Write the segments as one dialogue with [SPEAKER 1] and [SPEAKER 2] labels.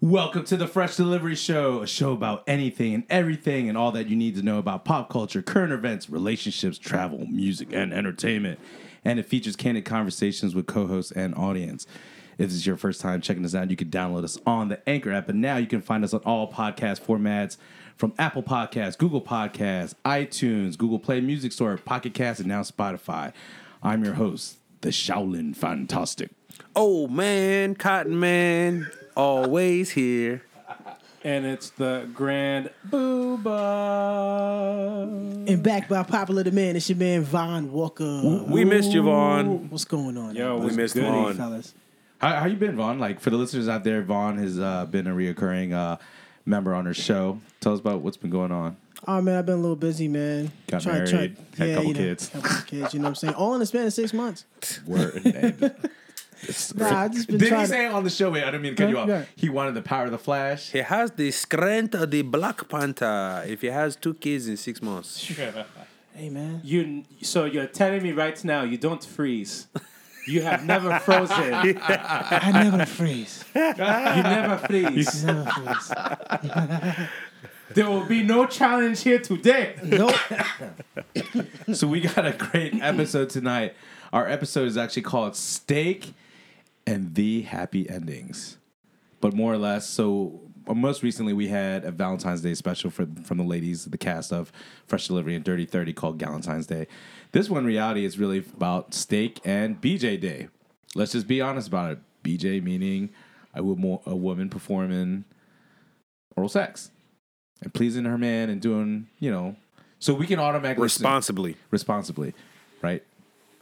[SPEAKER 1] Welcome to the Fresh Delivery Show, a show about anything and everything and all that you need to know about pop culture, current events, relationships, travel, music, and entertainment. And it features candid conversations with co hosts and audience. If this is your first time checking us out, you can download us on the Anchor app. But now you can find us on all podcast formats from Apple Podcasts, Google Podcasts, iTunes, Google Play Music Store, Pocket Cast, and now Spotify. I'm your host, the Shaolin Fantastic.
[SPEAKER 2] Oh man, Cotton Man, always here.
[SPEAKER 3] and it's the Grand Booba.
[SPEAKER 4] And backed by popular demand, it's your man Von Walker.
[SPEAKER 2] We missed you, Vaughn.
[SPEAKER 4] What's going on?
[SPEAKER 3] Yo,
[SPEAKER 2] We
[SPEAKER 3] what's
[SPEAKER 2] missed
[SPEAKER 3] good?
[SPEAKER 2] Vaughn.
[SPEAKER 4] fellas?
[SPEAKER 1] How, how you been, Vaughn? Like for the listeners out there, Vaughn has uh, been a reoccurring uh, member on our show. Tell us about what's been going on.
[SPEAKER 4] Oh man, I've been a little busy, man.
[SPEAKER 1] Got married, had a couple
[SPEAKER 4] you know,
[SPEAKER 1] kids.
[SPEAKER 4] couple kids, you know what I'm saying? All in the span of six months.
[SPEAKER 1] Word.
[SPEAKER 4] Nah, I just been
[SPEAKER 1] Did
[SPEAKER 4] trying.
[SPEAKER 1] he
[SPEAKER 4] to-
[SPEAKER 1] say it on the show? Wait, I didn't mean to cut you off.
[SPEAKER 4] Yeah.
[SPEAKER 1] He wanted the power of the Flash.
[SPEAKER 2] He has the strength of the Black Panther. If he has two kids in six months,
[SPEAKER 4] hey man,
[SPEAKER 3] You so you're telling me right now you don't freeze. You have never frozen. You
[SPEAKER 4] I never freeze.
[SPEAKER 3] never freeze.
[SPEAKER 4] Never freeze.
[SPEAKER 3] There will be no challenge here today.
[SPEAKER 4] Nope.
[SPEAKER 1] So we got a great episode tonight. Our episode is actually called Steak and the Happy Endings. But more or less, so uh, most recently we had a Valentine's Day special for, from the ladies, the cast of Fresh Delivery and Dirty 30 called Valentine's Day. This one, in reality, is really about steak and BJ Day. Let's just be honest about it. BJ meaning a, wo- a woman performing oral sex and pleasing her man and doing, you know, so we can automatically
[SPEAKER 2] responsibly.
[SPEAKER 1] responsibly, right?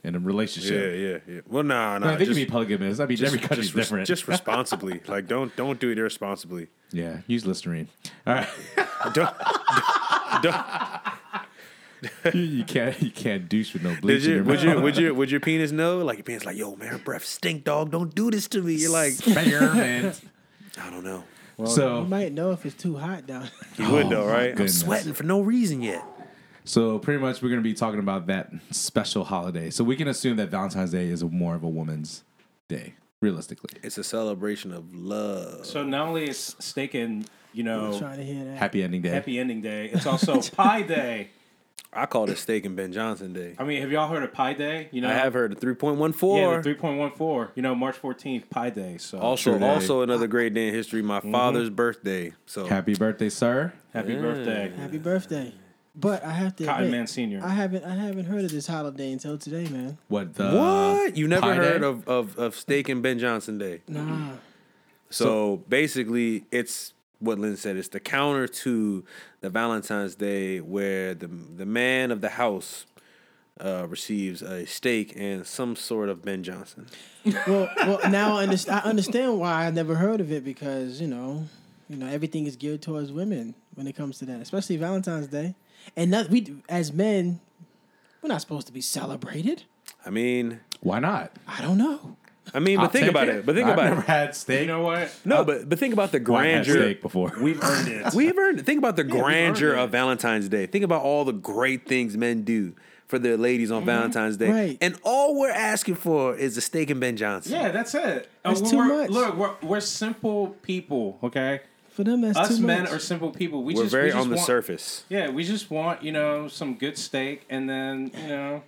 [SPEAKER 1] In a relationship.
[SPEAKER 2] yeah, yeah. Well, nah,
[SPEAKER 1] I think it'd be polygamous. I mean, every country's
[SPEAKER 2] res-
[SPEAKER 1] different.
[SPEAKER 2] just responsibly. like don't don't do it irresponsibly.
[SPEAKER 1] yeah, use Listerine. All right,
[SPEAKER 2] Don't, don't-
[SPEAKER 1] you, you can't you can't douche with no bleach.
[SPEAKER 2] did you,
[SPEAKER 1] in your
[SPEAKER 2] would your
[SPEAKER 1] mouth.
[SPEAKER 2] would your would your penis know? Like your penis, like yo, man, her breath stink, dog. Don't do this to me. You're like,
[SPEAKER 1] Spearmint.
[SPEAKER 2] I don't know.
[SPEAKER 4] you
[SPEAKER 1] so
[SPEAKER 4] might know if it's too hot down.
[SPEAKER 2] You would though, right?
[SPEAKER 1] Oh
[SPEAKER 2] I'm
[SPEAKER 1] goodness.
[SPEAKER 2] sweating for no reason yet.
[SPEAKER 1] so pretty much we're gonna be talking about that special holiday. So we can assume that Valentine's Day is a more of a woman's day, realistically.
[SPEAKER 2] It's a celebration of love.
[SPEAKER 3] So not only is steak and you
[SPEAKER 4] I'm
[SPEAKER 3] know
[SPEAKER 4] trying to hear that.
[SPEAKER 1] Oh. Happy ending day.
[SPEAKER 3] happy ending day, it's also pie day.
[SPEAKER 2] I call it steak and Ben Johnson day.
[SPEAKER 3] I mean, have y'all heard of pie day? You know,
[SPEAKER 2] I have heard of 3.14.
[SPEAKER 3] yeah, three point one four. You know, March fourteenth, pie day. So
[SPEAKER 2] also,
[SPEAKER 1] True day.
[SPEAKER 2] also another great day in history. My
[SPEAKER 3] Mm-hmm.
[SPEAKER 2] father's birthday. So
[SPEAKER 1] Happy birthday, sir.
[SPEAKER 3] happy birthday,
[SPEAKER 4] Happy birthday. But I have to
[SPEAKER 3] Cotton
[SPEAKER 4] admit,
[SPEAKER 3] Man Senior.
[SPEAKER 4] I haven't I haven't heard of this holiday until today, man.
[SPEAKER 1] What the
[SPEAKER 2] what you never
[SPEAKER 1] Pie
[SPEAKER 2] heard
[SPEAKER 1] uh, Day?
[SPEAKER 2] of, of of steak and Ben Johnson day?
[SPEAKER 4] Nah.
[SPEAKER 2] So, basically, it's what Lynn said. It's the counter to the Valentine's Day, where the the man of the house uh, receives a steak and some sort of Ben Johnson.
[SPEAKER 4] well, well, now I, under- I understand why I never heard of it because you know, you know, everything is geared towards women when it comes to that, especially Valentine's Day, and not, we as men, we're not supposed to be celebrated.
[SPEAKER 2] I mean,
[SPEAKER 1] Why not?
[SPEAKER 4] I don't know.
[SPEAKER 2] I mean, but
[SPEAKER 1] I'll
[SPEAKER 2] think
[SPEAKER 1] take
[SPEAKER 2] about it. But think
[SPEAKER 1] I've
[SPEAKER 2] about
[SPEAKER 1] never
[SPEAKER 2] it.
[SPEAKER 1] had steak.
[SPEAKER 3] You know what?
[SPEAKER 2] No, but but think about the
[SPEAKER 1] Well, I had
[SPEAKER 2] grandeur.
[SPEAKER 1] steak before.
[SPEAKER 3] We've earned it.
[SPEAKER 2] We have earned. Think about the
[SPEAKER 3] we've earned
[SPEAKER 2] grandeur
[SPEAKER 3] it.
[SPEAKER 2] of Valentine's Day. Think about all the great things men do for their ladies on Valentine's Day.
[SPEAKER 4] Right.
[SPEAKER 2] And all we're asking for is a steak and Ben Johnson.
[SPEAKER 3] Yeah, that's it. Uh,
[SPEAKER 4] That's
[SPEAKER 3] we're,
[SPEAKER 4] too
[SPEAKER 3] we're-
[SPEAKER 4] much.
[SPEAKER 3] Look, we're, we're simple people, okay?
[SPEAKER 4] For them, that's
[SPEAKER 3] Us
[SPEAKER 4] too
[SPEAKER 3] men
[SPEAKER 4] much.
[SPEAKER 3] are simple people. We
[SPEAKER 2] We're
[SPEAKER 3] just,
[SPEAKER 2] very
[SPEAKER 3] we just
[SPEAKER 2] on the
[SPEAKER 3] want,
[SPEAKER 2] surface.
[SPEAKER 3] Yeah, we just want you know some good steak, and then you know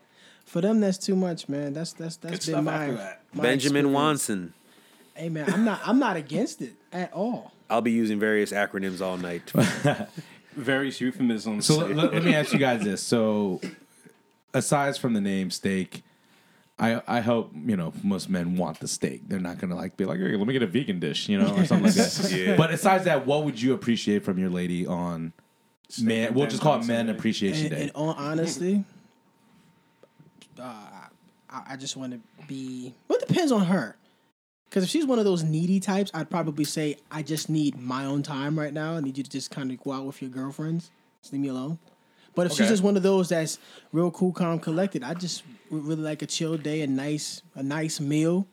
[SPEAKER 4] For them, that's too much, man. That's that's
[SPEAKER 3] Good
[SPEAKER 4] that's
[SPEAKER 3] stuff
[SPEAKER 4] been my,
[SPEAKER 3] after that.
[SPEAKER 4] my
[SPEAKER 2] Benjamin
[SPEAKER 4] experience.
[SPEAKER 2] Wanson.
[SPEAKER 4] Hey, man, I'm not I'm not against it at all.
[SPEAKER 2] I'll be using various acronyms all night.
[SPEAKER 3] various euphemisms.
[SPEAKER 1] So let, let- let me ask you guys this. So, aside from the name steak, I I hope you know most men want the steak. They're not gonna like be like, hey, let me get a vegan dish, you know, or something like that.
[SPEAKER 2] Yeah.
[SPEAKER 1] But aside that, what would you appreciate from your lady on man?
[SPEAKER 3] and
[SPEAKER 1] We'll just call it
[SPEAKER 3] Valentine's
[SPEAKER 1] Men
[SPEAKER 3] Day.
[SPEAKER 1] Appreciation
[SPEAKER 4] And,
[SPEAKER 1] Day.
[SPEAKER 4] and all honesty, uh, I, I just want to be. Well, it depends on her. Because if she's one of those needy types, I'd probably say, I just need my own time right now. I need you to just kind of go out with your girlfriends. Just leave me alone. But if she's
[SPEAKER 1] Okay.
[SPEAKER 4] just one of those that's real cool, calm, collected, I just would really like a chill day, a nice, a nice meal,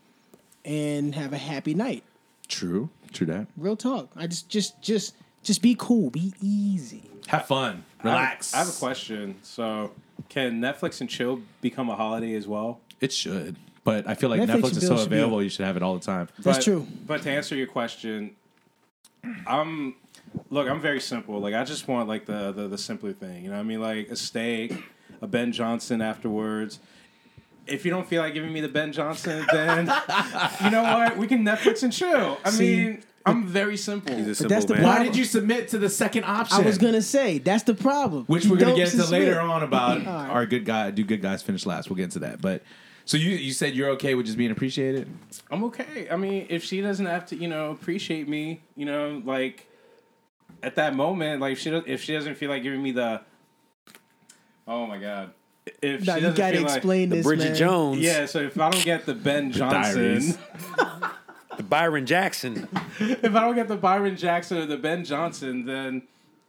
[SPEAKER 4] and have a happy night.
[SPEAKER 1] True, true that.
[SPEAKER 4] Real talk. I just, just, just, just be cool. Be easy.
[SPEAKER 1] Have fun, relax.
[SPEAKER 3] I have, I have a question. So can Netflix and chill become a holiday as well?
[SPEAKER 1] It should, but I feel like
[SPEAKER 4] Netflix
[SPEAKER 1] Netflix, is so
[SPEAKER 4] bill should be-
[SPEAKER 1] available. You should have it all the time.
[SPEAKER 4] That's
[SPEAKER 3] But-
[SPEAKER 4] true.
[SPEAKER 3] But to answer your question, I'm look, I'm very simple. Like I just want like the the, the simpler thing. You know what I mean? Like a steak, a Ben Johnson afterwards. If you don't feel like giving me the Ben Johnson, then you know what? We can Netflix and chill. I
[SPEAKER 4] See?
[SPEAKER 3] mean, I'm very simple.
[SPEAKER 2] He's a simple
[SPEAKER 4] that's the
[SPEAKER 2] man.
[SPEAKER 4] point.
[SPEAKER 1] Why did you submit to the second option?
[SPEAKER 4] I was gonna say that's the problem.
[SPEAKER 1] which we're gonna
[SPEAKER 4] Dope
[SPEAKER 1] get into
[SPEAKER 4] is
[SPEAKER 1] later
[SPEAKER 4] real.
[SPEAKER 1] on about
[SPEAKER 4] right.
[SPEAKER 1] our good guy. Do good guys finish last? We'll get into that. But so you you said you're okay with just being appreciated.
[SPEAKER 3] I'm okay. I mean, if she doesn't have to, you know, appreciate me, you know, like at that moment, like she does, if she doesn't feel like giving me the, oh my god, if
[SPEAKER 4] Nah,
[SPEAKER 3] she
[SPEAKER 4] you
[SPEAKER 3] doesn't
[SPEAKER 4] gotta
[SPEAKER 3] feel like-
[SPEAKER 4] explain this,
[SPEAKER 2] Bridget
[SPEAKER 4] man.
[SPEAKER 2] Jones,
[SPEAKER 3] yeah, so if I don't get the Ben
[SPEAKER 1] diaries.
[SPEAKER 3] Johnson,
[SPEAKER 2] the Byron Jackson.
[SPEAKER 3] if I don't get the Byron Jackson or the Ben Johnson, then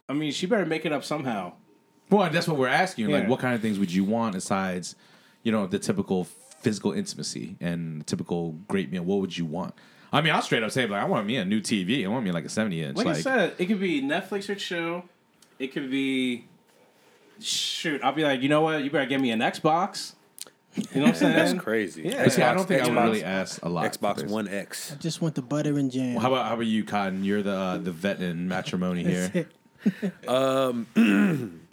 [SPEAKER 3] I mean, she better make it up somehow.
[SPEAKER 1] Well, that's what we're asking. Like,
[SPEAKER 3] Yeah.
[SPEAKER 1] what kind of things would you want besides, you know, the typical physical intimacy and typical great meal? What would you want? I mean, I'll straight up say, like, I want me a new TV. I want me like a seventy inch.
[SPEAKER 3] Like, I said, it could be Netflix or chill. It could be shoot. I'll be like, you know what? You better get me an Xbox. You know what I'm saying?
[SPEAKER 2] That's crazy.
[SPEAKER 3] Yeah.
[SPEAKER 1] But see, I don't think I would
[SPEAKER 2] Xbox-
[SPEAKER 1] really ask a lot. for
[SPEAKER 2] Xbox
[SPEAKER 1] this.
[SPEAKER 2] One X.
[SPEAKER 4] Just want the butter and jam.
[SPEAKER 1] Well, How about how about you, Cotton? You're the uh, the vet in matrimony here.
[SPEAKER 4] That's it.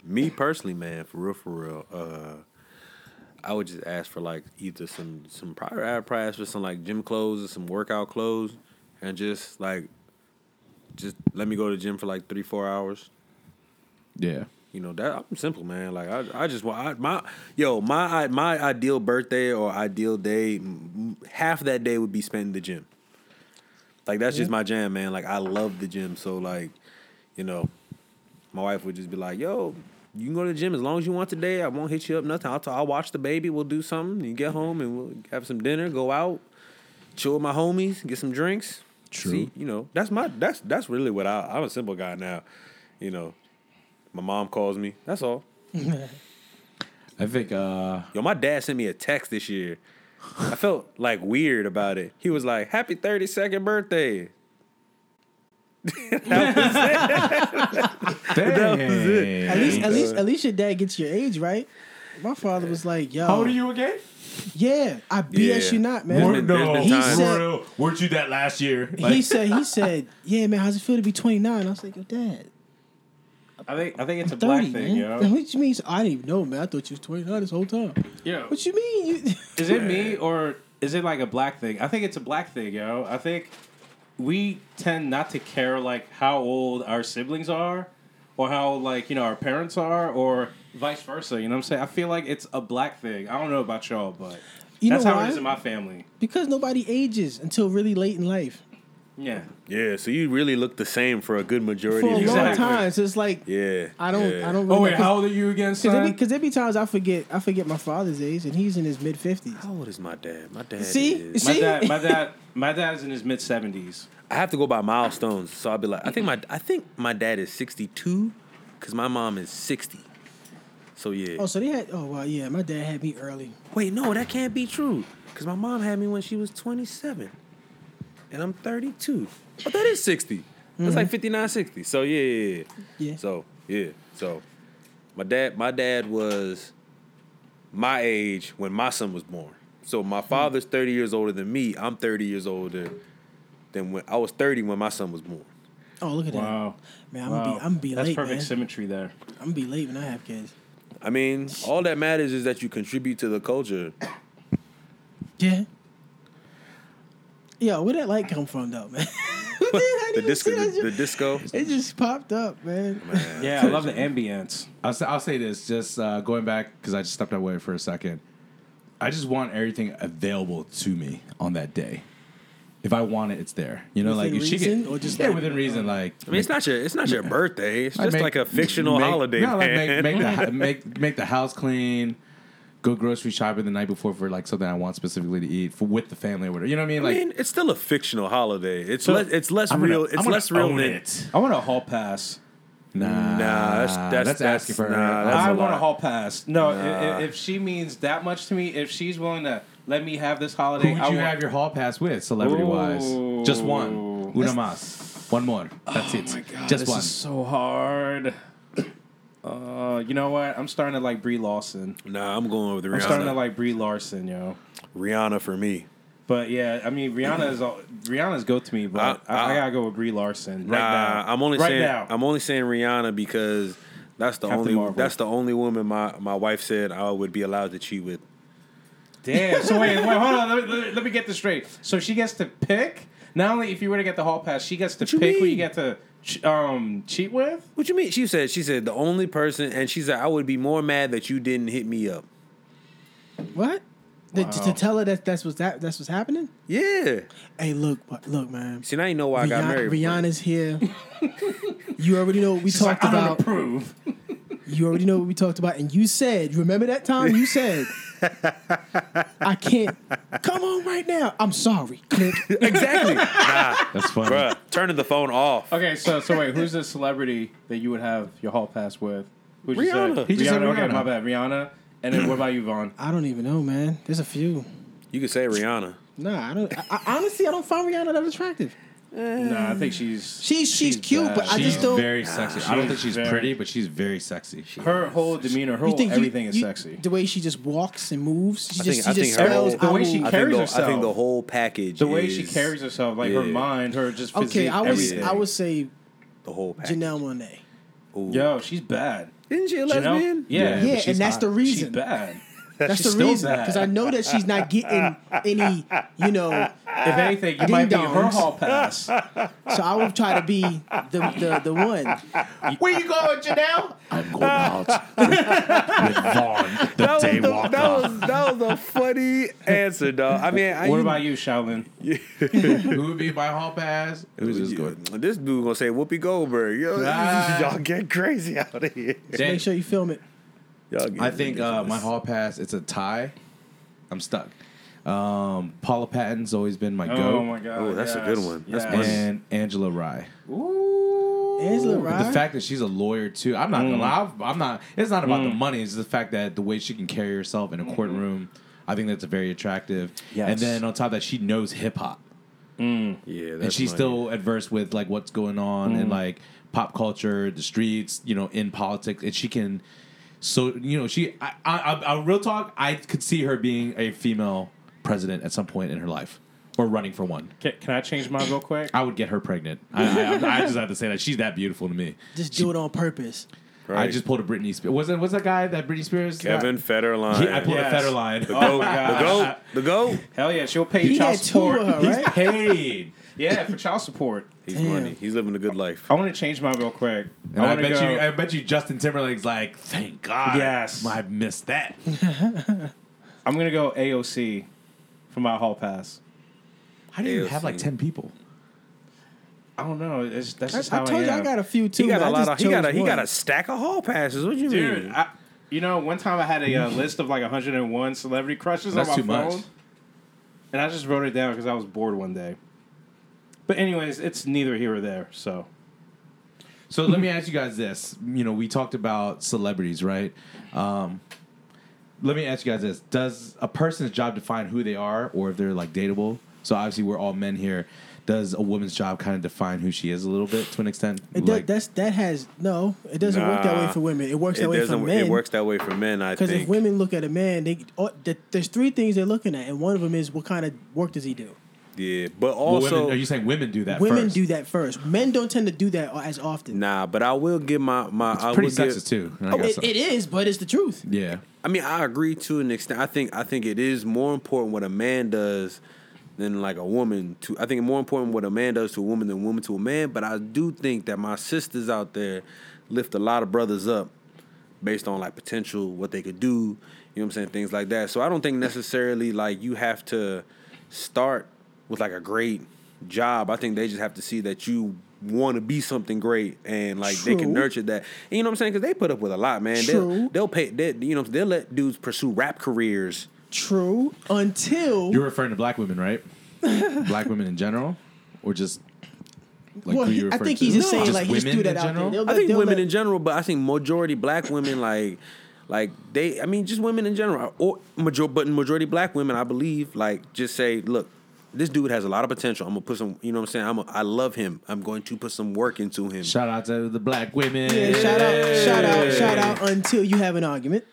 [SPEAKER 2] Me personally, man, for real, for real, uh, I would just ask for like either some some prior I would probably ask for some like gym clothes or some workout clothes, and just like just let me go to the gym for like three four hours.
[SPEAKER 1] Yeah.
[SPEAKER 2] You know that I'm simple, man. Like I, I just want I, my yo my I- my ideal birthday or ideal day, m- m- half that day would be spent in the gym. Like that's just my jam, man. Like I love the gym, so like, you know, my wife would just be like, "Yo, you can go to the gym as long as you want today. I won't hit you up nothing. I'll t- I'll watch the baby. We'll do something. You get home and we'll have some dinner. Go out, chill with my homies, get some drinks.
[SPEAKER 1] True.
[SPEAKER 2] See, you know, that's my that's that's really what I I'm a simple guy now. You know, my mom calls me. That's all.
[SPEAKER 1] I think uh
[SPEAKER 2] Yo, my dad sent me a text this year. I felt like weird about it. He was like, "Happy 32nd birthday."
[SPEAKER 4] At least, at least, at least your dad gets your age right. My father was like, "Yo,
[SPEAKER 1] How old are you again?
[SPEAKER 4] Yeah, I BS you not, man."
[SPEAKER 2] There's been- there's been
[SPEAKER 4] He
[SPEAKER 2] times-
[SPEAKER 4] said-
[SPEAKER 1] Bro, weren't you that last year?
[SPEAKER 4] he said, "He said, yeah, man, how's it feel to be 29?" I was like, "Yo, dad,
[SPEAKER 3] I think I think it's a black
[SPEAKER 4] 30,
[SPEAKER 3] thing,
[SPEAKER 4] man.
[SPEAKER 3] yo.
[SPEAKER 4] What you mean? I didn't even know, man. I thought you was 29 this whole time.
[SPEAKER 3] Yo,
[SPEAKER 4] What you mean? You,
[SPEAKER 3] is it me or is it like a black thing? I think it's a black thing, yo. I think we tend not to care like how old our siblings are, or how like you know our parents are, or vice versa. You know what I'm saying? I feel like it's a black thing. I don't know about y'all, but
[SPEAKER 4] you
[SPEAKER 3] that's
[SPEAKER 4] know
[SPEAKER 3] how
[SPEAKER 4] why?
[SPEAKER 3] it is in my family.
[SPEAKER 4] because nobody ages until really late in life
[SPEAKER 3] Yeah,
[SPEAKER 2] Yeah, so you really look the same for a good majority
[SPEAKER 4] for a
[SPEAKER 2] of your
[SPEAKER 3] Exactly.
[SPEAKER 4] long
[SPEAKER 2] life.
[SPEAKER 4] time. So it's like,
[SPEAKER 2] Yeah.
[SPEAKER 4] I don't,
[SPEAKER 2] yeah.
[SPEAKER 4] I don't. Really
[SPEAKER 3] Oh wait,
[SPEAKER 4] know,
[SPEAKER 3] how old are you again,
[SPEAKER 4] Because there,
[SPEAKER 3] son?
[SPEAKER 4] be- 'cause there be times I forget, I forget my father's age, and he's in his mid 50s.
[SPEAKER 2] How old is my dad? My dad.
[SPEAKER 4] See?
[SPEAKER 2] is-
[SPEAKER 3] My
[SPEAKER 4] See?
[SPEAKER 3] dad, my dad, my dad's in his mid seventies.
[SPEAKER 2] I have to go by milestones, so I'll be like, I think my I think my dad is sixty two, cause my mom is sixty. So yeah.
[SPEAKER 4] Oh, so they had. Oh, wow, yeah, my dad had me early.
[SPEAKER 2] Wait, no, that can't be true, cause my mom had me when she was twenty seven, and I'm thirty two. But that is sixty. That's like 59, 60. So yeah, yeah, yeah.
[SPEAKER 4] Mm-hmm. Yeah.
[SPEAKER 2] So yeah, so my dad, my dad was my age when my son was born. So my
[SPEAKER 4] Mm-hmm.
[SPEAKER 2] father's thirty years older than me. I'm thirty years older than when I was thirty when my son was born.
[SPEAKER 4] oh, look at
[SPEAKER 3] Wow,
[SPEAKER 4] that, man. I'm gonna be, I'm gonna be
[SPEAKER 3] That's
[SPEAKER 4] late,
[SPEAKER 3] perfect
[SPEAKER 4] man.
[SPEAKER 3] symmetry there.
[SPEAKER 4] I'm gonna be late when I have kids.
[SPEAKER 2] I mean, all that matters is that you contribute to the culture.
[SPEAKER 4] Yeah. Yo, where that light come from, though, man? Who did that? I
[SPEAKER 2] The
[SPEAKER 4] didn't
[SPEAKER 2] disco,
[SPEAKER 4] see that
[SPEAKER 2] the, the
[SPEAKER 4] shit.
[SPEAKER 2] disco.
[SPEAKER 4] It just popped up, man.
[SPEAKER 3] Yeah, I love the ambience.
[SPEAKER 1] I'll say, I'll say this, just uh, going back because I just stepped away for a second. I just want everything available to me on that day. If I want it, it's there. You know, like
[SPEAKER 4] Within
[SPEAKER 1] if she can,
[SPEAKER 4] reason or just
[SPEAKER 1] yeah,
[SPEAKER 4] like- Uh,
[SPEAKER 1] within reason. Like
[SPEAKER 2] I mean, it's not your, it's not your birthday. It's
[SPEAKER 1] I
[SPEAKER 2] just
[SPEAKER 1] make-
[SPEAKER 2] like a fictional
[SPEAKER 1] make-
[SPEAKER 2] holiday.
[SPEAKER 1] No, like make,
[SPEAKER 2] man.
[SPEAKER 1] make the hou- make make the house clean. Go grocery shopping the night before for like something I want specifically to eat for with the family or whatever. You know what I mean?
[SPEAKER 2] I
[SPEAKER 1] Like
[SPEAKER 2] mean, it's still a fictional holiday. It's less, it's less
[SPEAKER 1] I'm gonna-
[SPEAKER 2] real.
[SPEAKER 1] I'm
[SPEAKER 2] it's
[SPEAKER 1] gonna
[SPEAKER 2] less real
[SPEAKER 1] own
[SPEAKER 2] than
[SPEAKER 1] it.
[SPEAKER 3] I want a hall pass.
[SPEAKER 1] Nah,
[SPEAKER 2] that's- that's-
[SPEAKER 1] that's asking for her.
[SPEAKER 2] nah, that's-
[SPEAKER 3] I
[SPEAKER 2] a
[SPEAKER 3] want a
[SPEAKER 2] lot.
[SPEAKER 3] hall pass. No, i- i- if, she means that much to me, if she's willing to let me have this holiday,
[SPEAKER 1] Who would
[SPEAKER 3] I
[SPEAKER 1] you
[SPEAKER 3] want-
[SPEAKER 1] have your hall pass with, celebrity wise? Just one.
[SPEAKER 3] Ooh.
[SPEAKER 1] Una mas. One more. That's it.
[SPEAKER 3] Oh my God,
[SPEAKER 1] Just
[SPEAKER 3] this
[SPEAKER 1] one.
[SPEAKER 3] is so hard. Uh, you know what? I'm starting to like Brie Lawson.
[SPEAKER 2] Nah, I'm going with
[SPEAKER 3] I'm starting to
[SPEAKER 2] Rihanna.
[SPEAKER 3] like Brie Larson, yo.
[SPEAKER 2] Rihanna for me.
[SPEAKER 3] But yeah, I mean Rihanna is all, Rihanna's go to me, but
[SPEAKER 2] I-
[SPEAKER 3] I, I,
[SPEAKER 2] I-
[SPEAKER 3] gotta go with Brie Larson
[SPEAKER 2] Nah,
[SPEAKER 3] right now.
[SPEAKER 2] I'm only
[SPEAKER 3] right
[SPEAKER 2] saying
[SPEAKER 3] now.
[SPEAKER 2] I'm only saying Rihanna because that's the
[SPEAKER 3] Captain
[SPEAKER 2] only
[SPEAKER 3] Marvel.
[SPEAKER 2] that's the only woman my, my wife said I would be allowed to cheat with.
[SPEAKER 3] Damn. So wait, wait, hold on. Let me, let, me, let me get this straight. So she gets to pick. Not only if you were to get the hall pass, she gets to
[SPEAKER 2] you
[SPEAKER 3] pick who you
[SPEAKER 2] mean?
[SPEAKER 3] get to ch- um cheat with.
[SPEAKER 2] What you mean? She said she said the only person and she said I would be more mad that you didn't hit me up.
[SPEAKER 4] What? To- To,
[SPEAKER 3] Wow.
[SPEAKER 4] to tell her that that's what's that that's what's happening.
[SPEAKER 2] Yeah.
[SPEAKER 4] Hey, look, look, man.
[SPEAKER 2] See now you know why I got
[SPEAKER 4] Rihanna,
[SPEAKER 2] married.
[SPEAKER 4] Rihanna's here. you already know what we
[SPEAKER 3] She's like, I
[SPEAKER 4] talked
[SPEAKER 3] don't
[SPEAKER 4] about.
[SPEAKER 3] approve.
[SPEAKER 4] You already know what we talked about, and you said, remember that time you said, I can't come on right now. I'm sorry. Click.
[SPEAKER 2] exactly. nah,
[SPEAKER 1] That's funny.
[SPEAKER 2] bruh. Turning the phone off.
[SPEAKER 3] Okay, so so wait, who's the celebrity that you would have your hall pass with? Who'd You say?
[SPEAKER 2] Rihanna.
[SPEAKER 1] He just said
[SPEAKER 3] Okay,
[SPEAKER 1] Rihanna.
[SPEAKER 3] my bad, Rihanna. And then what about you, Vaughn?
[SPEAKER 4] I don't even know, man. There's a few.
[SPEAKER 2] You could say Rihanna.
[SPEAKER 4] Nah, I don't. I, I, honestly, I don't find Rihanna that attractive.
[SPEAKER 3] nah, I think she's
[SPEAKER 4] She's she's, cute,
[SPEAKER 3] bad.
[SPEAKER 4] but I
[SPEAKER 1] She's
[SPEAKER 4] just don't.
[SPEAKER 1] very sexy. I don't think she's
[SPEAKER 3] very-
[SPEAKER 1] pretty, but she's very sexy.
[SPEAKER 3] her whole demeanor, her
[SPEAKER 4] you
[SPEAKER 3] whole
[SPEAKER 4] think you-
[SPEAKER 3] everything is
[SPEAKER 4] you-
[SPEAKER 3] sexy.
[SPEAKER 4] The way she just walks and moves, she
[SPEAKER 2] I
[SPEAKER 4] just
[SPEAKER 2] think- I
[SPEAKER 4] she just
[SPEAKER 2] think her
[SPEAKER 4] spells
[SPEAKER 2] whole-
[SPEAKER 3] The way
[SPEAKER 4] out-
[SPEAKER 3] she
[SPEAKER 2] I think,
[SPEAKER 3] carries
[SPEAKER 2] the, I
[SPEAKER 3] herself.
[SPEAKER 2] think the whole package.
[SPEAKER 3] the way
[SPEAKER 2] is
[SPEAKER 3] she carries herself, like her
[SPEAKER 2] yeah.
[SPEAKER 3] mind, her just physique,
[SPEAKER 4] Okay, I would
[SPEAKER 3] everything.
[SPEAKER 4] I would say
[SPEAKER 2] The whole package.
[SPEAKER 4] Janelle Monae.
[SPEAKER 3] Yo, she's bad.
[SPEAKER 2] Isn't she a
[SPEAKER 3] You know?
[SPEAKER 2] lesbian?
[SPEAKER 1] Yeah,
[SPEAKER 3] Yeah,
[SPEAKER 1] but
[SPEAKER 4] Yeah, and that's the
[SPEAKER 3] She's
[SPEAKER 4] reason.
[SPEAKER 3] bad.
[SPEAKER 4] That's
[SPEAKER 3] She's
[SPEAKER 4] the
[SPEAKER 3] still
[SPEAKER 4] reason
[SPEAKER 3] bad.
[SPEAKER 4] because I know that she's not getting any, you know.
[SPEAKER 3] If anything, you might be her
[SPEAKER 4] Ding-dongs.
[SPEAKER 3] hall pass.
[SPEAKER 4] So I would try to be the the, the one.
[SPEAKER 3] Where you going, Janelle?
[SPEAKER 1] I'm going out with Vaughn, the
[SPEAKER 2] That was, the,
[SPEAKER 1] daywalker.
[SPEAKER 2] that, was, that was a funny answer, dog. I mean, I,
[SPEAKER 3] What about you, Shaolin?
[SPEAKER 1] Who would be my hall pass? It was just good.
[SPEAKER 2] This dude gonna say Whoopi Goldberg. Yo,
[SPEAKER 1] Ah.
[SPEAKER 2] y'all get crazy out of here.
[SPEAKER 4] Make sure you film it.
[SPEAKER 2] Y'all get
[SPEAKER 1] I think uh, my
[SPEAKER 2] ridiculous.
[SPEAKER 1] hall pass. It's a tie. I'm stuck. Um, Paula Patton's always been my go,
[SPEAKER 3] Oh my god.
[SPEAKER 2] Oh, that's a
[SPEAKER 3] yes,
[SPEAKER 2] good one. That's
[SPEAKER 3] yes.
[SPEAKER 2] money.
[SPEAKER 1] and Angela Rye.
[SPEAKER 3] Ooh.
[SPEAKER 4] Angela
[SPEAKER 1] But
[SPEAKER 4] Rye.
[SPEAKER 1] The fact that she's a lawyer too. I'm not gonna lie. I've- I'm not. It's not about the money. It's the fact that the way she can carry herself in a courtroom. I think that's very attractive.
[SPEAKER 3] Yes.
[SPEAKER 1] And then on top of that, she knows hip hop,
[SPEAKER 2] Yeah, that's
[SPEAKER 1] and she's
[SPEAKER 2] money.
[SPEAKER 1] still adverse with like what's going on and like pop culture, the streets, you know, in politics, and she can. So you know, she. I, I, I, on real talk, I could see her being a female president at some point in her life, or running for one.
[SPEAKER 3] Can, can I change mine real quick?
[SPEAKER 1] I would get her pregnant. I, I, I just have to say that she's that beautiful to me.
[SPEAKER 4] Just do it on purpose.
[SPEAKER 1] I
[SPEAKER 2] Right.
[SPEAKER 1] just pulled a Britney Spears. Was it was that guy that Britney Spears?
[SPEAKER 2] Kevin Federline.
[SPEAKER 1] He, I pulled
[SPEAKER 3] Yes.
[SPEAKER 1] a Federline. line.
[SPEAKER 2] The
[SPEAKER 1] Oh,
[SPEAKER 2] goat,
[SPEAKER 3] my
[SPEAKER 2] the goat,
[SPEAKER 3] gosh.
[SPEAKER 2] the goat.
[SPEAKER 3] Hell yeah, she'll pay
[SPEAKER 4] He
[SPEAKER 3] you child
[SPEAKER 4] had two
[SPEAKER 3] support.
[SPEAKER 4] of her,
[SPEAKER 1] he's
[SPEAKER 4] right?
[SPEAKER 1] paid.
[SPEAKER 3] Yeah, for child support.
[SPEAKER 2] He's
[SPEAKER 4] Damn.
[SPEAKER 2] money. He's living a good life.
[SPEAKER 3] I want to change mine real quick.
[SPEAKER 1] And Oh, I,
[SPEAKER 3] wanna
[SPEAKER 1] bet
[SPEAKER 3] go-
[SPEAKER 1] you, I bet you, Justin Timberlake's like, thank God,
[SPEAKER 3] Yes.
[SPEAKER 1] I missed that.
[SPEAKER 3] I'm gonna go AOC for my hall pass.
[SPEAKER 1] How do you
[SPEAKER 2] AOC.
[SPEAKER 1] have like ten people?
[SPEAKER 3] I don't know. It's, that's
[SPEAKER 4] I,
[SPEAKER 3] just how
[SPEAKER 4] I told you I
[SPEAKER 3] am.
[SPEAKER 4] got a few too.
[SPEAKER 2] He got
[SPEAKER 4] but
[SPEAKER 2] a
[SPEAKER 4] I
[SPEAKER 2] lot
[SPEAKER 4] just
[SPEAKER 2] of. He got a.
[SPEAKER 4] chose
[SPEAKER 2] He got
[SPEAKER 4] one.
[SPEAKER 2] a stack of hall passes. What you
[SPEAKER 3] Dude,
[SPEAKER 2] mean?
[SPEAKER 3] I, you know, one time I had a uh, list of like 101 celebrity crushes
[SPEAKER 1] That's
[SPEAKER 3] on my
[SPEAKER 1] too much.
[SPEAKER 3] phone, and I just wrote it down because I was bored one day. But anyways, it's neither here or there. So
[SPEAKER 1] So let me ask you guys this. You know, we talked about celebrities, right? Um, let me ask you guys this. Does a person's job define who they are or if they're like dateable? So obviously we're all men here. Does a woman's job kind of define who she is a little bit to an extent?
[SPEAKER 4] It
[SPEAKER 1] Like-
[SPEAKER 4] does, that's that has no. It doesn't work that
[SPEAKER 2] Nah.
[SPEAKER 4] way for women. It works
[SPEAKER 2] It
[SPEAKER 4] that way for
[SPEAKER 2] doesn't.
[SPEAKER 4] men.
[SPEAKER 2] It works that way for men. I
[SPEAKER 4] because if
[SPEAKER 2] think.
[SPEAKER 4] women look at a man, they oh, th- there's three things they're looking at, and one of them is what kind of work does he do.
[SPEAKER 2] Yeah, but
[SPEAKER 1] Well,
[SPEAKER 2] also.
[SPEAKER 1] women, are you saying women do that?
[SPEAKER 4] Women
[SPEAKER 1] first?
[SPEAKER 4] do that first. Men don't tend to do that as often.
[SPEAKER 2] Nah, but I will give my my. I
[SPEAKER 1] Pretty
[SPEAKER 2] will give-
[SPEAKER 1] sexist too. I guess
[SPEAKER 4] Oh, It,
[SPEAKER 1] so.
[SPEAKER 4] it is, but it's the truth.
[SPEAKER 1] Yeah.
[SPEAKER 2] I mean, I agree to an extent. I think I think it is more important what a man does than like a woman to. I think more important what a man does to a woman than a woman to a man. But I do think that my sisters out there lift a lot of brothers up based on like potential, what they could do. You know what I'm saying? Things like that. So I don't think necessarily like you have to start with like a great job. I think they just have to see that you want to be something great and like they can
[SPEAKER 4] True.
[SPEAKER 2] nurture that. And you know what I'm saying? Because they put up with a lot, man. They'll,
[SPEAKER 4] True.
[SPEAKER 2] they'll pay. They, you know, they'll let dudes pursue rap careers.
[SPEAKER 4] True. Until
[SPEAKER 1] You're referring to black women, right? black women in general, or just like
[SPEAKER 4] well,
[SPEAKER 1] who
[SPEAKER 4] he-
[SPEAKER 1] you
[SPEAKER 4] I
[SPEAKER 1] refer
[SPEAKER 4] think
[SPEAKER 1] to?
[SPEAKER 4] he's just saying like just
[SPEAKER 1] women
[SPEAKER 4] do that
[SPEAKER 1] in
[SPEAKER 4] out there.
[SPEAKER 1] general?
[SPEAKER 4] They'll
[SPEAKER 2] I
[SPEAKER 4] let-
[SPEAKER 2] think
[SPEAKER 4] they'll
[SPEAKER 2] women
[SPEAKER 4] let-
[SPEAKER 2] in general, but I think majority black women like like they I mean just women in general or major but majority black women I believe like just say look this dude has a lot of potential. I'm gonna put some, you know what I'm saying. I'm, a, I love him. I'm going to put some work into him.
[SPEAKER 1] Shout out to the black women.
[SPEAKER 4] Yeah, shout out, shout out, shout out until you have an argument.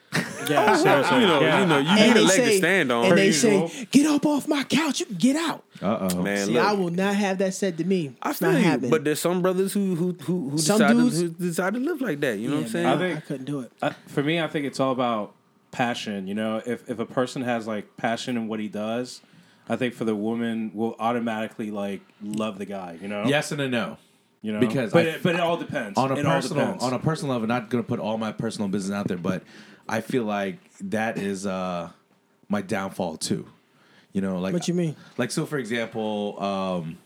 [SPEAKER 3] Yeah, seriously.
[SPEAKER 2] You know,
[SPEAKER 3] yeah.
[SPEAKER 2] you know, you need a leg to stand on.
[SPEAKER 4] And they
[SPEAKER 3] usual.
[SPEAKER 4] say, "Get up off my couch! You can get out."
[SPEAKER 1] Uh oh.
[SPEAKER 2] man,
[SPEAKER 4] See,
[SPEAKER 2] look,
[SPEAKER 4] I will not have that said to me.
[SPEAKER 2] I
[SPEAKER 4] It's
[SPEAKER 2] feel
[SPEAKER 4] not
[SPEAKER 2] you,
[SPEAKER 4] happening.
[SPEAKER 2] but there's some brothers who who who, who
[SPEAKER 4] Some
[SPEAKER 2] decide to,
[SPEAKER 4] dudes-
[SPEAKER 2] who decide to live like that. You know
[SPEAKER 4] Yeah,
[SPEAKER 2] what I'm saying?
[SPEAKER 4] man,
[SPEAKER 3] I think-
[SPEAKER 4] I couldn't do it.
[SPEAKER 3] I, for me, I think it's all about passion. You know, if if a person has like passion in what he does, I think for the woman will automatically like love the guy. You know,
[SPEAKER 1] Yes and a no.
[SPEAKER 3] you know,
[SPEAKER 1] because
[SPEAKER 3] but
[SPEAKER 1] I-
[SPEAKER 3] it, but it all depends
[SPEAKER 1] on a
[SPEAKER 3] It all
[SPEAKER 1] personal
[SPEAKER 3] depends.
[SPEAKER 1] on a personal level. Not gonna put all my personal business out there, but I feel like that is uh my downfall too. You know, like
[SPEAKER 4] What you mean?
[SPEAKER 1] Like so, for example, um,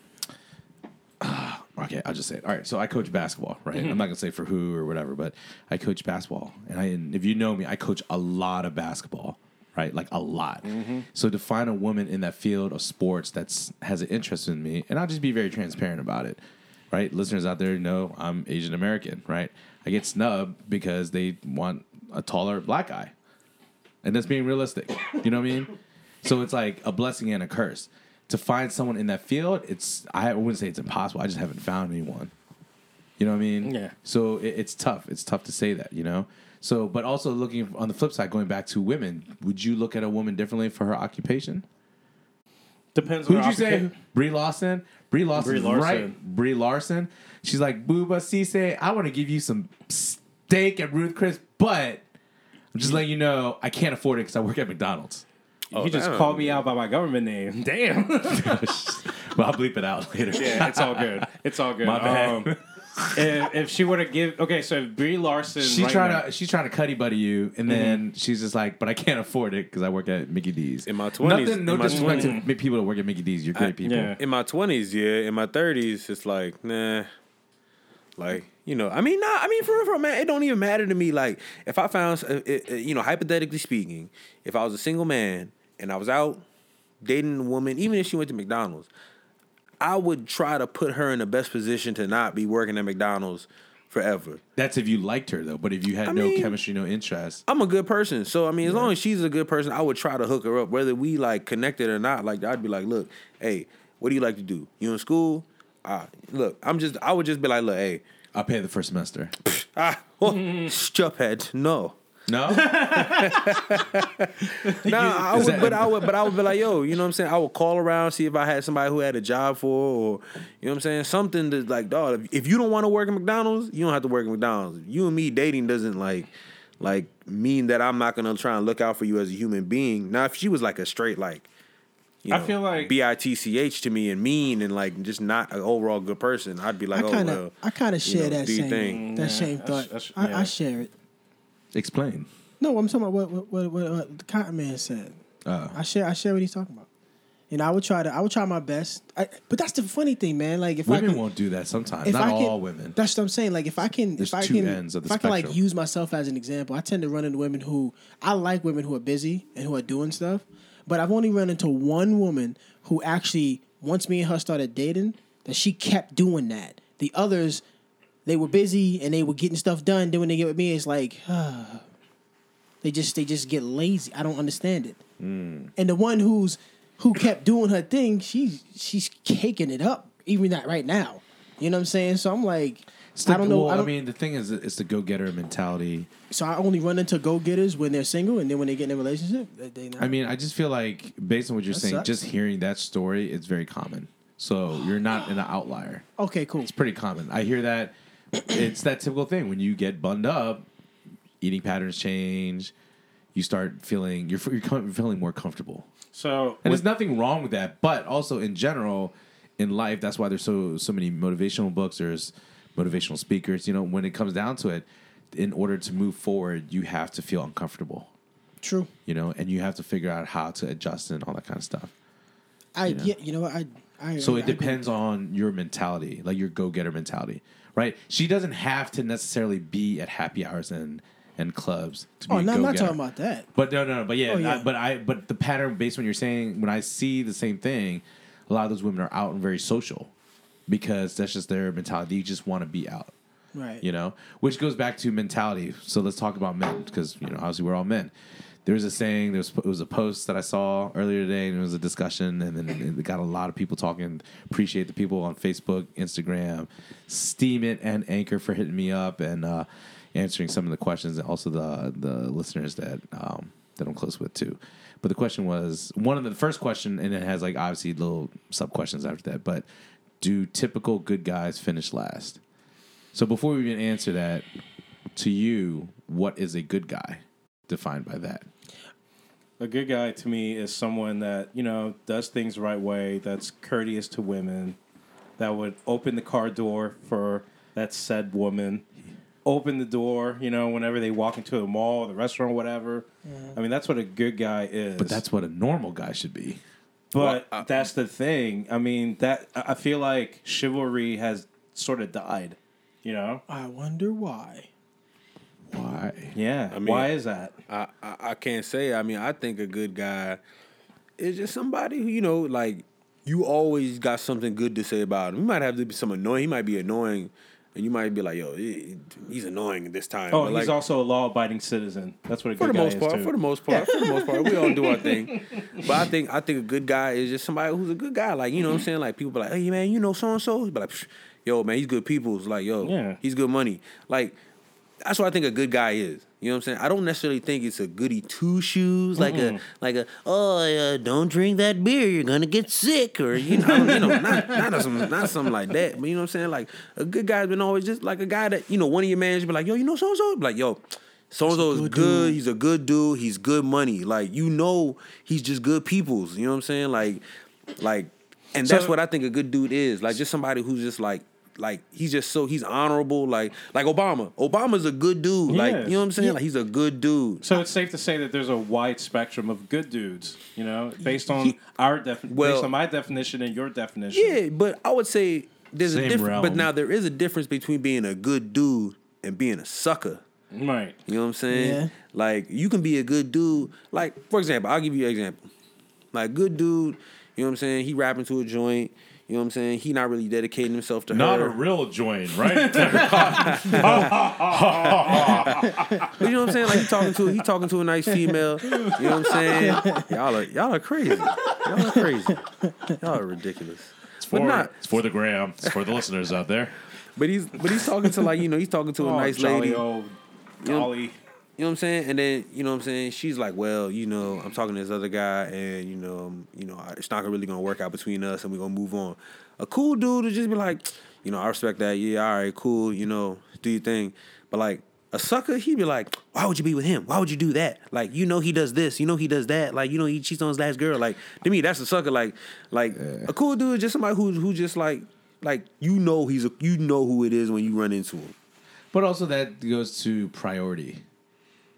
[SPEAKER 1] okay, I'll just say it. All right, so I coach basketball, right?
[SPEAKER 4] Mm-hmm.
[SPEAKER 1] I'm not gonna say for who or whatever, but I coach basketball, and I and if you know me, I coach a lot of basketball, right? Like a lot.
[SPEAKER 4] Mm-hmm.
[SPEAKER 1] So to find a woman in that field of sports that's has an interest in me, and I'll just be very transparent about it, right? Listeners out there know I'm Asian American, right? I get snubbed because they want a taller black guy, and that's being realistic. You know what I mean? So it's like a blessing and a curse. To find someone in that field, it's I wouldn't say it's impossible. I just haven't found anyone. You know what I mean?
[SPEAKER 3] Yeah.
[SPEAKER 1] So it, it's tough. It's tough to say that. You know. So, but also looking on the flip side, going back to women, would you look at a woman differently for her occupation?
[SPEAKER 3] depends.
[SPEAKER 1] Who'd
[SPEAKER 3] on
[SPEAKER 1] you
[SPEAKER 3] the
[SPEAKER 1] say?
[SPEAKER 3] opportunity.
[SPEAKER 1] Brie Larson. Brie Larson.
[SPEAKER 3] Brie Larson.
[SPEAKER 1] Right. Brie Larson. She's like Booba Cisse. I want to give you some steak at Ruth Chris, but I'm just letting you know I can't afford it because I work at McDonald's.
[SPEAKER 3] You just
[SPEAKER 2] damn.
[SPEAKER 3] called me out by my government name. Damn.
[SPEAKER 1] Well, I'll bleep it out later.
[SPEAKER 3] yeah, it's all good. It's all good. Um,
[SPEAKER 1] My bad.
[SPEAKER 3] if, if she were to give, okay, so if Brie Larson,
[SPEAKER 1] She's
[SPEAKER 3] right
[SPEAKER 1] trying
[SPEAKER 3] now-
[SPEAKER 1] to she's trying to cutty buddy you, and then she's just like, "But I can't afford it because I work at Mickey D's."
[SPEAKER 2] In my 20s,
[SPEAKER 1] nothing, no
[SPEAKER 2] in my
[SPEAKER 1] disrespect to mi- people that work at Mickey D's. You're great people.
[SPEAKER 3] yeah.
[SPEAKER 2] in my twenties, yeah. In my thirties, it's like, nah. Like, you know, I mean, nah, I mean, for real, for real, man, it don't even matter to me. Like, if I found, uh, it, it- you know, hypothetically speaking, if I was a single man and I was out dating a woman, even if she went to McDonald's, I would try to put her in the best position to not be working at McDonald's forever.
[SPEAKER 1] That's if you liked her though. But if you had
[SPEAKER 2] I
[SPEAKER 1] no
[SPEAKER 2] mean-
[SPEAKER 1] chemistry, no interest,
[SPEAKER 2] I'm a good person. So I mean, as long as she's a good person, I would try to hook her up, whether we like connected or not. Like I'd be like, look, hey, what do you like to do? You in school? Ah, look, I'm just, I would just be like, look, hey,
[SPEAKER 1] I'll pay the first semester.
[SPEAKER 2] ah, oh, struphead, no.
[SPEAKER 1] No,
[SPEAKER 2] No, I
[SPEAKER 1] is
[SPEAKER 2] would,
[SPEAKER 1] that-
[SPEAKER 2] but I would, but I would be like, yo, you know what I'm saying? I would call around, see if I had somebody who had a job for, or you know what I'm saying, something that's like, dog, if, if you don't want to work at McDonald's, you don't have to work at McDonald's. You and me dating doesn't like, like mean that I'm not gonna try and look out for you as a human being. Now, if she was like a straight like, you
[SPEAKER 3] I
[SPEAKER 2] know,
[SPEAKER 3] feel like-
[SPEAKER 2] b i t c h to me and mean and like just not an overall good person, I'd be
[SPEAKER 4] I
[SPEAKER 2] like,
[SPEAKER 4] kind
[SPEAKER 2] oh well,
[SPEAKER 4] of, I kind of
[SPEAKER 2] you
[SPEAKER 4] share
[SPEAKER 2] know,
[SPEAKER 4] that
[SPEAKER 2] do your
[SPEAKER 4] same,
[SPEAKER 2] thing.
[SPEAKER 4] that
[SPEAKER 3] Yeah,
[SPEAKER 4] same
[SPEAKER 3] that's-
[SPEAKER 4] thought.
[SPEAKER 3] that's-
[SPEAKER 4] I,
[SPEAKER 3] yeah.
[SPEAKER 4] I share it.
[SPEAKER 1] explain.
[SPEAKER 4] No, I'm talking about what what what, what uh, the cotton man said.
[SPEAKER 1] Uh,
[SPEAKER 4] I share, I share what he's talking about. And I would try to, I would try my best. I, but that's the funny thing, man. Like if I
[SPEAKER 1] women
[SPEAKER 4] could,
[SPEAKER 1] won't do that sometimes.
[SPEAKER 4] if
[SPEAKER 1] Not
[SPEAKER 4] I can,
[SPEAKER 1] all women.
[SPEAKER 4] That's what I'm saying. Like if I can,
[SPEAKER 1] There's
[SPEAKER 4] if I
[SPEAKER 1] two
[SPEAKER 4] can,
[SPEAKER 1] ends of the
[SPEAKER 4] if I can like
[SPEAKER 1] spectrum.
[SPEAKER 4] use myself as an example, I tend to run into women who I like women who are busy and who are doing stuff. But I've only run into one woman who actually, once me and her started dating, that she kept doing that. The others, they were busy and they were getting stuff done. Then when they get with me, it's like, they just they just get lazy. I don't understand it. And the one who's who kept doing her thing, she's she's caking it up, even that right now. You know what I'm saying? So I'm like,
[SPEAKER 1] It's
[SPEAKER 4] I
[SPEAKER 1] the-
[SPEAKER 4] don't know.
[SPEAKER 1] well,
[SPEAKER 4] I,
[SPEAKER 1] I,
[SPEAKER 4] don't,
[SPEAKER 1] mean, the thing is, it's the go getter mentality.
[SPEAKER 4] so I only run into go getters when they're single, and then when they get in a relationship, they, they not.
[SPEAKER 1] I mean, I just feel like based on what you're
[SPEAKER 4] That
[SPEAKER 1] saying,
[SPEAKER 4] sucks.
[SPEAKER 1] just hearing that story, it's very common. So you're not an outlier.
[SPEAKER 4] okay, cool.
[SPEAKER 1] It's pretty common. I hear that. It's that typical thing when you get bunned up, eating patterns change. You start feeling you're, you're com- feeling more comfortable,
[SPEAKER 3] so
[SPEAKER 1] and there's nothing wrong with that. But also in general, in life, that's why there's so so many motivational books. There's motivational speakers. You know, when it comes down to it, in order to move forward, you have to feel uncomfortable.
[SPEAKER 4] True.
[SPEAKER 1] You know, and you have to figure out how to adjust and all that kind of stuff.
[SPEAKER 4] I yeah. you know what I. I
[SPEAKER 1] So
[SPEAKER 4] I,
[SPEAKER 1] it depends on your mentality, like your go-getter mentality, right? She doesn't have to necessarily be at happy hours and and clubs to be
[SPEAKER 4] oh,
[SPEAKER 1] a
[SPEAKER 4] no, I'm not
[SPEAKER 1] go-getter.
[SPEAKER 4] talking about that.
[SPEAKER 1] But no, no, no. But yeah,
[SPEAKER 4] Oh, yeah.
[SPEAKER 1] I- but I, but the pattern based on what you're saying, when I see the same thing, a lot of those women are out and very social because that's just their mentality. You just want to be out,
[SPEAKER 4] Right.
[SPEAKER 1] you know. Which goes back to mentality. So let's talk about men because you know obviously we're all men. There was a saying. There was it was a post that I saw earlier today, and it was a discussion, and then it got a lot of people talking. Appreciate the people on Facebook, Instagram, Steam it and Anchor for hitting me up, and uh, answering some of the questions and also the the listeners that um, that I'm close with too. But the question was one of the the first question, and it has like obviously little sub questions after that. But do typical good guys finish last? So before we even answer that, to you, what is a good guy defined by that?
[SPEAKER 3] A good guy to me is someone that, you know, does things right way, that's courteous to women, that would open the car door for that said woman, open the door, you know, whenever they walk into the mall, the restaurant, whatever. I mean, that's what a good guy is.
[SPEAKER 1] But that's what a normal guy should be.
[SPEAKER 3] But that's the thing. I mean, that I I feel like chivalry has sort of died, you know?
[SPEAKER 4] I wonder why.
[SPEAKER 1] Why?
[SPEAKER 3] Yeah.
[SPEAKER 2] mean-
[SPEAKER 3] Why is that?
[SPEAKER 2] I, I I can't say. I mean, I think a good guy is just somebody who you know, like you always got something good to say about him. You might have to be some annoying. He might be annoying, and you might be like, "Yo, he- he's annoying this time."
[SPEAKER 3] Oh,
[SPEAKER 2] But,
[SPEAKER 3] he's
[SPEAKER 2] like,
[SPEAKER 3] also a law-abiding citizen. That's what a
[SPEAKER 2] for
[SPEAKER 3] good
[SPEAKER 2] the
[SPEAKER 3] guy
[SPEAKER 2] most
[SPEAKER 3] is
[SPEAKER 2] part.
[SPEAKER 3] too.
[SPEAKER 2] For the most part. For the most part, we all do our thing. But I think I think a good guy is just somebody who's a good guy. Like you know what I'm
[SPEAKER 3] Mm-hmm.
[SPEAKER 2] saying. Like people be like, "Hey man, you know so and so." But like, "Psh, "Yo man, he's good people." It's like, "Yo,
[SPEAKER 3] Yeah.
[SPEAKER 2] he's good money." Like that's what I think a good guy is. You know what I'm saying? I don't necessarily think it's a goody two shoes like a like a oh uh, don't drink that beer you're gonna get sick or you know I don't- you know not not some not something like that but you know what I'm saying like a good guy's been always just like a guy that you know one of your mans be like yo you know so and so like yo so and so is
[SPEAKER 4] good
[SPEAKER 2] good
[SPEAKER 4] dude.
[SPEAKER 2] he's a good dude he's good money like you know he's just good people's you know what I'm saying like like and that's
[SPEAKER 3] So-
[SPEAKER 2] what I think a good dude is like just somebody who's just like like he's just so he's honorable like like Obama Obama's a good dude like
[SPEAKER 3] is.
[SPEAKER 2] you know what I'm saying like he's a good dude
[SPEAKER 3] So it's safe to say that there's a wide spectrum of good dudes, you know, based on our defi-
[SPEAKER 2] well-
[SPEAKER 3] based on my definition and your definition.
[SPEAKER 2] yeah but I would say there's a
[SPEAKER 1] Same
[SPEAKER 2] difference
[SPEAKER 1] realm.
[SPEAKER 2] but now there is a difference between being a good dude and being a sucker
[SPEAKER 3] Right.
[SPEAKER 2] you know what I'm saying
[SPEAKER 4] Yeah.
[SPEAKER 2] like you can be a good dude like for example I'll give you an example like good dude you know what I'm saying he rapping to a joint you know what I'm saying he not really dedicating himself to
[SPEAKER 1] Not
[SPEAKER 2] her
[SPEAKER 1] a real joint, right?
[SPEAKER 2] But you know what I'm saying? Like he talking to he talking to a nice female. You know what I'm saying? Y'all are y'all are crazy. Y'all are crazy. Y'all are ridiculous. but not.
[SPEAKER 1] it's for the gram. It's for the listeners out there.
[SPEAKER 2] But he's but he's talking to like you know he's talking to a
[SPEAKER 3] Oh,
[SPEAKER 2] nice
[SPEAKER 3] jolly
[SPEAKER 2] lady. You know
[SPEAKER 3] old Dolly.
[SPEAKER 2] what I'm saying? And then you know what I'm saying? She's like, well, you know, I'm talking to this other guy, and you know, um, you know, I- it's not really gonna work out between us, and we're gonna move on. A cool dude would just be like, you know, I respect that. Yeah, all right, cool. You know, do your thing. But like. A sucker, he'd be like, "Why would you be with him? Why would you do that? Like, you know he does this, you know he does that. Like, you know he cheats on his last girl. Like, to me, that's a sucker. Like, like a cool dude is just somebody who who just like, like you know he's a, you know who it is when you run into him.
[SPEAKER 1] But also that goes to priority,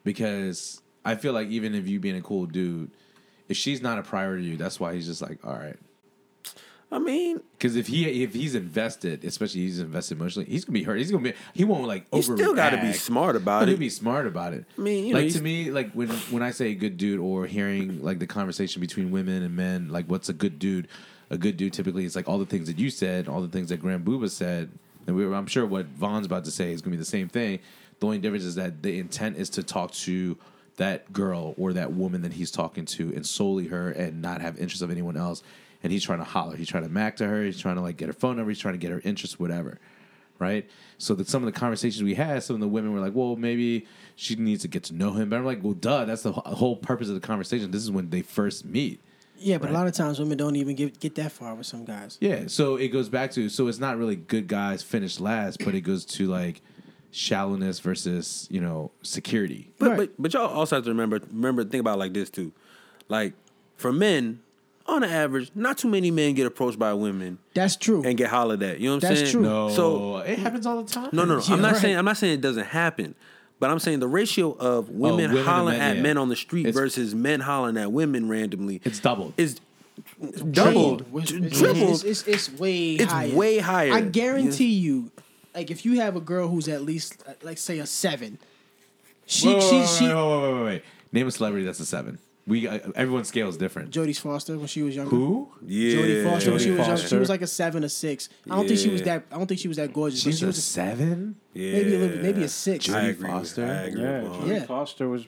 [SPEAKER 1] because I feel like even if you being a cool dude, if she's not a priority to you, that's why he's just like, all right.
[SPEAKER 2] I mean,
[SPEAKER 1] Because if he if he's invested, especially he's invested emotionally, he's gonna be hurt. He's gonna be he won't like
[SPEAKER 2] you
[SPEAKER 1] overreact.
[SPEAKER 2] still got to be smart
[SPEAKER 1] But
[SPEAKER 2] about
[SPEAKER 1] he'd
[SPEAKER 2] it.
[SPEAKER 1] be smart about it. I
[SPEAKER 2] mean, you know,
[SPEAKER 1] like
[SPEAKER 2] he's-
[SPEAKER 1] to me, like when when I say good dude or hearing like the conversation between women and men, like what's a good dude? A good dude typically is like all the things that you said, all the things that Grand Booba said, and we were, I'm sure what Vaughn's about to say is going to be the same thing. The only difference is that the intent is to talk to that girl or that woman that he's talking to and solely her and not have interest of anyone else. And he's trying to holler, he's trying to mac to her, he's trying to like get her phone number, he's trying to get her interest, whatever right? So that some of the conversations we had, some of the women were like, "Well, maybe she needs to get to know him." But I'm like, "Well, duh, that's the wh- whole purpose of the conversation. This is when they first meet."
[SPEAKER 4] Yeah, but a lot of times women don't even get get that far with some guys.
[SPEAKER 1] Yeah. So it goes back to so it's not really good guys finish last, but it goes to like shallowness versus you know security.
[SPEAKER 2] But
[SPEAKER 4] Right.
[SPEAKER 2] but but y'all also have to remember remember think about it like this too, like for men, on an average, not too many men get approached by women
[SPEAKER 4] That's true.
[SPEAKER 2] and get hollered at. You know what I'm
[SPEAKER 4] That's
[SPEAKER 2] saying?
[SPEAKER 4] true.
[SPEAKER 1] No,
[SPEAKER 2] So
[SPEAKER 1] it happens all the time.
[SPEAKER 2] no no no. I'm
[SPEAKER 4] Yeah,
[SPEAKER 2] not
[SPEAKER 4] right.
[SPEAKER 2] saying I'm not saying it doesn't happen. But I'm saying the ratio of women,
[SPEAKER 1] Oh, women to
[SPEAKER 2] hollering
[SPEAKER 1] men,
[SPEAKER 2] at
[SPEAKER 1] yeah.
[SPEAKER 2] men on the street
[SPEAKER 1] It's-
[SPEAKER 2] versus men hollering at women randomly
[SPEAKER 1] It's doubled.
[SPEAKER 2] is doubled,
[SPEAKER 4] It's-
[SPEAKER 2] t-
[SPEAKER 4] it's-
[SPEAKER 2] tripled.
[SPEAKER 4] It's, it's, it's way
[SPEAKER 2] It's
[SPEAKER 4] higher.
[SPEAKER 2] way higher.
[SPEAKER 4] I guarantee you, like if you have a girl who's at least uh, like say a seven, she
[SPEAKER 1] Wait,
[SPEAKER 4] she
[SPEAKER 1] wait,
[SPEAKER 4] she
[SPEAKER 1] wait, wait, wait, wait, wait. Name a celebrity that's a seven. We uh, everyone's scale is different.
[SPEAKER 4] Jodie's Foster when she was younger.
[SPEAKER 1] Who?
[SPEAKER 2] Yeah,
[SPEAKER 4] Jodie Foster when she
[SPEAKER 1] Jodie
[SPEAKER 4] was younger. She
[SPEAKER 1] Foster.
[SPEAKER 4] was like a seven or six. I don't think she was
[SPEAKER 2] Yeah.
[SPEAKER 4] that. I don't think she was that gorgeous. but
[SPEAKER 1] She's
[SPEAKER 4] she
[SPEAKER 1] a
[SPEAKER 4] was
[SPEAKER 1] seven.
[SPEAKER 2] yeah.
[SPEAKER 4] maybe a little, maybe a six.
[SPEAKER 2] I
[SPEAKER 1] Jodie
[SPEAKER 2] agree with-
[SPEAKER 1] Foster?
[SPEAKER 2] I agree
[SPEAKER 3] Yeah,
[SPEAKER 2] with Vaughn.
[SPEAKER 3] Jodie
[SPEAKER 4] Yeah.
[SPEAKER 3] Foster was.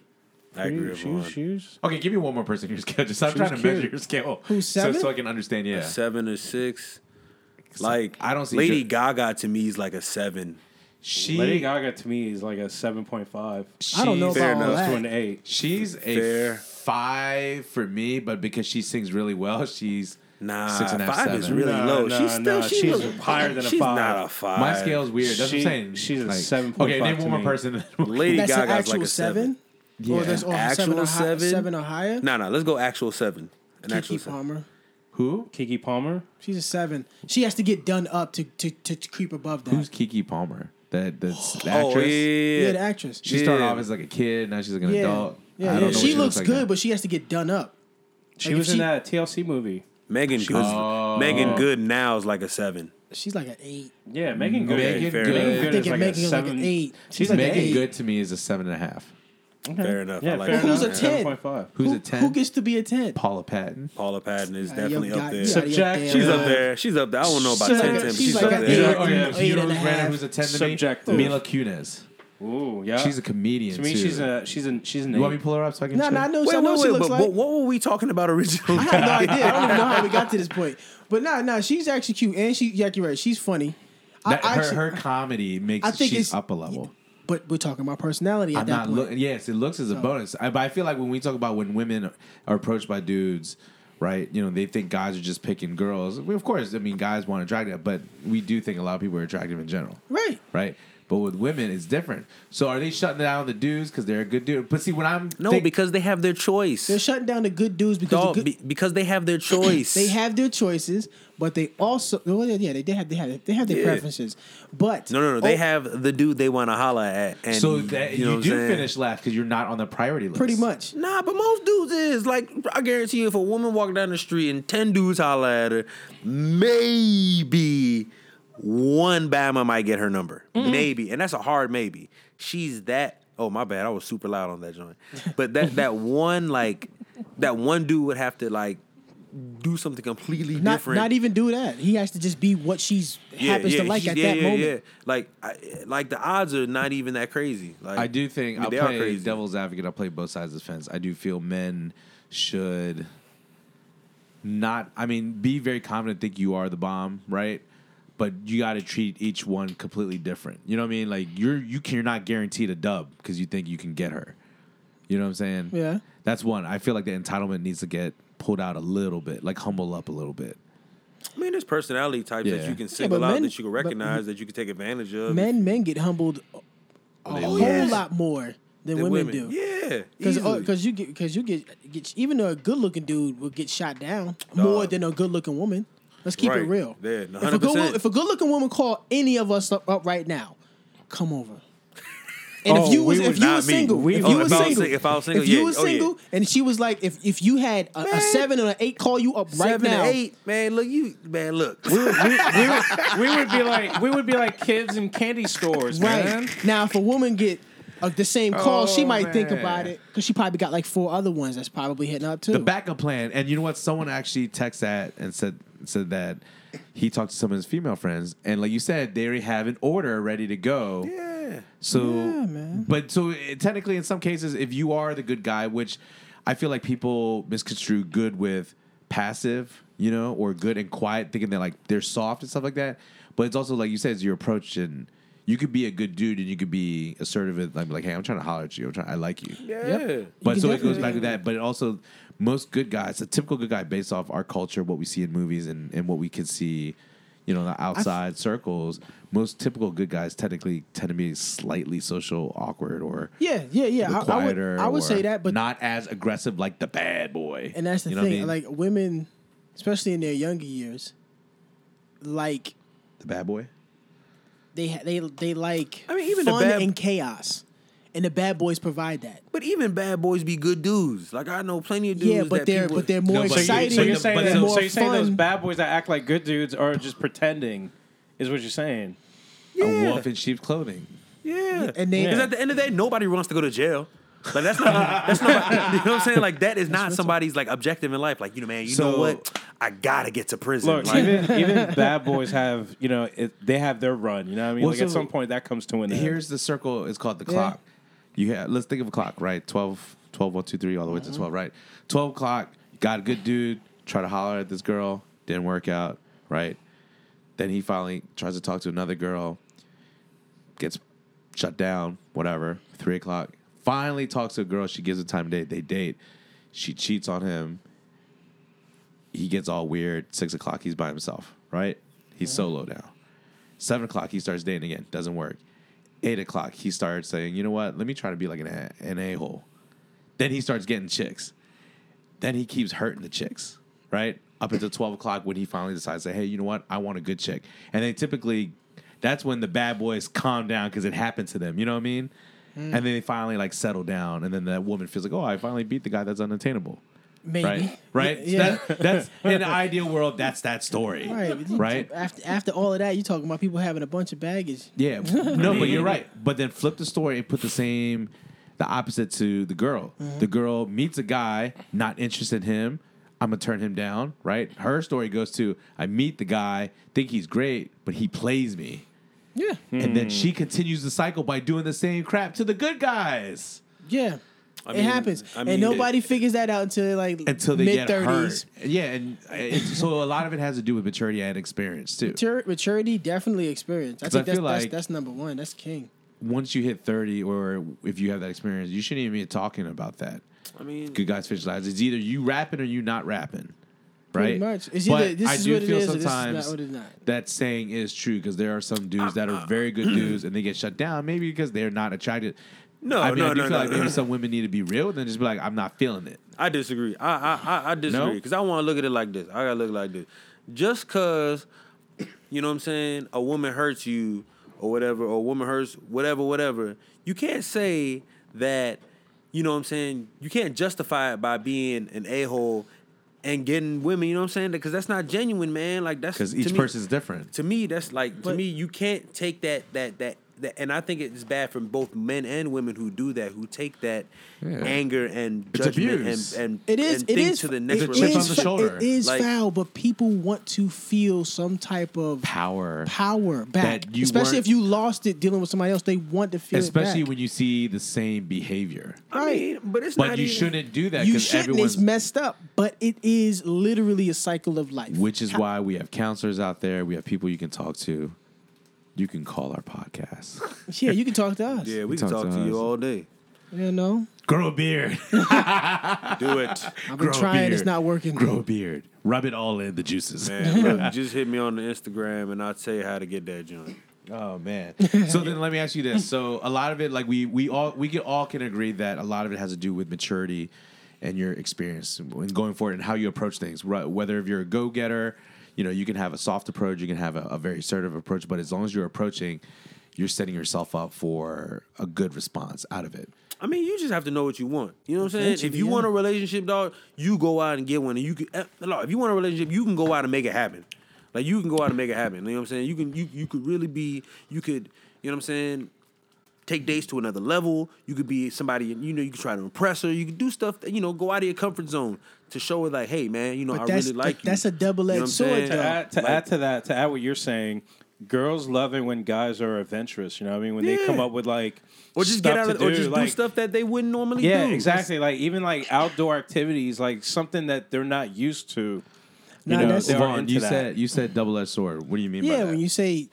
[SPEAKER 2] I agree with
[SPEAKER 3] she was,
[SPEAKER 2] Vaughn.
[SPEAKER 3] she was-
[SPEAKER 1] Okay, give me one more person in your scale. Just I'm
[SPEAKER 3] She was
[SPEAKER 1] trying to
[SPEAKER 3] cute.
[SPEAKER 1] measure your scale.
[SPEAKER 4] Who's
[SPEAKER 1] So,
[SPEAKER 4] seven?
[SPEAKER 1] so I can understand. Yeah.
[SPEAKER 2] seven or six. Like
[SPEAKER 1] I don't see
[SPEAKER 2] Lady
[SPEAKER 1] Jo-
[SPEAKER 2] Gaga to me is like a seven.
[SPEAKER 1] She
[SPEAKER 3] Lady Gaga to me is like a seven point five
[SPEAKER 4] I don't know
[SPEAKER 1] she's-
[SPEAKER 2] Fair
[SPEAKER 4] about all
[SPEAKER 2] enough.
[SPEAKER 3] to
[SPEAKER 4] that.
[SPEAKER 3] an eight.
[SPEAKER 1] She's a
[SPEAKER 2] Fair.
[SPEAKER 1] five for me, but because she sings really well, she's
[SPEAKER 2] Nah,
[SPEAKER 1] six and a half,
[SPEAKER 2] five is
[SPEAKER 1] seven.
[SPEAKER 2] really
[SPEAKER 3] Nah,
[SPEAKER 2] low.
[SPEAKER 3] nah,
[SPEAKER 2] she's still
[SPEAKER 3] nah,
[SPEAKER 2] she
[SPEAKER 3] she's
[SPEAKER 2] look-
[SPEAKER 3] higher than a
[SPEAKER 2] she's
[SPEAKER 3] five.
[SPEAKER 2] not a five.
[SPEAKER 1] My scale's weird. That's what I'm
[SPEAKER 3] She-
[SPEAKER 1] saying.
[SPEAKER 3] she's a
[SPEAKER 1] Like-
[SPEAKER 3] 7.5
[SPEAKER 1] Okay, name
[SPEAKER 3] to
[SPEAKER 1] one more
[SPEAKER 3] me.
[SPEAKER 1] person.
[SPEAKER 2] Lady
[SPEAKER 4] That's an
[SPEAKER 2] Gaga's
[SPEAKER 4] actual
[SPEAKER 2] like a
[SPEAKER 4] seven.
[SPEAKER 2] seven.
[SPEAKER 4] Or that's or seven,
[SPEAKER 2] Actual
[SPEAKER 4] or hi-
[SPEAKER 2] seven?
[SPEAKER 4] seven or higher.
[SPEAKER 2] No, no, let's go actual seven. An actual
[SPEAKER 4] Kiki
[SPEAKER 2] seven.
[SPEAKER 4] Palmer.
[SPEAKER 1] Who?
[SPEAKER 3] Kiki Palmer.
[SPEAKER 4] She's a seven. She has to get done up to to, to creep above that.
[SPEAKER 1] Who's Kiki Palmer? That that's the actress.
[SPEAKER 2] Oh yeah, yeah,
[SPEAKER 4] yeah,
[SPEAKER 2] yeah.
[SPEAKER 4] the actress.
[SPEAKER 1] She started
[SPEAKER 2] Yeah.
[SPEAKER 1] off as like a kid. Now she's like an
[SPEAKER 4] yeah.
[SPEAKER 1] adult.
[SPEAKER 4] Yeah,
[SPEAKER 1] I don't
[SPEAKER 4] yeah.
[SPEAKER 1] know what
[SPEAKER 4] she, looks
[SPEAKER 1] like
[SPEAKER 4] good,
[SPEAKER 1] now.
[SPEAKER 4] but she has to get done up.
[SPEAKER 3] She
[SPEAKER 4] Like, if
[SPEAKER 3] was
[SPEAKER 4] she-
[SPEAKER 3] in that TLC movie.
[SPEAKER 2] Megan Good.
[SPEAKER 1] Oh.
[SPEAKER 2] Megan Good now is like a seven.
[SPEAKER 4] She's like an eight.
[SPEAKER 3] Yeah, Megan Good.
[SPEAKER 1] Megan
[SPEAKER 2] fair
[SPEAKER 1] Good.
[SPEAKER 3] Megan
[SPEAKER 1] I
[SPEAKER 3] Good
[SPEAKER 4] think
[SPEAKER 3] is like a
[SPEAKER 4] Megan is like an
[SPEAKER 3] seven.
[SPEAKER 4] eight.
[SPEAKER 3] She's
[SPEAKER 4] She's like
[SPEAKER 3] like
[SPEAKER 4] an
[SPEAKER 1] Megan
[SPEAKER 4] eight.
[SPEAKER 1] Good to me is a seven and a half.
[SPEAKER 2] Fair enough.
[SPEAKER 3] Yeah,
[SPEAKER 2] I like
[SPEAKER 3] fair
[SPEAKER 2] that.
[SPEAKER 4] Who's
[SPEAKER 3] enough.
[SPEAKER 4] a 10?
[SPEAKER 3] 7.5.
[SPEAKER 1] Who's
[SPEAKER 4] Who,
[SPEAKER 1] a ten?
[SPEAKER 4] who gets to be a ten?
[SPEAKER 1] Paula Patton.
[SPEAKER 2] Paula Patton is
[SPEAKER 4] Uh,
[SPEAKER 2] definitely
[SPEAKER 4] yo,
[SPEAKER 2] up
[SPEAKER 4] God,
[SPEAKER 2] there.
[SPEAKER 4] you
[SPEAKER 3] So
[SPEAKER 4] gotta get
[SPEAKER 3] Jack-
[SPEAKER 4] down.
[SPEAKER 2] She's up there. She's up there. I don't know about
[SPEAKER 4] She's
[SPEAKER 2] ten,
[SPEAKER 4] like-
[SPEAKER 2] ten. but
[SPEAKER 4] she's
[SPEAKER 2] She's
[SPEAKER 4] like
[SPEAKER 2] up
[SPEAKER 4] at
[SPEAKER 1] You
[SPEAKER 4] eight
[SPEAKER 1] know,
[SPEAKER 2] there.
[SPEAKER 1] oh, yeah,
[SPEAKER 4] and-
[SPEAKER 1] you
[SPEAKER 4] eight
[SPEAKER 1] know
[SPEAKER 4] and a
[SPEAKER 1] who's random?
[SPEAKER 4] half. Uh,
[SPEAKER 1] Who's a ten to
[SPEAKER 3] Subjective.
[SPEAKER 1] me? Mila Kunis.
[SPEAKER 3] Ooh, yeah.
[SPEAKER 1] She's a comedian.
[SPEAKER 3] to me,
[SPEAKER 1] too.
[SPEAKER 3] she's a she's an she's an
[SPEAKER 1] You want me
[SPEAKER 3] eight.
[SPEAKER 1] to pull her up so I can?
[SPEAKER 4] No,
[SPEAKER 1] check?
[SPEAKER 4] no, I know,
[SPEAKER 2] Wait,
[SPEAKER 4] I know
[SPEAKER 2] wait,
[SPEAKER 4] she
[SPEAKER 2] wait.
[SPEAKER 4] looks
[SPEAKER 2] But
[SPEAKER 4] like.
[SPEAKER 2] what, what were we talking about originally?
[SPEAKER 4] I have no idea. I don't even know how we got to this point. But nah, nah, she's actually cute, and she, yeah, you're right. She's funny. I,
[SPEAKER 1] That-
[SPEAKER 4] I
[SPEAKER 1] her,
[SPEAKER 4] actually-
[SPEAKER 1] her comedy makes
[SPEAKER 4] I think
[SPEAKER 1] she's
[SPEAKER 4] it's-
[SPEAKER 1] up a level.
[SPEAKER 4] but we're talking about personality at
[SPEAKER 1] I'm
[SPEAKER 4] that
[SPEAKER 1] not
[SPEAKER 4] point.
[SPEAKER 1] look. Yes, it looks as a bonus. I, but I feel like when we talk about when women are approached by dudes, right? You know, they think guys are just picking girls. We, of course, I mean, guys want to attract that, but we do think a lot of people are attractive in general,
[SPEAKER 4] right.
[SPEAKER 1] right? But with women, it's different. So are they shutting down the dudes because they're a good dude? But see, when I'm
[SPEAKER 2] No,
[SPEAKER 1] think-
[SPEAKER 2] because they have their choice.
[SPEAKER 4] They're shutting down the good dudes because
[SPEAKER 2] Dog,
[SPEAKER 4] the good,
[SPEAKER 2] be- because they have their choice.
[SPEAKER 4] they have their choices, but they also well, yeah they did have they had they have their
[SPEAKER 2] Yeah.
[SPEAKER 4] preferences. But
[SPEAKER 2] no, no, no. They
[SPEAKER 4] oh,
[SPEAKER 2] have the dude they want to holler at. And,
[SPEAKER 1] so that you,
[SPEAKER 2] know what I'm
[SPEAKER 1] do
[SPEAKER 2] saying?
[SPEAKER 1] finish last because you're not on the priority list.
[SPEAKER 4] pretty much.
[SPEAKER 2] Nah, but most dudes is like I guarantee you, if a woman walk down the street and ten dudes holler at her, maybe one bama might get her number,
[SPEAKER 4] Mm-hmm.
[SPEAKER 2] maybe, and that's a hard maybe. She's that. Oh my bad, I was super loud on that joint. But that that one like that one dude would have to like do something completely
[SPEAKER 4] Not
[SPEAKER 2] different.
[SPEAKER 4] not even do that. He has to just be what she's happens to like
[SPEAKER 2] he-
[SPEAKER 4] at
[SPEAKER 2] yeah,
[SPEAKER 4] that
[SPEAKER 2] yeah,
[SPEAKER 4] moment.
[SPEAKER 2] Yeah. Like I, like the odds are not even that crazy. Like
[SPEAKER 1] I do think
[SPEAKER 2] I mean,
[SPEAKER 1] I'll
[SPEAKER 2] they are
[SPEAKER 1] play
[SPEAKER 2] crazy.
[SPEAKER 1] devil's advocate. I'll play both sides of the fence. I do feel men should not. I mean, be very confident. Think you are the bomb, right? But you got to treat each one completely different. You know what I mean? Like you're you can, you're not guaranteed a dub because you think you can get her. You know what I'm saying?
[SPEAKER 4] Yeah.
[SPEAKER 1] That's one. I feel like the entitlement needs to get pulled out a little bit, like humble up a little bit.
[SPEAKER 2] I mean, there's personality types
[SPEAKER 1] Yeah.
[SPEAKER 2] that you
[SPEAKER 1] Yeah,
[SPEAKER 2] can single out,
[SPEAKER 4] men-
[SPEAKER 2] that you can
[SPEAKER 4] but-
[SPEAKER 2] recognize, that you can take advantage of.
[SPEAKER 4] Men men get humbled a a whole
[SPEAKER 2] will.
[SPEAKER 4] lot more than
[SPEAKER 2] Oh, than
[SPEAKER 4] women, do. uh,
[SPEAKER 2] Yeah,
[SPEAKER 4] Because
[SPEAKER 2] easily.
[SPEAKER 4] you get because you get, get even a good looking dude will get shot down
[SPEAKER 2] Dog.
[SPEAKER 4] more than a good looking woman. Let's keep it
[SPEAKER 2] Right.
[SPEAKER 4] real.
[SPEAKER 2] Yeah,
[SPEAKER 4] If a good
[SPEAKER 2] 100%.
[SPEAKER 4] wo- if a good looking woman call any of us up, up right now, come over. And
[SPEAKER 3] Oh,
[SPEAKER 4] if you was
[SPEAKER 3] we
[SPEAKER 4] if
[SPEAKER 3] would
[SPEAKER 4] you
[SPEAKER 2] not
[SPEAKER 4] was
[SPEAKER 2] me.
[SPEAKER 4] single,
[SPEAKER 3] We
[SPEAKER 4] if
[SPEAKER 3] would-
[SPEAKER 4] you
[SPEAKER 3] Oh, if
[SPEAKER 4] was
[SPEAKER 3] I was
[SPEAKER 4] single,
[SPEAKER 2] sing- if I was single,
[SPEAKER 4] you
[SPEAKER 2] yeah,
[SPEAKER 4] was
[SPEAKER 2] oh, yeah.
[SPEAKER 4] single, and she was like, if if you had a, a
[SPEAKER 2] Man.
[SPEAKER 4] seven or an eight call you up right
[SPEAKER 2] seven
[SPEAKER 4] now,
[SPEAKER 2] to eight, man. Look, you man, look.
[SPEAKER 3] we, would- we, we would, we would be like we would be like kids in candy stores,
[SPEAKER 4] right
[SPEAKER 3] man.
[SPEAKER 4] now, if a woman get uh, the same call, she
[SPEAKER 1] Oh,
[SPEAKER 4] might think
[SPEAKER 1] man.
[SPEAKER 4] about it because she probably got like four other ones that's probably hitting up too.
[SPEAKER 1] the backup plan. And you know what? Someone actually texted that and said said that he talked to some of his female friends, and like you said, they already have an order ready to go.
[SPEAKER 2] Yeah.
[SPEAKER 1] So,
[SPEAKER 4] Yeah, man.
[SPEAKER 1] but so it, technically, in some cases, if you are the good guy, which I feel like people misconstrue good with passive, you know, or good and quiet, thinking they're like they're soft and stuff like that. But it's also like you said, it's your approach and. You could be a good dude and you could be assertive and like, like, hey, I'm trying to holler at you. I'm trying, I like you.
[SPEAKER 2] Yeah.
[SPEAKER 1] But
[SPEAKER 4] can
[SPEAKER 1] so it goes
[SPEAKER 4] definitely-
[SPEAKER 1] back to that. But it also, most good guys, a typical good guy based off our culture, what we see in movies, and, and what we can see, you know, in the outside circles, most typical good guys technically tend to be slightly social, awkward, or
[SPEAKER 4] Yeah, yeah, yeah. I,
[SPEAKER 1] the
[SPEAKER 4] I would,
[SPEAKER 1] quieter.
[SPEAKER 4] I would say
[SPEAKER 1] or
[SPEAKER 4] that, but
[SPEAKER 1] not as aggressive like the bad boy.
[SPEAKER 4] and that's the
[SPEAKER 1] You know what I
[SPEAKER 4] thing.
[SPEAKER 1] mean?
[SPEAKER 4] Like women, especially in their younger years, like
[SPEAKER 1] the bad boy.
[SPEAKER 4] they ha- they they like
[SPEAKER 2] I mean, even the
[SPEAKER 4] fun
[SPEAKER 2] bad-
[SPEAKER 4] and chaos, and the bad boys provide that.
[SPEAKER 2] But even bad boys be good dudes. Like I know plenty of dudes.
[SPEAKER 4] yeah, but
[SPEAKER 2] that
[SPEAKER 4] they're
[SPEAKER 2] people,
[SPEAKER 4] but they're more
[SPEAKER 1] No, but you-
[SPEAKER 4] exciting.
[SPEAKER 3] So
[SPEAKER 1] But
[SPEAKER 3] you're
[SPEAKER 1] the-
[SPEAKER 3] saying
[SPEAKER 1] but
[SPEAKER 3] that,
[SPEAKER 1] the-
[SPEAKER 4] more
[SPEAKER 3] so you're saying those
[SPEAKER 4] fun.
[SPEAKER 3] bad boys that act like good dudes are just pretending, is what you're saying.
[SPEAKER 1] A wolf in sheep's clothing.
[SPEAKER 2] yeah.
[SPEAKER 4] and they-
[SPEAKER 2] because at the end of the day, nobody wants to go to jail. Like that's not that's not you know what I'm saying. Like that is not somebody's like objective in life. Like you know, man, you
[SPEAKER 1] So-
[SPEAKER 2] know what? I gotta get to prison.
[SPEAKER 3] Look,
[SPEAKER 2] like,
[SPEAKER 3] even even bad boys have you know it, they have their run. You know what I mean?
[SPEAKER 1] Well,
[SPEAKER 3] like at
[SPEAKER 1] so
[SPEAKER 3] some point that comes to an end.
[SPEAKER 1] Here's the circle. It's called the clock. You have, let's think of a clock, right? 12, 12, 1, 2, 3, all the way to 12, right? 12 o'clock, got a good dude, try to holler at this girl, didn't work out, right? Then he finally tries to talk to another girl. gets shut down, whatever. Three o'clock. Finally talks to a girl. She gives a time of day. They date. She cheats on him. He gets all weird. Six o'clock, he's by himself, right? He's solo now. Seven o'clock, he starts dating again. Doesn't work. Eight o'clock, he starts saying, you know what? Let me try to be like an a- an a hole. Then he starts getting chicks. Then he keeps hurting the chicks, right? Up until 12 o'clock when he finally decides, say, hey, you know what? I want a good chick. And they typically, that's when the bad boys calm down because it happened to them. You know what I mean?
[SPEAKER 4] Hmm.
[SPEAKER 1] And then they finally like settle down. And then that woman feels like, oh, I finally beat the guy that's unattainable.
[SPEAKER 4] Maybe.
[SPEAKER 1] Right? Right?
[SPEAKER 4] Yeah.
[SPEAKER 1] That, that's in the ideal world, that's that story.
[SPEAKER 4] Right. but you-
[SPEAKER 1] Right?
[SPEAKER 4] After after all of that, you're talking about people having a bunch of baggage.
[SPEAKER 1] Yeah, no, but you're right. But then flip the story and put the same, the opposite to the girl. The girl meets a guy, not interested in him. I'm gonna turn him down, right? Her story goes to I meet the guy, think he's great, but he plays me,
[SPEAKER 4] Yeah.
[SPEAKER 1] and then she continues the cycle by doing the same crap to the good guys
[SPEAKER 4] Yeah.
[SPEAKER 2] I
[SPEAKER 4] it
[SPEAKER 2] mean-
[SPEAKER 4] happens,
[SPEAKER 2] I mean,
[SPEAKER 4] and nobody figures that out until like
[SPEAKER 1] until they
[SPEAKER 4] mid
[SPEAKER 1] get hurt.
[SPEAKER 4] thirties.
[SPEAKER 1] Yeah, and it's, so a lot of it has to do with maturity and experience too.
[SPEAKER 4] Maturity, definitely experience. I
[SPEAKER 1] 'Cause I
[SPEAKER 4] think that's,
[SPEAKER 1] feel like-
[SPEAKER 4] that's that's number one. That's king.
[SPEAKER 1] Once you hit 30, or if you have that experience, you shouldn't even be talking about that.
[SPEAKER 2] I mean,
[SPEAKER 1] good guys fish lives. It's either you rapping or you not rapping, right?
[SPEAKER 4] Pretty much. It's
[SPEAKER 1] But
[SPEAKER 4] either this
[SPEAKER 1] I
[SPEAKER 4] is
[SPEAKER 1] do
[SPEAKER 4] what it
[SPEAKER 1] feel
[SPEAKER 4] is, or this is
[SPEAKER 1] sometimes
[SPEAKER 4] not what it's not.
[SPEAKER 1] that saying is true because there are some dudes that are very good dudes and they get shut down maybe because they're not attracted.
[SPEAKER 2] No,
[SPEAKER 1] I mean, I
[SPEAKER 2] no,
[SPEAKER 1] do
[SPEAKER 2] no,
[SPEAKER 1] feel
[SPEAKER 2] no,
[SPEAKER 1] like
[SPEAKER 2] no.
[SPEAKER 1] maybe some women need to be real with it and just be like, I'm not feeling it.
[SPEAKER 2] I disagree. I I I, I disagree because I want to look at it like this. I gotta look like this. Just cause, you know what I'm saying, a woman hurts you or whatever, or a woman hurts whatever, whatever. You can't say that. You know what I'm saying. You can't justify it by being an a hole and getting women. You know what I'm saying? Because that's not genuine, man. Like that's
[SPEAKER 1] Because
[SPEAKER 2] to
[SPEAKER 1] each
[SPEAKER 2] me-
[SPEAKER 1] person's different.
[SPEAKER 2] to me that's like to
[SPEAKER 4] But-
[SPEAKER 2] me you can't take that that that that and I think it's bad for both men and women who do that, who take that
[SPEAKER 1] Yeah.
[SPEAKER 2] anger and
[SPEAKER 1] It's
[SPEAKER 2] judgment
[SPEAKER 1] abuse.
[SPEAKER 2] and, and
[SPEAKER 4] It is.
[SPEAKER 2] and
[SPEAKER 4] It
[SPEAKER 2] think
[SPEAKER 4] is.
[SPEAKER 2] to the next
[SPEAKER 1] it
[SPEAKER 4] it
[SPEAKER 1] is chip on
[SPEAKER 2] relationship.
[SPEAKER 1] the shoulder.
[SPEAKER 4] It is
[SPEAKER 2] Like-
[SPEAKER 4] foul, but people want to feel some type of
[SPEAKER 1] Power.
[SPEAKER 4] power back,
[SPEAKER 1] That you
[SPEAKER 4] especially
[SPEAKER 1] weren't-
[SPEAKER 4] if you lost it dealing with somebody else. They want to feel
[SPEAKER 1] Especially
[SPEAKER 4] it back.
[SPEAKER 1] when you see the same behavior.
[SPEAKER 2] I mean, but it's
[SPEAKER 1] But
[SPEAKER 2] not
[SPEAKER 1] you
[SPEAKER 2] even,
[SPEAKER 1] shouldn't do that
[SPEAKER 4] you
[SPEAKER 1] because
[SPEAKER 4] shouldn't.
[SPEAKER 1] everyone's.
[SPEAKER 4] It's messed up, but it is literally a cycle of life.
[SPEAKER 1] which is why we have counselors out there. We have people you can talk to. You can call our podcast.
[SPEAKER 4] yeah, you can talk to us.
[SPEAKER 2] Yeah, we can
[SPEAKER 1] Talk
[SPEAKER 2] talk
[SPEAKER 1] to
[SPEAKER 2] to
[SPEAKER 1] us.
[SPEAKER 2] you all day.
[SPEAKER 4] You know,
[SPEAKER 1] Grow a beard.
[SPEAKER 2] Do it.
[SPEAKER 4] I've been
[SPEAKER 1] Grow a
[SPEAKER 4] trying. It's
[SPEAKER 1] beard.
[SPEAKER 4] not working.
[SPEAKER 1] Grow a beard. Rub it all in the juices.
[SPEAKER 2] Man, look, just hit me on the Instagram and I'll tell you how to get that joint.
[SPEAKER 1] Oh man. So then let me ask you this. So a lot of it like we we all we can all can agree that a lot of it has to do with maturity and your experience and going forward and how you approach things. Right, whether if you're a go-getter, you know, you can have a soft approach, you can have a, a very assertive approach, but as long as you're approaching, you're setting yourself up for a good response out of it.
[SPEAKER 2] I mean, you just have to know what you want. You know what I'm saying? If
[SPEAKER 4] Eventually,
[SPEAKER 2] you
[SPEAKER 4] yeah.
[SPEAKER 2] want a relationship, dog, you go out and get one, and you can. eh, look, If you want a relationship, you can go out and make it happen. Like you can go out and make it happen. You know what I'm saying? You can. You you could really be. You could. You know what I'm saying? Take dates to another level. You could be somebody. You know, you could try to impress her. You could do stuff. That, you know, go out of your comfort zone to show her like, hey, man, you know,
[SPEAKER 4] But
[SPEAKER 2] I
[SPEAKER 4] that's-
[SPEAKER 2] really like
[SPEAKER 4] that-
[SPEAKER 2] you.
[SPEAKER 4] that's a double-edged
[SPEAKER 2] You know what I'm
[SPEAKER 4] sword,
[SPEAKER 2] saying?
[SPEAKER 3] to
[SPEAKER 4] though.
[SPEAKER 3] add to
[SPEAKER 2] Like-
[SPEAKER 3] add to that, to add what you're saying, girls love it when guys are adventurous. You know, what I mean, when they come
[SPEAKER 2] Yeah.
[SPEAKER 3] up with like
[SPEAKER 2] Or just
[SPEAKER 3] stuff
[SPEAKER 2] get out
[SPEAKER 3] to
[SPEAKER 2] of, or
[SPEAKER 3] do,
[SPEAKER 2] just do
[SPEAKER 3] like-
[SPEAKER 2] stuff that they wouldn't normally
[SPEAKER 3] Yeah,
[SPEAKER 2] do.
[SPEAKER 3] exactly. Like even like outdoor activities, like something that they're not used to. You
[SPEAKER 4] Nah,
[SPEAKER 3] know,
[SPEAKER 4] that's-
[SPEAKER 3] they are
[SPEAKER 1] Vaughn,
[SPEAKER 3] into
[SPEAKER 1] you
[SPEAKER 3] that.
[SPEAKER 1] said you said double-edged sword. What do you mean by
[SPEAKER 4] Yeah,
[SPEAKER 1] that?
[SPEAKER 4] when you say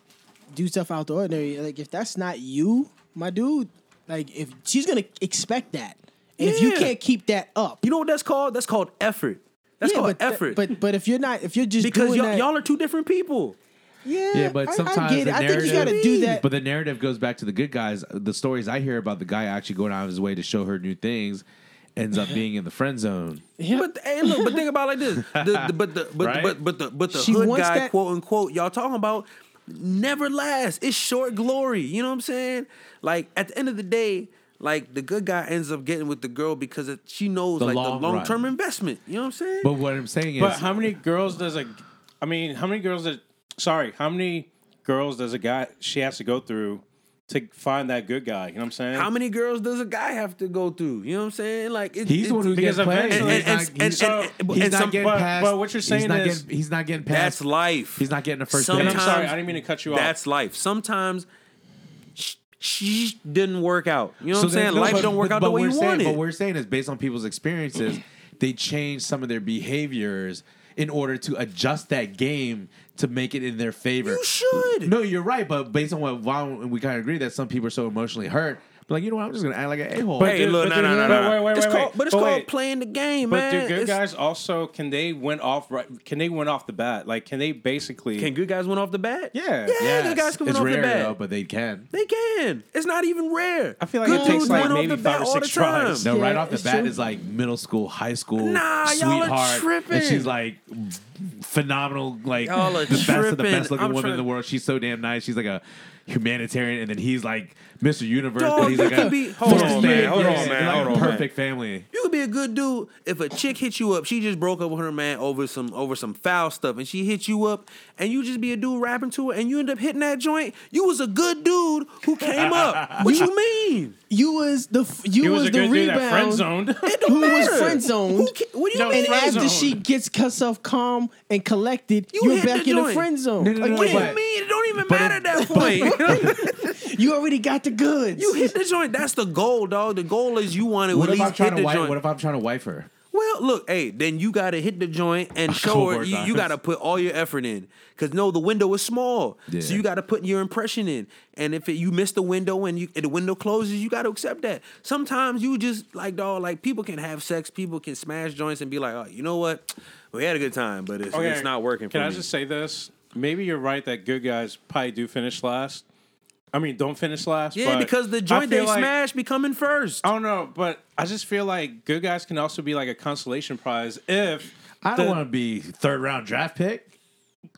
[SPEAKER 4] do stuff out the ordinary, like if that's not you, my dude, like if she's gonna expect that, and if you
[SPEAKER 2] Yeah.
[SPEAKER 4] can't keep that up,
[SPEAKER 2] You know what that's called? That's called effort. That's
[SPEAKER 4] yeah,
[SPEAKER 2] called
[SPEAKER 4] but th-
[SPEAKER 2] effort.
[SPEAKER 4] but but if you're not, if you're just
[SPEAKER 2] because
[SPEAKER 4] doing
[SPEAKER 2] y'all,
[SPEAKER 4] that,
[SPEAKER 2] y'all are two different people.
[SPEAKER 4] yeah,
[SPEAKER 1] Yeah, but
[SPEAKER 4] I-
[SPEAKER 1] sometimes
[SPEAKER 4] I, get
[SPEAKER 1] the
[SPEAKER 4] it. I think you gotta
[SPEAKER 1] narrative-
[SPEAKER 4] do that.
[SPEAKER 1] But the narrative goes back to the good guys. The stories I hear about the guy actually going out of his way to show her new things ends up being in the friend zone.
[SPEAKER 4] Yeah.
[SPEAKER 2] But hey, look, but think about it like this. The, the, but the but,
[SPEAKER 1] Right?
[SPEAKER 2] but but the but the
[SPEAKER 4] She
[SPEAKER 2] hood
[SPEAKER 4] wants
[SPEAKER 2] guy,
[SPEAKER 4] that-
[SPEAKER 2] quote unquote, y'all talking about never lasts. It's short glory. You know what I'm saying? Like at the end of the day, like the good guy ends up getting with the girl because it, she knows
[SPEAKER 1] The
[SPEAKER 2] like
[SPEAKER 1] long
[SPEAKER 2] the
[SPEAKER 1] run.
[SPEAKER 2] long term investment. You know what I'm saying?
[SPEAKER 1] But what I'm saying is,
[SPEAKER 3] But how many girls does a, I mean, how many girls that, sorry, how many girls does a guy she has to go through to find that good guy? You know what I'm saying?
[SPEAKER 2] How many girls does a guy have to go through? You know what I'm saying? Like it,
[SPEAKER 1] he's the one who
[SPEAKER 2] it's-
[SPEAKER 1] gets
[SPEAKER 3] because
[SPEAKER 1] played.
[SPEAKER 3] eventually-
[SPEAKER 1] He's
[SPEAKER 2] and-
[SPEAKER 1] not-
[SPEAKER 2] and-
[SPEAKER 1] he's-
[SPEAKER 3] and-
[SPEAKER 2] and-
[SPEAKER 1] he's
[SPEAKER 2] and
[SPEAKER 1] not
[SPEAKER 2] some-
[SPEAKER 1] getting
[SPEAKER 3] but-
[SPEAKER 1] past.
[SPEAKER 3] but what you're
[SPEAKER 1] he's
[SPEAKER 3] saying
[SPEAKER 1] not
[SPEAKER 3] is-
[SPEAKER 1] getting, he's not getting past.
[SPEAKER 2] That's life.
[SPEAKER 1] He's not getting the first.
[SPEAKER 3] And
[SPEAKER 1] date.
[SPEAKER 3] I'm sorry, I didn't mean to cut you off.
[SPEAKER 2] That's life. Sometimes sh- she didn't work out. You know what I'm
[SPEAKER 1] then-
[SPEAKER 2] saying?
[SPEAKER 1] no,
[SPEAKER 2] life
[SPEAKER 1] but-
[SPEAKER 2] don't work
[SPEAKER 1] but-
[SPEAKER 2] out the
[SPEAKER 1] but
[SPEAKER 2] way
[SPEAKER 1] we're
[SPEAKER 2] you
[SPEAKER 1] saying,
[SPEAKER 2] want
[SPEAKER 1] But
[SPEAKER 2] it.
[SPEAKER 1] we're saying is based on people's experiences, they change some of their behaviors in order to adjust that game to make it in their favor.
[SPEAKER 4] You should.
[SPEAKER 1] No, you're right, but based on what Von we kind of agree that some people are so emotionally hurt, but like you know what, I'm just gonna act like an a hole.
[SPEAKER 2] Hey, look, no, no, no,
[SPEAKER 3] wait,
[SPEAKER 2] no.
[SPEAKER 3] Wait, wait,
[SPEAKER 2] It's
[SPEAKER 3] wait,
[SPEAKER 2] called,
[SPEAKER 3] wait.
[SPEAKER 2] But it's
[SPEAKER 3] But
[SPEAKER 2] called
[SPEAKER 3] wait.
[SPEAKER 2] playing the game,
[SPEAKER 3] But
[SPEAKER 2] man.
[SPEAKER 3] do good
[SPEAKER 2] It's-
[SPEAKER 3] guys also can they win off right? Can they win off the bat? Like can they basically?
[SPEAKER 2] Can good guys win off the bat?
[SPEAKER 3] yeah.
[SPEAKER 2] Yeah. good guys coming
[SPEAKER 1] it's
[SPEAKER 2] off the
[SPEAKER 1] rare
[SPEAKER 2] bat.
[SPEAKER 1] though, but they can.
[SPEAKER 2] They can. It's not even rare.
[SPEAKER 3] I feel like
[SPEAKER 2] Good
[SPEAKER 3] it takes
[SPEAKER 2] dudes
[SPEAKER 3] like
[SPEAKER 2] win off
[SPEAKER 3] maybe
[SPEAKER 2] the bat
[SPEAKER 3] five or
[SPEAKER 2] all the
[SPEAKER 3] six tries.
[SPEAKER 2] time.
[SPEAKER 1] No,
[SPEAKER 4] Yeah,
[SPEAKER 1] right off the
[SPEAKER 4] it's
[SPEAKER 1] bat
[SPEAKER 4] true.
[SPEAKER 1] is like middle school, high school,
[SPEAKER 2] Nah, y'all are
[SPEAKER 1] sweetheart,
[SPEAKER 2] tripping.
[SPEAKER 1] and she's like phenomenal, like
[SPEAKER 2] Y'all are
[SPEAKER 1] the best of the
[SPEAKER 2] tripping.
[SPEAKER 1] best looking
[SPEAKER 2] I'm
[SPEAKER 1] woman
[SPEAKER 2] trying-
[SPEAKER 1] in the world. She's so damn nice. She's like a humanitarian, and then he's like Mr. Universe,
[SPEAKER 2] Dog,
[SPEAKER 1] but he's
[SPEAKER 2] you
[SPEAKER 1] like
[SPEAKER 2] could
[SPEAKER 1] a
[SPEAKER 2] be- hold
[SPEAKER 1] Mr.
[SPEAKER 2] on, man,
[SPEAKER 1] Universe,
[SPEAKER 2] hold on,
[SPEAKER 1] yeah,
[SPEAKER 2] man,
[SPEAKER 1] like
[SPEAKER 2] hold
[SPEAKER 1] a
[SPEAKER 2] on, man.
[SPEAKER 1] perfect family.
[SPEAKER 2] You could be a good dude if a chick hit you up. She just broke up with her man over some over some foul stuff, and she hit you up, and you just be a dude rapping to her, and you end up hitting that joint. You was a good dude who came up. What you mean?
[SPEAKER 4] You was the f- you
[SPEAKER 3] He
[SPEAKER 4] was,
[SPEAKER 3] was a
[SPEAKER 4] the
[SPEAKER 3] good dude that friend
[SPEAKER 4] rebound
[SPEAKER 3] zoned.
[SPEAKER 4] who was
[SPEAKER 2] Matter.
[SPEAKER 4] friend
[SPEAKER 2] Who
[SPEAKER 4] zoned.
[SPEAKER 2] ca- What do you
[SPEAKER 3] No,
[SPEAKER 2] mean?
[SPEAKER 4] And
[SPEAKER 3] friend
[SPEAKER 4] after
[SPEAKER 3] zoned.
[SPEAKER 4] she gets herself calm and collected,
[SPEAKER 2] You
[SPEAKER 4] you are
[SPEAKER 2] hit
[SPEAKER 4] back
[SPEAKER 2] the
[SPEAKER 4] in the
[SPEAKER 2] joint.
[SPEAKER 4] friend zone.
[SPEAKER 1] No, no, no,
[SPEAKER 2] What do you
[SPEAKER 1] But-
[SPEAKER 4] Again,
[SPEAKER 2] mean? It don't even
[SPEAKER 1] but
[SPEAKER 2] matter at that point.
[SPEAKER 4] you already got the goods.
[SPEAKER 2] you hit the joint. That's the goal, dog. The goal is you want to
[SPEAKER 1] What
[SPEAKER 2] at
[SPEAKER 1] if I'm
[SPEAKER 2] least
[SPEAKER 1] trying
[SPEAKER 2] hit
[SPEAKER 1] to
[SPEAKER 2] the
[SPEAKER 1] wife?
[SPEAKER 2] joint.
[SPEAKER 1] What if I'm trying to wife her?
[SPEAKER 2] Well, look, hey, then you gotta hit the joint and show
[SPEAKER 1] couple
[SPEAKER 2] her
[SPEAKER 1] more
[SPEAKER 2] you, you
[SPEAKER 1] times.
[SPEAKER 2] gotta put all your effort in. Cause no, the window is small. So
[SPEAKER 1] Yeah.
[SPEAKER 2] you gotta put your impression in. And if it, you miss the window and you, the window closes, you gotta accept that. Sometimes you just like dog, like people can have sex, people can smash joints and be like, oh, you know what? We had a good time, but it's,
[SPEAKER 3] Okay,
[SPEAKER 2] it's not working
[SPEAKER 3] Can
[SPEAKER 2] for
[SPEAKER 3] I
[SPEAKER 2] me.
[SPEAKER 3] just say this? Maybe you're right that good guys probably do finish last. I mean, don't finish last.
[SPEAKER 2] yeah,
[SPEAKER 3] but
[SPEAKER 2] because
[SPEAKER 3] I
[SPEAKER 2] the joint they
[SPEAKER 3] feel like-
[SPEAKER 2] smash be coming first.
[SPEAKER 3] I don't know, but I just feel like good guys can also be like a consolation prize if
[SPEAKER 1] I don't
[SPEAKER 3] the-
[SPEAKER 1] want to be third round draft pick.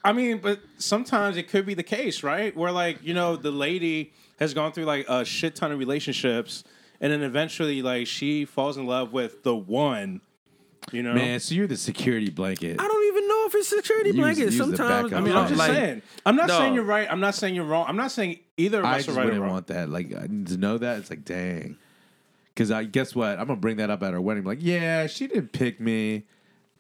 [SPEAKER 3] I mean, but sometimes it could be the case, right? Where like you know the lady has gone through like a shit ton of relationships, and then eventually like she falls in love with the one. You know,
[SPEAKER 1] Man, so you're the security blanket.
[SPEAKER 2] I don't even know if it's security
[SPEAKER 1] Use-
[SPEAKER 2] blanket.
[SPEAKER 1] use the
[SPEAKER 2] Sometimes
[SPEAKER 1] backup
[SPEAKER 3] I mean,
[SPEAKER 1] No,
[SPEAKER 3] I'm just
[SPEAKER 1] like-
[SPEAKER 3] saying. I'm not
[SPEAKER 2] No.
[SPEAKER 3] saying you're right. I'm not saying you're wrong. I'm not saying either of
[SPEAKER 1] I
[SPEAKER 3] us are
[SPEAKER 1] just
[SPEAKER 3] right or
[SPEAKER 1] wouldn't
[SPEAKER 3] wrong.
[SPEAKER 1] want that. Like I- to know that it's like, dang. Because I guess what I'm gonna bring that up at our wedding. Like, yeah, she didn't pick me,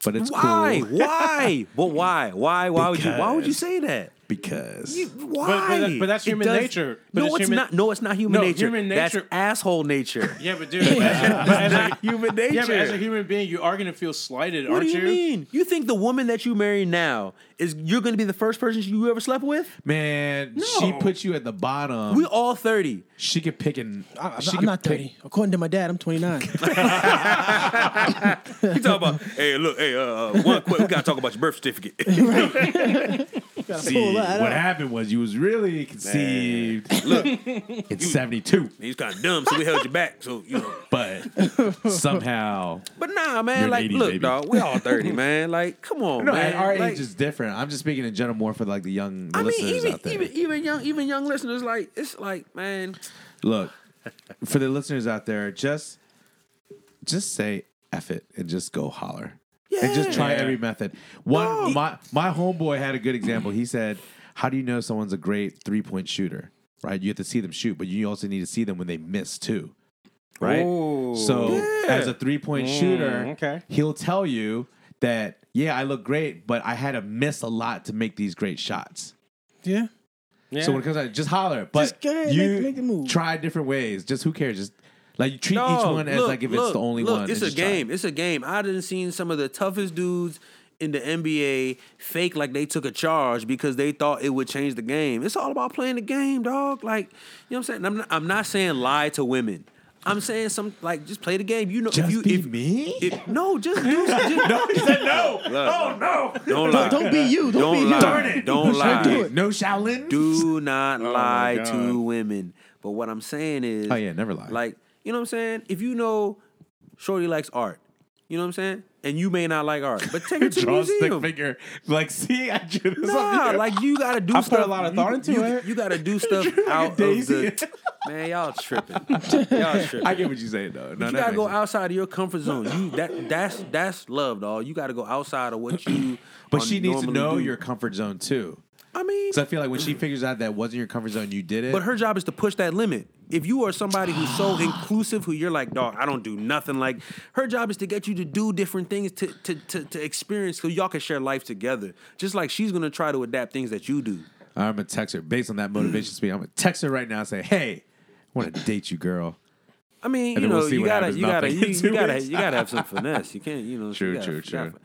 [SPEAKER 1] but it's
[SPEAKER 2] Why?
[SPEAKER 1] cool
[SPEAKER 2] Why? But why? Why? Why would you? Why would you
[SPEAKER 1] Because-
[SPEAKER 2] say that?
[SPEAKER 1] because
[SPEAKER 2] Why?
[SPEAKER 3] But, but, that- but that's
[SPEAKER 2] It
[SPEAKER 3] human
[SPEAKER 2] does-
[SPEAKER 3] nature. But
[SPEAKER 2] no, it's,
[SPEAKER 3] human-
[SPEAKER 2] not. No, it's not human
[SPEAKER 3] No,
[SPEAKER 2] nature.
[SPEAKER 3] human
[SPEAKER 2] That's
[SPEAKER 3] nature-
[SPEAKER 2] asshole nature.
[SPEAKER 3] Yeah, but dude, but as, a- but as a,
[SPEAKER 2] human nature.
[SPEAKER 3] yeah, but as a human being, you are gonna feel slighted,
[SPEAKER 2] what
[SPEAKER 3] aren't
[SPEAKER 2] do you, mean? You think the woman that you marry now is you're going to be the first person you ever slept with?
[SPEAKER 1] man, she put you at the bottom.
[SPEAKER 2] We all thirty.
[SPEAKER 1] she could pick and
[SPEAKER 4] I, am
[SPEAKER 1] she could
[SPEAKER 4] not
[SPEAKER 1] pick-
[SPEAKER 4] 30. According to my dad, I'm 29.
[SPEAKER 2] You talking about? hey, look, hey, uh, one quick, we got to talk about your birth certificate.
[SPEAKER 4] Gotta
[SPEAKER 1] See,
[SPEAKER 4] pull that
[SPEAKER 1] what
[SPEAKER 4] out.
[SPEAKER 1] happened was you was really conceived
[SPEAKER 2] look,
[SPEAKER 1] in '72,
[SPEAKER 2] he's kind of dumb, so we held you back. So you know.
[SPEAKER 1] but somehow
[SPEAKER 2] But nah, man.
[SPEAKER 1] You're an
[SPEAKER 2] like,
[SPEAKER 1] 80s
[SPEAKER 2] look,
[SPEAKER 1] baby.
[SPEAKER 2] dog, we all thirty, man. Like, come on,
[SPEAKER 1] No,
[SPEAKER 2] man.
[SPEAKER 1] at our
[SPEAKER 2] Like-
[SPEAKER 1] age is different. I'm just speaking in general more for like the young
[SPEAKER 2] I mean,
[SPEAKER 1] listeners
[SPEAKER 2] even,
[SPEAKER 1] out there.
[SPEAKER 2] even even young even young listeners, like it's like, man,
[SPEAKER 1] Look, for the listeners out there, just just say F it and just go holler. And just try
[SPEAKER 3] Yeah.
[SPEAKER 1] every method. One
[SPEAKER 2] No.
[SPEAKER 1] my my homeboy had a good example. He said, How do you know someone's a great three point shooter? Right? You have to see them shoot, but you also need to see them when they miss too. Right?
[SPEAKER 3] Ooh. Mm,
[SPEAKER 1] So as a three point shooter,
[SPEAKER 3] okay.
[SPEAKER 1] he'll tell you that, yeah, I look great, but I had to miss a lot to make these great shots.
[SPEAKER 4] Yeah.
[SPEAKER 3] you? Yeah.
[SPEAKER 1] So when it comes out, just holler. But
[SPEAKER 4] go ahead,
[SPEAKER 1] you
[SPEAKER 4] make- make the move.
[SPEAKER 1] try different ways. Just who cares? Just like you treat each
[SPEAKER 2] Dog,
[SPEAKER 1] one as
[SPEAKER 2] look,
[SPEAKER 1] like if it's
[SPEAKER 2] look,
[SPEAKER 1] the only
[SPEAKER 2] look,
[SPEAKER 1] one.
[SPEAKER 2] It's
[SPEAKER 1] and
[SPEAKER 2] a
[SPEAKER 1] just try.
[SPEAKER 2] game. It's a game. I didn't seen some of the toughest dudes in the NBA fake like they took a charge because they thought it would change the game. It's all about playing the game, dog. Like, you know what I'm saying? I'm not, I'm not saying lie to women. I'm saying some like just play the game. You know,
[SPEAKER 1] Just
[SPEAKER 2] if you
[SPEAKER 1] be
[SPEAKER 2] if,
[SPEAKER 1] me?
[SPEAKER 2] if- no, just do. Just, no,
[SPEAKER 1] no.
[SPEAKER 2] oh
[SPEAKER 1] no.
[SPEAKER 2] don't lie.
[SPEAKER 4] Don't be you. Don't, be
[SPEAKER 2] lie.
[SPEAKER 4] you.
[SPEAKER 1] Darn it.
[SPEAKER 2] Don't lie.
[SPEAKER 4] do it.
[SPEAKER 1] No Shaolin.
[SPEAKER 2] Do not
[SPEAKER 3] my
[SPEAKER 2] lie
[SPEAKER 3] God.
[SPEAKER 2] to women. But what I'm saying is,
[SPEAKER 1] Oh, yeah, never lie.
[SPEAKER 2] Like, you know what I'm saying? If you know, Shorty likes art. You know what I'm saying? And you may not like art, but take it to the
[SPEAKER 1] Draw a stick
[SPEAKER 2] museum.
[SPEAKER 1] figure. Like, see, I drew this
[SPEAKER 2] Nah,
[SPEAKER 1] on you.
[SPEAKER 2] like you gotta do.
[SPEAKER 3] I put a
[SPEAKER 2] stuff.
[SPEAKER 3] lot of
[SPEAKER 2] you-
[SPEAKER 3] thought into
[SPEAKER 2] you-
[SPEAKER 3] it.
[SPEAKER 2] You gotta do stuff
[SPEAKER 1] a
[SPEAKER 2] out of
[SPEAKER 1] daisy.
[SPEAKER 2] the. Man, y'all tripping. Y'all tripping.
[SPEAKER 1] I get what you're saying though. No, that
[SPEAKER 2] you gotta
[SPEAKER 1] makes
[SPEAKER 2] go
[SPEAKER 1] sense.
[SPEAKER 2] outside of your comfort zone. You that that's that's love, dog. You gotta go outside of what you.
[SPEAKER 1] But she needs to
[SPEAKER 2] normally
[SPEAKER 1] know
[SPEAKER 2] do.
[SPEAKER 1] your comfort zone too.
[SPEAKER 2] I mean,
[SPEAKER 1] Because I feel like when she figures out that wasn't your comfort zone, you did it.
[SPEAKER 2] But her job is to push that limit. If you are somebody who's so inclusive, who you're like, dog, I don't do nothing. Like, her job is to get you to do different things to to to, to experience, so y'all can share life together. Just like she's gonna try to adapt things that you do.
[SPEAKER 1] I'm gonna text her based on that motivation speech. I'm gonna text her right now and say, "Hey, I want to date you, girl."
[SPEAKER 2] I mean,
[SPEAKER 1] And
[SPEAKER 2] you
[SPEAKER 1] then we'll
[SPEAKER 2] know,
[SPEAKER 1] see
[SPEAKER 2] you
[SPEAKER 1] what
[SPEAKER 2] gotta
[SPEAKER 1] happens
[SPEAKER 2] you gotta
[SPEAKER 1] nothing
[SPEAKER 2] you,
[SPEAKER 1] in
[SPEAKER 2] you
[SPEAKER 1] two
[SPEAKER 2] gotta
[SPEAKER 1] weeks.
[SPEAKER 2] you gotta have some finesse. You can't, you know.
[SPEAKER 1] True,
[SPEAKER 2] you gotta,
[SPEAKER 1] true,
[SPEAKER 2] you gotta-
[SPEAKER 1] true.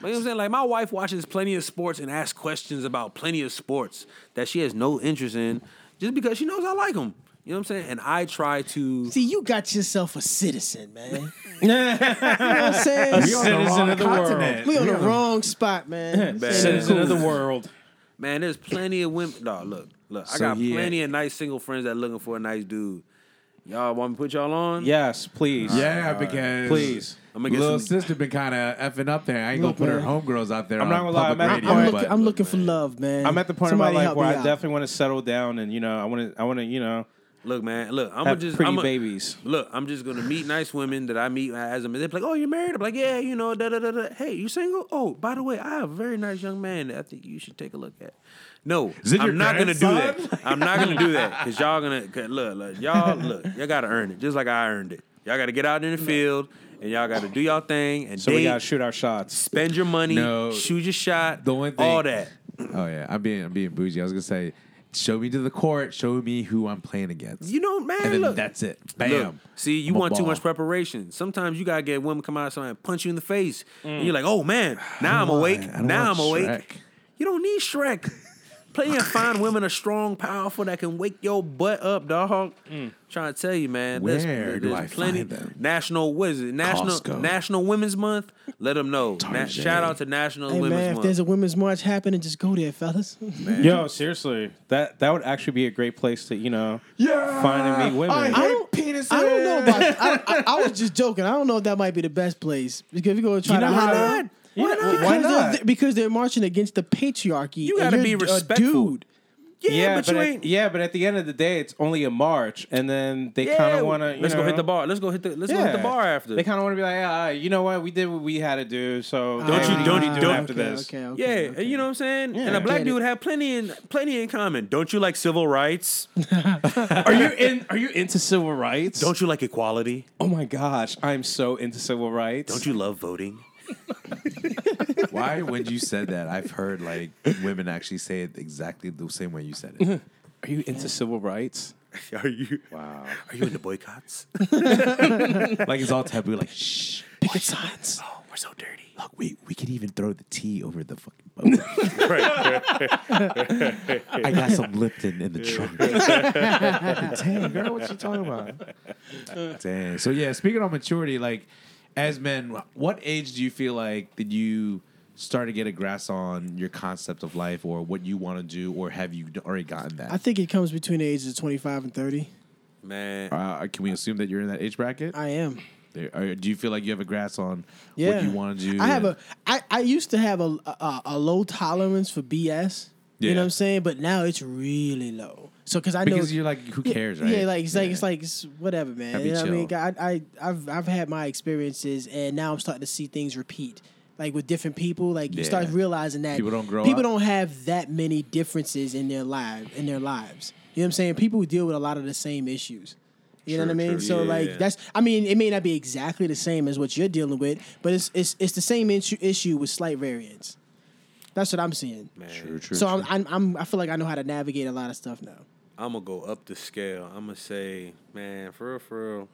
[SPEAKER 2] Like, you know what I'm saying? Like my wife watches plenty of sports and asks questions about plenty of sports that she has no interest in, just because she knows I like them. You know what I'm saying? And I try to.
[SPEAKER 4] See, you got yourself a citizen, man. you know what I'm saying?
[SPEAKER 1] We on the Citizen wrong of the world. continent.
[SPEAKER 4] We on the wrong spot, man.
[SPEAKER 2] Bad.
[SPEAKER 3] Citizen of the world.
[SPEAKER 2] Man, there's plenty of women. No, look, look. I
[SPEAKER 1] So,
[SPEAKER 2] got
[SPEAKER 1] yeah.
[SPEAKER 2] plenty of nice single friends that looking for a nice dude. Y'all want me to put y'all on?
[SPEAKER 3] Yes, please.
[SPEAKER 1] Yeah, because
[SPEAKER 3] Please.
[SPEAKER 2] I'ma get
[SPEAKER 1] little
[SPEAKER 2] some-
[SPEAKER 1] sister been kind of effing up there. I ain't
[SPEAKER 4] Look,
[SPEAKER 1] gonna put her
[SPEAKER 4] man.
[SPEAKER 1] homegirls out there.
[SPEAKER 3] I'm not
[SPEAKER 1] on
[SPEAKER 3] gonna lie,
[SPEAKER 1] public
[SPEAKER 3] I'm at the
[SPEAKER 1] radio,
[SPEAKER 4] I'm,
[SPEAKER 3] point-
[SPEAKER 1] but
[SPEAKER 4] looking, I'm looking for love, man.
[SPEAKER 3] I'm at the point
[SPEAKER 4] Somebody
[SPEAKER 3] in my life
[SPEAKER 4] help
[SPEAKER 3] where I
[SPEAKER 4] me out.
[SPEAKER 3] definitely want to settle down and you know I want to I want to you know
[SPEAKER 2] Look, man. Look, I'm
[SPEAKER 3] have
[SPEAKER 2] gonna just
[SPEAKER 3] pretty
[SPEAKER 2] I'ma-
[SPEAKER 3] babies.
[SPEAKER 2] Look, I'm just gonna meet nice women that I meet as a man. They're like, oh, you're married. I'm like, yeah, you know, da da da da. Hey, you single? Oh, by the way, I have a very nice young man that I think you should take a look at. No,
[SPEAKER 1] Is it your
[SPEAKER 2] I'm not gonna do
[SPEAKER 1] grandson?
[SPEAKER 2] that. I'm not gonna do that because y'all gonna 'cause look, look, y'all look, y'all gotta earn it just like I earned it. Y'all gotta get out in the field and y'all gotta do y'all thing and
[SPEAKER 3] So we
[SPEAKER 2] date,
[SPEAKER 3] gotta shoot our shots.
[SPEAKER 2] spend your money,
[SPEAKER 1] No.
[SPEAKER 2] shoot your shot,
[SPEAKER 1] the only thing,
[SPEAKER 2] all that.
[SPEAKER 1] Oh yeah, I'm being I'm being bougie. I was gonna say, show me to the court. Show me who I'm playing against.
[SPEAKER 2] You know, man.
[SPEAKER 1] and then
[SPEAKER 2] look,
[SPEAKER 1] that's it. Bam.
[SPEAKER 2] Look, see, you
[SPEAKER 1] I'm a
[SPEAKER 2] want too
[SPEAKER 1] ball.
[SPEAKER 2] much preparation. Sometimes you gotta get women come out somewhere and punch you in the face, and you're like, "Oh man, now I'm
[SPEAKER 1] want-
[SPEAKER 2] awake.
[SPEAKER 1] Mm. I don't
[SPEAKER 2] Now I'm
[SPEAKER 1] want
[SPEAKER 2] awake."
[SPEAKER 1] Shrek.
[SPEAKER 2] You don't need Shrek. Plenty of fine women are strong, powerful that can wake your butt up, dog. Trying to tell you, man. there's-
[SPEAKER 1] Mm. Where do
[SPEAKER 2] there's
[SPEAKER 1] I
[SPEAKER 2] plenty.
[SPEAKER 1] find them?
[SPEAKER 2] National what is it? National
[SPEAKER 1] Costco.
[SPEAKER 2] National Women's Month. Let them know. Na-
[SPEAKER 1] Target.
[SPEAKER 2] shout out to National
[SPEAKER 4] Hey,
[SPEAKER 2] Women's
[SPEAKER 4] man, if
[SPEAKER 2] Month.
[SPEAKER 4] there's a women's march happening, just go there, fellas.
[SPEAKER 3] Yo, seriously, that that would actually be a great place to you know
[SPEAKER 1] Yeah.
[SPEAKER 3] find and meet women.
[SPEAKER 1] I-
[SPEAKER 4] I don't,
[SPEAKER 1] penises.
[SPEAKER 4] I don't know about. I, I, I was just joking. I don't know if that might be the best place because if you're gonna try
[SPEAKER 1] You know
[SPEAKER 4] to
[SPEAKER 1] how to-
[SPEAKER 3] You know,
[SPEAKER 4] holler-
[SPEAKER 1] not? Why
[SPEAKER 4] Because they're-
[SPEAKER 1] not?
[SPEAKER 4] because they're marching against the patriarchy.
[SPEAKER 2] You
[SPEAKER 4] and
[SPEAKER 2] gotta
[SPEAKER 4] you're
[SPEAKER 2] be
[SPEAKER 4] a
[SPEAKER 2] respectful.
[SPEAKER 4] dude.
[SPEAKER 2] yeah,
[SPEAKER 3] yeah,
[SPEAKER 2] but,
[SPEAKER 3] but
[SPEAKER 2] you
[SPEAKER 3] at,
[SPEAKER 2] ain't.
[SPEAKER 3] yeah, but at the end of the day, it's only a march, and then they
[SPEAKER 2] Yeah,
[SPEAKER 3] kind of want to.
[SPEAKER 2] Let's go hit the bar. Let's go hit the. Let's go hit the bar after.
[SPEAKER 3] They kind of want to be like, yeah, all right, you know what? We did what we had to do. So
[SPEAKER 4] Ah,
[SPEAKER 3] don't
[SPEAKER 2] you-
[SPEAKER 3] you
[SPEAKER 2] don't
[SPEAKER 3] don't
[SPEAKER 2] you-
[SPEAKER 3] you do
[SPEAKER 2] don't-
[SPEAKER 3] after
[SPEAKER 4] okay,
[SPEAKER 3] this?
[SPEAKER 4] Okay,
[SPEAKER 2] Yeah,
[SPEAKER 4] okay, okay.
[SPEAKER 2] you know what I'm saying. And
[SPEAKER 3] Yeah.
[SPEAKER 2] a black
[SPEAKER 4] Get it.
[SPEAKER 2] dude have plenty in plenty in common. Don't you like civil rights?
[SPEAKER 3] Are you in? Are you into civil rights?
[SPEAKER 2] Don't you like equality?
[SPEAKER 3] Oh my gosh, I'm so into civil rights.
[SPEAKER 2] Don't you love voting?
[SPEAKER 1] Why, when you said that, I've heard like women actually say it exactly the same way you said it.
[SPEAKER 3] Are you into civil rights?
[SPEAKER 2] Are you? Wow. Are you into boycotts?
[SPEAKER 1] like it's all taboo. Like shh.
[SPEAKER 4] Picket signs.
[SPEAKER 2] oh, we're so dirty.
[SPEAKER 1] Look, we we could even throw the tea over the fucking boat. I got some Lipton in the trunk. Dang, girl, what you talking about? Dang. So yeah, speaking on maturity, like as men, what age do you feel like did you start to get a grasp on your concept of life or what you want to do, or have you already gotten that?
[SPEAKER 4] I think it comes between the ages of 25 and 30.
[SPEAKER 2] Man,
[SPEAKER 1] uh, can we assume that you're in that age bracket?
[SPEAKER 4] I am.
[SPEAKER 1] There- or do you feel like you have a grasp on
[SPEAKER 4] Yeah.
[SPEAKER 1] what you want to do?
[SPEAKER 4] I have
[SPEAKER 1] and-
[SPEAKER 4] a. I, I used to have a, a a low tolerance for BS. You
[SPEAKER 1] Yeah.
[SPEAKER 4] know what I'm saying? But now it's really low. So because I
[SPEAKER 1] because
[SPEAKER 4] know
[SPEAKER 1] you're like, who cares,
[SPEAKER 4] yeah,
[SPEAKER 1] right?
[SPEAKER 4] Yeah, like it's like it's
[SPEAKER 1] Yeah.
[SPEAKER 4] like it's whatever, man.
[SPEAKER 1] Gotta
[SPEAKER 4] You
[SPEAKER 1] be
[SPEAKER 4] know what I mean?
[SPEAKER 1] chill.
[SPEAKER 4] I, I I've I've had my experiences, and now I'm starting to see things repeat. Like with different people, like you start
[SPEAKER 1] Yeah.
[SPEAKER 4] realizing that
[SPEAKER 1] People don't grow
[SPEAKER 4] people
[SPEAKER 1] up.
[SPEAKER 4] don't have that many differences in their lives. In their lives, you know what I'm saying? People deal with a lot of the same issues. You know what I
[SPEAKER 1] True,
[SPEAKER 4] mean?
[SPEAKER 1] true.
[SPEAKER 4] So
[SPEAKER 2] Yeah,
[SPEAKER 4] like
[SPEAKER 2] yeah.
[SPEAKER 4] that's I mean it may not be exactly the same as what you're dealing with, but it's it's it's the same issue issue with slight variants. That's what I'm seeing.
[SPEAKER 1] True, true,
[SPEAKER 4] so
[SPEAKER 1] true.
[SPEAKER 4] I'm, I'm I'm I feel like I know how to navigate a lot of stuff now.
[SPEAKER 2] I'm gonna go up the scale. I'm gonna say, man, for real, for real,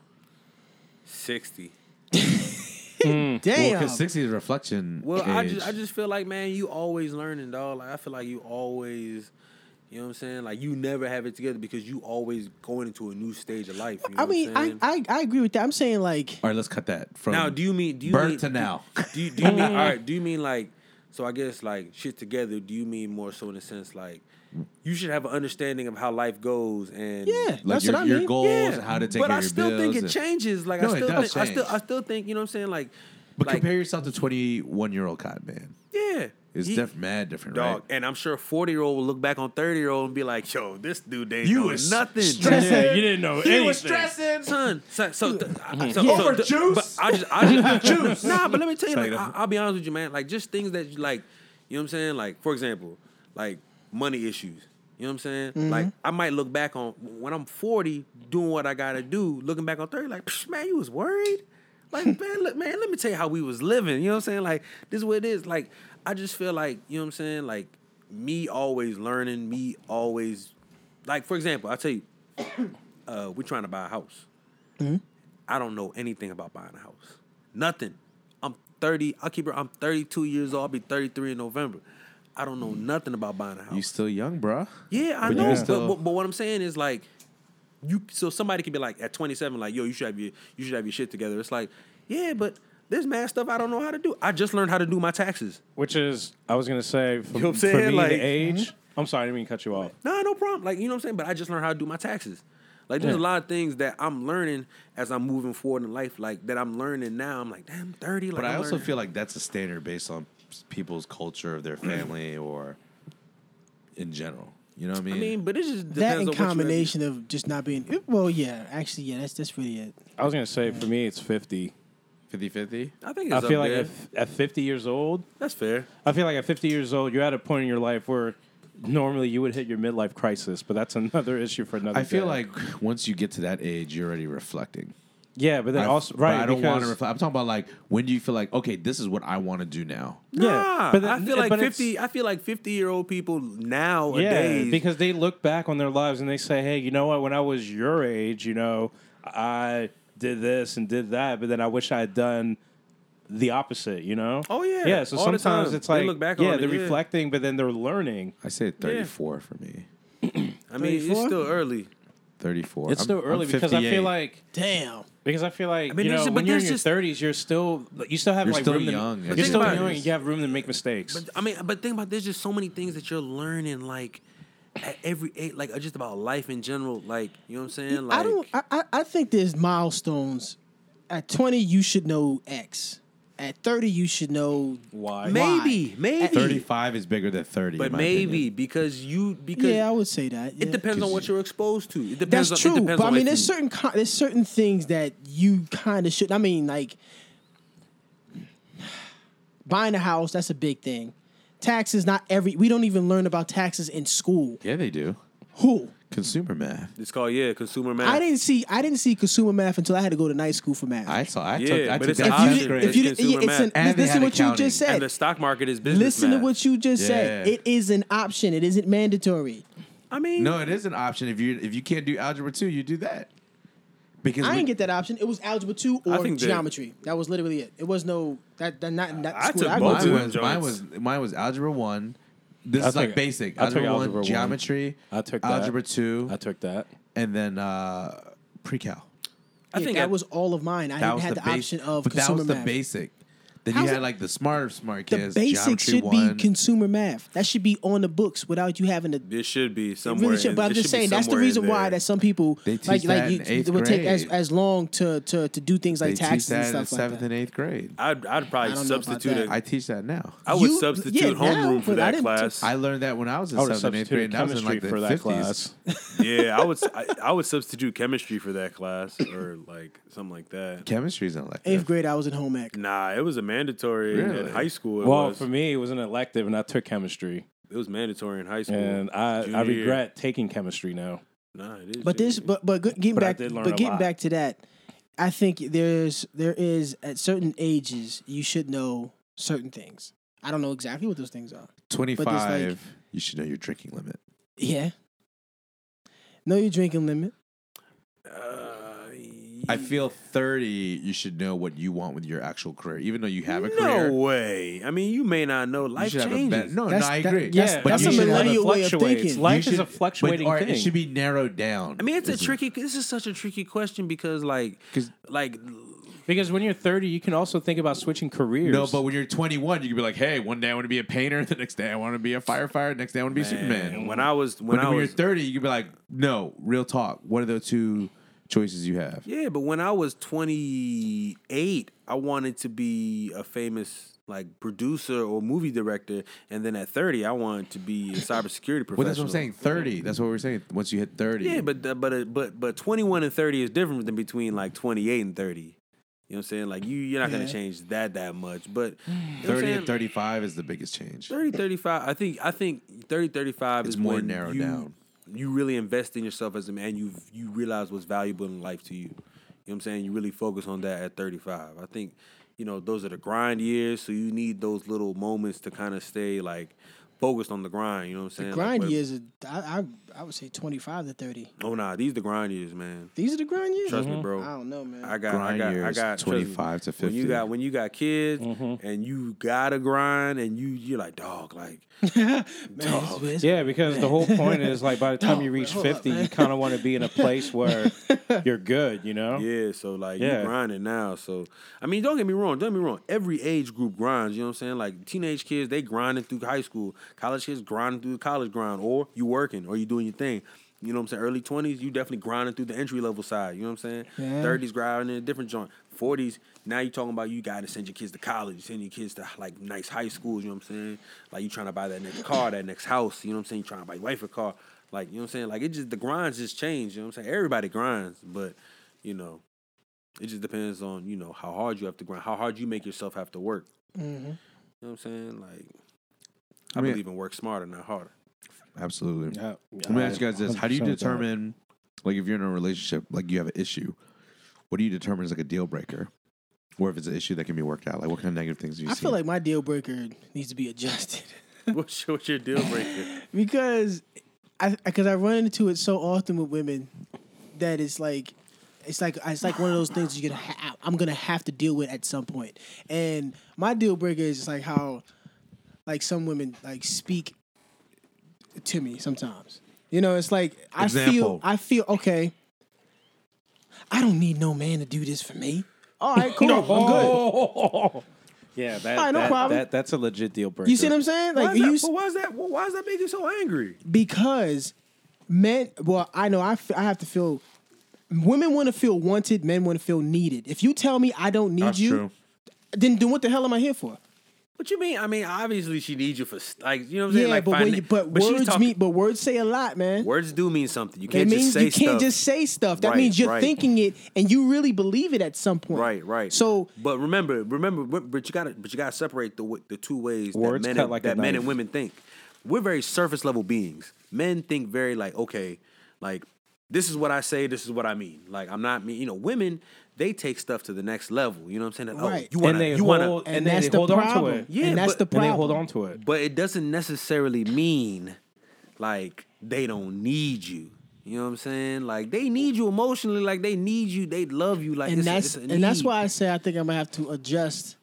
[SPEAKER 2] sixty.
[SPEAKER 1] Hmm.
[SPEAKER 4] Damn.
[SPEAKER 1] because sixty is a reflection.
[SPEAKER 2] Well, I
[SPEAKER 1] age.
[SPEAKER 2] just I just feel like, man, you always learning, dog. Like I feel like you always. You know what I'm saying? Like you never have it together because you always going into a new stage of life. You know
[SPEAKER 4] I mean,
[SPEAKER 2] what I'm
[SPEAKER 4] I,
[SPEAKER 2] saying?
[SPEAKER 4] I I agree with that. I'm saying like
[SPEAKER 1] All right, let's cut that from
[SPEAKER 2] Now, do you mean do you
[SPEAKER 1] birth
[SPEAKER 2] mean,
[SPEAKER 1] to now?
[SPEAKER 2] Do you, do you mean all right? Do you mean like so? I guess like shit together. Do you mean more so in the sense like you should have an understanding of how life goes and
[SPEAKER 4] yeah,
[SPEAKER 1] Like
[SPEAKER 4] that's
[SPEAKER 1] your,
[SPEAKER 4] what I
[SPEAKER 1] your
[SPEAKER 4] mean.
[SPEAKER 1] goals,
[SPEAKER 2] yeah.
[SPEAKER 1] how to take
[SPEAKER 2] but
[SPEAKER 1] care
[SPEAKER 2] I
[SPEAKER 1] of your
[SPEAKER 2] still
[SPEAKER 1] bills.
[SPEAKER 2] think it
[SPEAKER 1] and-
[SPEAKER 2] changes. Like
[SPEAKER 1] No,
[SPEAKER 2] I
[SPEAKER 1] it
[SPEAKER 2] still
[SPEAKER 1] does
[SPEAKER 2] think, I still I
[SPEAKER 1] change.
[SPEAKER 2] still think you know what I'm saying. Like,
[SPEAKER 1] But
[SPEAKER 2] like,
[SPEAKER 1] compare yourself to twenty-one year old cotton man.
[SPEAKER 2] yeah,
[SPEAKER 1] It's
[SPEAKER 2] He-
[SPEAKER 1] def- mad different,
[SPEAKER 2] Dog,
[SPEAKER 1] right?
[SPEAKER 2] and I'm sure 40 year old will look back on 30 year old and be like, "Yo, this dude, they
[SPEAKER 1] You
[SPEAKER 2] know
[SPEAKER 1] was
[SPEAKER 2] nothing."
[SPEAKER 4] stressing. Yeah, you
[SPEAKER 3] didn't know
[SPEAKER 2] Son, so, so, th- I- so,
[SPEAKER 4] Over
[SPEAKER 2] so th-
[SPEAKER 1] juice?
[SPEAKER 2] But I just, I just juice. Nah, but let me tell you,
[SPEAKER 1] Sorry,
[SPEAKER 2] like, I,
[SPEAKER 1] though.
[SPEAKER 2] I'll be honest with you, man. Like, just things that you like, you know what I'm saying? Like, for example, like money issues. You know what I'm saying? Like, I might look back on when I'm 40, doing what I gotta do. Looking back on 30, like, Psh, man, you was worried. Like, man, look, man, let me tell you how we was living. You know what I'm saying? Like, this is what it is. Like, I just feel like, you know what I'm saying? Like, me always learning, me always, like, for example, I tell you, uh, we're trying to buy a house. I don't know anything about buying a house. Nothing. I'm thirty. I keep it. I'm thirty two years old. I'll be thirty three in November. I don't know nothing about buying a house.
[SPEAKER 1] You still young, bruh.
[SPEAKER 2] Yeah, I
[SPEAKER 1] But you
[SPEAKER 2] know.
[SPEAKER 1] can still-
[SPEAKER 2] But, but, but what I'm saying is like, you so somebody could be like at 27, like yo, you should have your you should have your shit together. It's like, yeah, but there's mad stuff I don't know how to do. I just learned how to do my taxes.
[SPEAKER 3] Which is, I was gonna say, for,
[SPEAKER 2] You know what I'm
[SPEAKER 3] for
[SPEAKER 2] saying?
[SPEAKER 3] me,
[SPEAKER 2] Like- mm-hmm.
[SPEAKER 3] the age. I'm sorry, I didn't mean to cut you off.
[SPEAKER 2] Nah, no problem. Like you know what I'm saying. But I just learned how to do my taxes. Like there's a
[SPEAKER 3] Yeah.
[SPEAKER 2] lot of things that I'm learning as I'm moving forward in life. Like that I'm learning now. I'm like, damn, I'm 30. Like,
[SPEAKER 1] But
[SPEAKER 2] I'm
[SPEAKER 1] I also
[SPEAKER 2] learning.
[SPEAKER 1] feel like that's a standard based on people's culture of their family or in general. You know what I mean?
[SPEAKER 2] I mean, but it just depends
[SPEAKER 4] that
[SPEAKER 2] on
[SPEAKER 4] in
[SPEAKER 2] what you have-
[SPEAKER 4] combination of just not being. Well, yeah, actually, yeah, that's that's really it.
[SPEAKER 3] I was gonna say, for me, it's 50.
[SPEAKER 1] 50-50?
[SPEAKER 2] I think
[SPEAKER 3] I
[SPEAKER 2] it's
[SPEAKER 3] feel like
[SPEAKER 2] there.
[SPEAKER 3] at, at 50 years old,
[SPEAKER 2] that's fair.
[SPEAKER 3] I feel like at 50 years old, you're at a point in your life where normally you would hit your midlife crisis, but that's another issue for another.
[SPEAKER 1] I feel
[SPEAKER 3] day.
[SPEAKER 1] like once you get to that age, you're already reflecting.
[SPEAKER 3] yeah, but then
[SPEAKER 1] I-
[SPEAKER 3] also
[SPEAKER 1] but
[SPEAKER 3] right.
[SPEAKER 1] I don't want to
[SPEAKER 3] because-
[SPEAKER 1] reflect. I'm talking about like when do you feel like okay, this is what I want to do now.
[SPEAKER 2] Yeah,
[SPEAKER 3] but
[SPEAKER 2] but
[SPEAKER 3] that-
[SPEAKER 2] Ah, I feel like
[SPEAKER 3] but it's-
[SPEAKER 2] fifty. I feel like fifty year old people nowadays.
[SPEAKER 3] Yeah, because they look back on their lives and they say, "Hey, you know what? When I was your age, you know, I did this and did that, but then I wish I had done the opposite." You know?
[SPEAKER 2] Oh, yeah,
[SPEAKER 3] Yeah. So
[SPEAKER 2] all the
[SPEAKER 3] sometimes
[SPEAKER 2] time.
[SPEAKER 3] it's
[SPEAKER 2] They
[SPEAKER 3] like,
[SPEAKER 2] look back
[SPEAKER 3] yeah,
[SPEAKER 2] on it,
[SPEAKER 3] they're
[SPEAKER 2] yeah.
[SPEAKER 3] reflecting, but then they're learning.
[SPEAKER 1] I say 34 for me.
[SPEAKER 2] I mean,
[SPEAKER 4] 34?
[SPEAKER 2] it's still early.
[SPEAKER 1] 34.
[SPEAKER 3] It's
[SPEAKER 1] I'm-
[SPEAKER 3] still
[SPEAKER 1] I'm
[SPEAKER 3] early because I
[SPEAKER 1] 58.
[SPEAKER 3] feel like
[SPEAKER 4] Damn.
[SPEAKER 3] because I feel like
[SPEAKER 2] mean,
[SPEAKER 3] you
[SPEAKER 2] there's-
[SPEAKER 3] know
[SPEAKER 2] but
[SPEAKER 3] when you're in
[SPEAKER 2] there's
[SPEAKER 3] your
[SPEAKER 2] just-
[SPEAKER 3] 30s, you're still you still have
[SPEAKER 1] You're
[SPEAKER 3] like
[SPEAKER 1] still
[SPEAKER 3] room
[SPEAKER 1] young. But
[SPEAKER 3] To, you're
[SPEAKER 2] think
[SPEAKER 3] still
[SPEAKER 2] about it.
[SPEAKER 3] young. and You have room to make mistakes.
[SPEAKER 2] But I mean, but think about there's just so many things that you're learning, like at every age, like just about life in general. Like you know what I'm saying? Like
[SPEAKER 4] I don't. I, I I think there's milestones. At 20, you should know X. At 30, you should know
[SPEAKER 3] Why?
[SPEAKER 4] Why?
[SPEAKER 2] maybe, maybe,
[SPEAKER 1] 35 is bigger than 30.
[SPEAKER 2] but
[SPEAKER 1] in my
[SPEAKER 2] maybe
[SPEAKER 1] opinion.
[SPEAKER 2] because you because
[SPEAKER 4] Yeah, I would say that.
[SPEAKER 2] it
[SPEAKER 4] yeah.
[SPEAKER 2] depends on what you're exposed to. It depends.
[SPEAKER 4] That's
[SPEAKER 2] on, it
[SPEAKER 4] true,
[SPEAKER 2] depends
[SPEAKER 4] but I
[SPEAKER 2] on
[SPEAKER 4] mean,
[SPEAKER 2] if
[SPEAKER 4] there's
[SPEAKER 2] you-
[SPEAKER 4] certain ki- there's certain things that you kind of should. I mean, like buying a house. That's a big thing. Taxes, not every. We don't even learn about taxes in school.
[SPEAKER 1] Yeah, they do.
[SPEAKER 4] Who?
[SPEAKER 1] Consumer math.
[SPEAKER 2] It's called yeah, consumer math.
[SPEAKER 4] I didn't see. I didn't see consumer math until I had to go to night school for math.
[SPEAKER 1] I saw. I
[SPEAKER 2] Yeah,
[SPEAKER 1] took. I
[SPEAKER 2] but
[SPEAKER 1] took
[SPEAKER 2] it's
[SPEAKER 1] that
[SPEAKER 2] an
[SPEAKER 1] tenth
[SPEAKER 2] option.
[SPEAKER 1] grade.
[SPEAKER 4] if you,
[SPEAKER 2] It's
[SPEAKER 4] didn't-
[SPEAKER 2] consumer
[SPEAKER 4] it's an,
[SPEAKER 1] math. And they had
[SPEAKER 4] listen what you just
[SPEAKER 1] accounting.
[SPEAKER 2] And the
[SPEAKER 4] said.
[SPEAKER 2] stock market is business.
[SPEAKER 4] Listen
[SPEAKER 2] math.
[SPEAKER 4] to what you just said.
[SPEAKER 1] Yeah.
[SPEAKER 4] It is an option. It isn't mandatory.
[SPEAKER 2] I mean.
[SPEAKER 1] no, it is an option. If you if you can't do algebra two, you do that. Because
[SPEAKER 4] I
[SPEAKER 1] we-
[SPEAKER 4] didn't get that option. It was algebra two or
[SPEAKER 2] think that-
[SPEAKER 4] geometry. That, was literally it. It was no that that not that
[SPEAKER 2] I
[SPEAKER 4] school.
[SPEAKER 2] took
[SPEAKER 4] I go
[SPEAKER 2] both
[SPEAKER 4] to.
[SPEAKER 1] mine was mine
[SPEAKER 2] of them
[SPEAKER 1] was
[SPEAKER 2] joints.
[SPEAKER 1] mine was algebra one. This
[SPEAKER 3] I
[SPEAKER 1] is like
[SPEAKER 3] took-
[SPEAKER 1] basic
[SPEAKER 3] I took
[SPEAKER 1] algebra,
[SPEAKER 3] algebra
[SPEAKER 1] one,
[SPEAKER 3] one.
[SPEAKER 1] geometry.
[SPEAKER 3] I took that.
[SPEAKER 1] algebra two,
[SPEAKER 3] I took that.
[SPEAKER 1] and then uh, pre-cal.
[SPEAKER 2] I
[SPEAKER 4] Yeah,
[SPEAKER 2] think
[SPEAKER 4] that
[SPEAKER 2] I-
[SPEAKER 4] was all of mine. I
[SPEAKER 1] That
[SPEAKER 4] didn't
[SPEAKER 1] was
[SPEAKER 4] have the,
[SPEAKER 1] the base-
[SPEAKER 4] option of
[SPEAKER 1] but that
[SPEAKER 4] consumer
[SPEAKER 1] was the
[SPEAKER 4] math.
[SPEAKER 1] basic. Then you
[SPEAKER 4] How's
[SPEAKER 1] had
[SPEAKER 4] it-
[SPEAKER 1] like the smart smart
[SPEAKER 4] the
[SPEAKER 1] kids.
[SPEAKER 4] basic
[SPEAKER 1] geometry
[SPEAKER 4] should
[SPEAKER 1] one.
[SPEAKER 4] be consumer math. That should be on the books without you having to.
[SPEAKER 2] It should be
[SPEAKER 4] It
[SPEAKER 2] somewhere.
[SPEAKER 4] really should,
[SPEAKER 2] in-
[SPEAKER 4] but I'm
[SPEAKER 2] it
[SPEAKER 4] just
[SPEAKER 2] should be
[SPEAKER 4] saying that's the
[SPEAKER 2] somewhere in
[SPEAKER 4] reason why
[SPEAKER 2] there.
[SPEAKER 4] that some people
[SPEAKER 1] They
[SPEAKER 4] like
[SPEAKER 1] teach
[SPEAKER 4] like
[SPEAKER 1] that
[SPEAKER 4] you,
[SPEAKER 1] in eighth
[SPEAKER 4] it would take as,
[SPEAKER 1] grade.
[SPEAKER 4] as long to, to to do things
[SPEAKER 1] they
[SPEAKER 4] like
[SPEAKER 1] teach
[SPEAKER 4] taxes
[SPEAKER 1] that in
[SPEAKER 4] and stuff like
[SPEAKER 1] seventh
[SPEAKER 4] that.
[SPEAKER 1] and eighth grade.
[SPEAKER 2] I'd I'd probably
[SPEAKER 4] I don't know about
[SPEAKER 2] substitute
[SPEAKER 4] that.
[SPEAKER 2] it.
[SPEAKER 1] I teach that now.
[SPEAKER 2] I would
[SPEAKER 4] You-
[SPEAKER 2] substitute
[SPEAKER 4] yeah,
[SPEAKER 2] homeroom
[SPEAKER 4] now,
[SPEAKER 2] for
[SPEAKER 4] but I
[SPEAKER 2] that
[SPEAKER 4] didn't
[SPEAKER 2] class.
[SPEAKER 1] I learned that when I was in
[SPEAKER 3] I would have
[SPEAKER 1] seventh and eighth grade.
[SPEAKER 3] substituted
[SPEAKER 1] And I was in
[SPEAKER 3] chemistry
[SPEAKER 1] like the
[SPEAKER 3] for that
[SPEAKER 1] 50s.
[SPEAKER 3] class.
[SPEAKER 2] yeah, I would s- I, I would substitute chemistry for that class or like something like that.
[SPEAKER 1] Chemistry's an elective.
[SPEAKER 4] Eighth grade, I was in home ec.
[SPEAKER 2] Nah, it was a mandatory in- in
[SPEAKER 1] Really?
[SPEAKER 2] high school. It
[SPEAKER 3] Well,
[SPEAKER 2] was
[SPEAKER 3] for me, it was an elective, and I took chemistry,
[SPEAKER 2] it was mandatory in high school.
[SPEAKER 3] and I, I
[SPEAKER 2] Junior year.
[SPEAKER 3] regret taking chemistry now.
[SPEAKER 2] Nah, it is.
[SPEAKER 4] But this,
[SPEAKER 2] junior year.
[SPEAKER 4] but but getting
[SPEAKER 3] But I
[SPEAKER 4] back,
[SPEAKER 3] did learn
[SPEAKER 4] but
[SPEAKER 3] a
[SPEAKER 4] getting
[SPEAKER 3] lot.
[SPEAKER 4] back to that, I think there's there is at certain ages you should know certain things. I don't know exactly what those things are.
[SPEAKER 1] 25, you should know your drinking limit.
[SPEAKER 4] Yeah. Know your drinking limit.
[SPEAKER 2] Uh,
[SPEAKER 1] I feel 30, you should know what you want with your actual career. Even though you have a
[SPEAKER 2] no
[SPEAKER 1] career,
[SPEAKER 2] way. I mean, you may not know.
[SPEAKER 1] you
[SPEAKER 2] Life
[SPEAKER 1] should have a
[SPEAKER 2] changes.
[SPEAKER 1] better. No, no,
[SPEAKER 4] That's-
[SPEAKER 1] I
[SPEAKER 4] that-
[SPEAKER 1] agree.
[SPEAKER 4] Yes,
[SPEAKER 3] yeah,
[SPEAKER 1] but
[SPEAKER 4] that's
[SPEAKER 1] you
[SPEAKER 4] a
[SPEAKER 1] should have
[SPEAKER 4] millennial way of
[SPEAKER 3] fluctuates.
[SPEAKER 4] thinking.
[SPEAKER 3] Life
[SPEAKER 1] you
[SPEAKER 3] is a
[SPEAKER 1] should-
[SPEAKER 3] fluctuating
[SPEAKER 1] but, or
[SPEAKER 3] thing.
[SPEAKER 1] It should be narrowed down.
[SPEAKER 2] I mean, it's a tricky. This is such a tricky question because, like,
[SPEAKER 1] 'Cause-
[SPEAKER 2] like,
[SPEAKER 3] Because when you're 30, you can also think about switching careers.
[SPEAKER 1] No, but when you're 21, you can be like, hey, one day I want to be a painter. The next day I want to be a firefighter. Next day I want to be Superman.
[SPEAKER 2] man, when I was when
[SPEAKER 1] But
[SPEAKER 2] I
[SPEAKER 1] when you're
[SPEAKER 2] was
[SPEAKER 1] 30, you can be like, no, real talk. What are the two choices you have?
[SPEAKER 2] Yeah, but when I was 28, I wanted to be a famous like producer or movie director, and then at 30, I wanted to be a cybersecurity professional.
[SPEAKER 1] Well, that's what I'm saying. 30. That's what we're saying. Once you hit 30.
[SPEAKER 2] Yeah, but the- but uh, but but 21 and 30 is different than between like 28 and 30. You know what I'm saying? Like you you're not going
[SPEAKER 4] Yeah.
[SPEAKER 2] to change that that much, but you know what I'm
[SPEAKER 1] 30 and
[SPEAKER 2] saying?
[SPEAKER 1] 35 is the biggest change.
[SPEAKER 2] 30 35 I think I think 30 35
[SPEAKER 1] It's
[SPEAKER 2] is
[SPEAKER 1] more
[SPEAKER 2] when
[SPEAKER 1] narrowed
[SPEAKER 2] you,
[SPEAKER 1] down.
[SPEAKER 2] You really invest in yourself as a man. You you realize what's valuable in life to you. You know what I'm saying? You really focus on that at 35. I think you know those are the grind years, so you need those little moments to kind of stay like focused on the grind. You know what I'm
[SPEAKER 4] The
[SPEAKER 2] saying? Like,
[SPEAKER 4] grind
[SPEAKER 2] what-
[SPEAKER 4] years, is, I, I I would say twenty five to thirty.
[SPEAKER 2] Oh nah, these the grind years, man.
[SPEAKER 4] These are the grind years.
[SPEAKER 2] Trust me, bro.
[SPEAKER 4] Mm-hmm. I don't know, man.
[SPEAKER 2] I got, I
[SPEAKER 1] Grind
[SPEAKER 2] got, I
[SPEAKER 1] years,
[SPEAKER 2] got. trust me,
[SPEAKER 1] 25 to
[SPEAKER 2] When you
[SPEAKER 1] 50.
[SPEAKER 2] got, when you got kids,
[SPEAKER 4] Mm-hmm.
[SPEAKER 2] and you gotta grind, and you, you're like, dog, like,
[SPEAKER 4] man, it's- it's-
[SPEAKER 3] Yeah, because the whole point is like by the time you reach
[SPEAKER 4] hold up,
[SPEAKER 3] fifty,
[SPEAKER 4] man.
[SPEAKER 3] you kind of want to be in a place where you're good. You know.
[SPEAKER 2] yeah. So like,
[SPEAKER 3] Yeah.
[SPEAKER 2] you grinding now. So I mean, don't get me wrong. Don't get me wrong. Every age group grinds. You know what I'm saying? Like teenage kids, they grinding through high school. College kids grinding through the college grind, or you working, or you doing your thing. You know what I'm saying? Early 20s, you definitely grinding through the entry level side. You know what I'm saying?
[SPEAKER 4] Yeah.
[SPEAKER 2] 30s, grinding in a different joint. 40s, now you talking about you got to send your kids to college, send your kids to like nice high schools. You know what I'm saying? Like you trying to buy that next car, that next house. You know what I'm saying? You trying to buy your wife a car. Like, you know what I'm saying? Like it just, the grinds just change. You know what I'm saying? Everybody grinds, but you know, it just depends on, you know, how hard you have to grind, how hard you make yourself have to work.
[SPEAKER 4] Mhm.
[SPEAKER 2] You know what I'm saying? Like,
[SPEAKER 1] I
[SPEAKER 2] I
[SPEAKER 1] mean-
[SPEAKER 2] believe in work smarter, not harder.
[SPEAKER 1] Absolutely.
[SPEAKER 3] Yeah.
[SPEAKER 1] Let me ask you guys this: How do you
[SPEAKER 3] 100% with that.
[SPEAKER 1] determine, like, if you're in a relationship, like you have an issue, what do you determine is like a deal breaker, or if it's an issue that can be worked out? Like, what kind of negative things do you
[SPEAKER 4] I
[SPEAKER 1] see?
[SPEAKER 4] feel like my deal breaker needs to be adjusted
[SPEAKER 2] what's, your, what's your deal breaker?
[SPEAKER 4] because I because I run into it so often with women that it's like it's like it's like one of those things you're gonna ha- I'm gonna have to deal with at some point. And my deal breaker is just like how like some women like speak to me sometimes. You know, it's like I
[SPEAKER 1] Example.
[SPEAKER 4] feel I feel okay. I don't need no man to do this for me. All right, cool. I'm good.
[SPEAKER 3] Oh. Yeah, that,
[SPEAKER 4] All right, no
[SPEAKER 3] that-
[SPEAKER 4] problem.
[SPEAKER 3] that- that's a legit deal breaker.
[SPEAKER 4] You see what I'm saying? Like
[SPEAKER 2] Why
[SPEAKER 4] you
[SPEAKER 2] is, that, why, is that, why is that making you so angry?
[SPEAKER 4] because men well i know I f- I have to feel women want to feel wanted men want to feel needed if you tell me i don't need
[SPEAKER 1] That's
[SPEAKER 4] you
[SPEAKER 1] true.
[SPEAKER 4] then then what the hell am i here for
[SPEAKER 2] What you mean? I mean, obviously she needs you for st- like you know what I'm saying.
[SPEAKER 4] yeah
[SPEAKER 2] like
[SPEAKER 4] but, when
[SPEAKER 2] finan-
[SPEAKER 4] you, but,
[SPEAKER 2] she's
[SPEAKER 4] words
[SPEAKER 2] talking-
[SPEAKER 4] mean but words say a lot man
[SPEAKER 2] words do mean something. You
[SPEAKER 4] That
[SPEAKER 2] can't just
[SPEAKER 4] means
[SPEAKER 2] say
[SPEAKER 4] you can't
[SPEAKER 2] stuff.
[SPEAKER 4] just say stuff. That
[SPEAKER 2] Right,
[SPEAKER 4] means you're
[SPEAKER 2] right.
[SPEAKER 4] thinking it and you really believe it at some point.
[SPEAKER 2] right, right.
[SPEAKER 4] So
[SPEAKER 2] but remember, remember, but but you gotta, but you gotta separate the w- the two ways
[SPEAKER 3] Words
[SPEAKER 2] that men
[SPEAKER 3] cut
[SPEAKER 2] and,
[SPEAKER 3] like a
[SPEAKER 2] that men and
[SPEAKER 3] knife.
[SPEAKER 2] women think. We're very surface level beings. Men think very like okay, like this is what I say, this is what I mean. Like I'm not me. You know, women they take stuff to the next level. You know what I'm saying? Like,
[SPEAKER 4] Right.
[SPEAKER 2] Oh, you wanna,
[SPEAKER 3] and they
[SPEAKER 2] you
[SPEAKER 3] hold,
[SPEAKER 2] wanna,
[SPEAKER 3] and,
[SPEAKER 4] And
[SPEAKER 3] they
[SPEAKER 4] that's the
[SPEAKER 3] hold on
[SPEAKER 4] problem.
[SPEAKER 3] to it.
[SPEAKER 2] Yeah,
[SPEAKER 4] and that's
[SPEAKER 2] but-
[SPEAKER 4] the
[SPEAKER 3] And
[SPEAKER 4] problem.
[SPEAKER 3] they hold on to it.
[SPEAKER 2] but it doesn't necessarily mean like they don't need you. You know what I'm saying? Like they need you emotionally. Like they need you. They love you. Like
[SPEAKER 4] and
[SPEAKER 2] it's a-
[SPEAKER 4] that's
[SPEAKER 2] it's a
[SPEAKER 4] and that's
[SPEAKER 2] need.
[SPEAKER 4] why I say I think I'm gonna have to adjust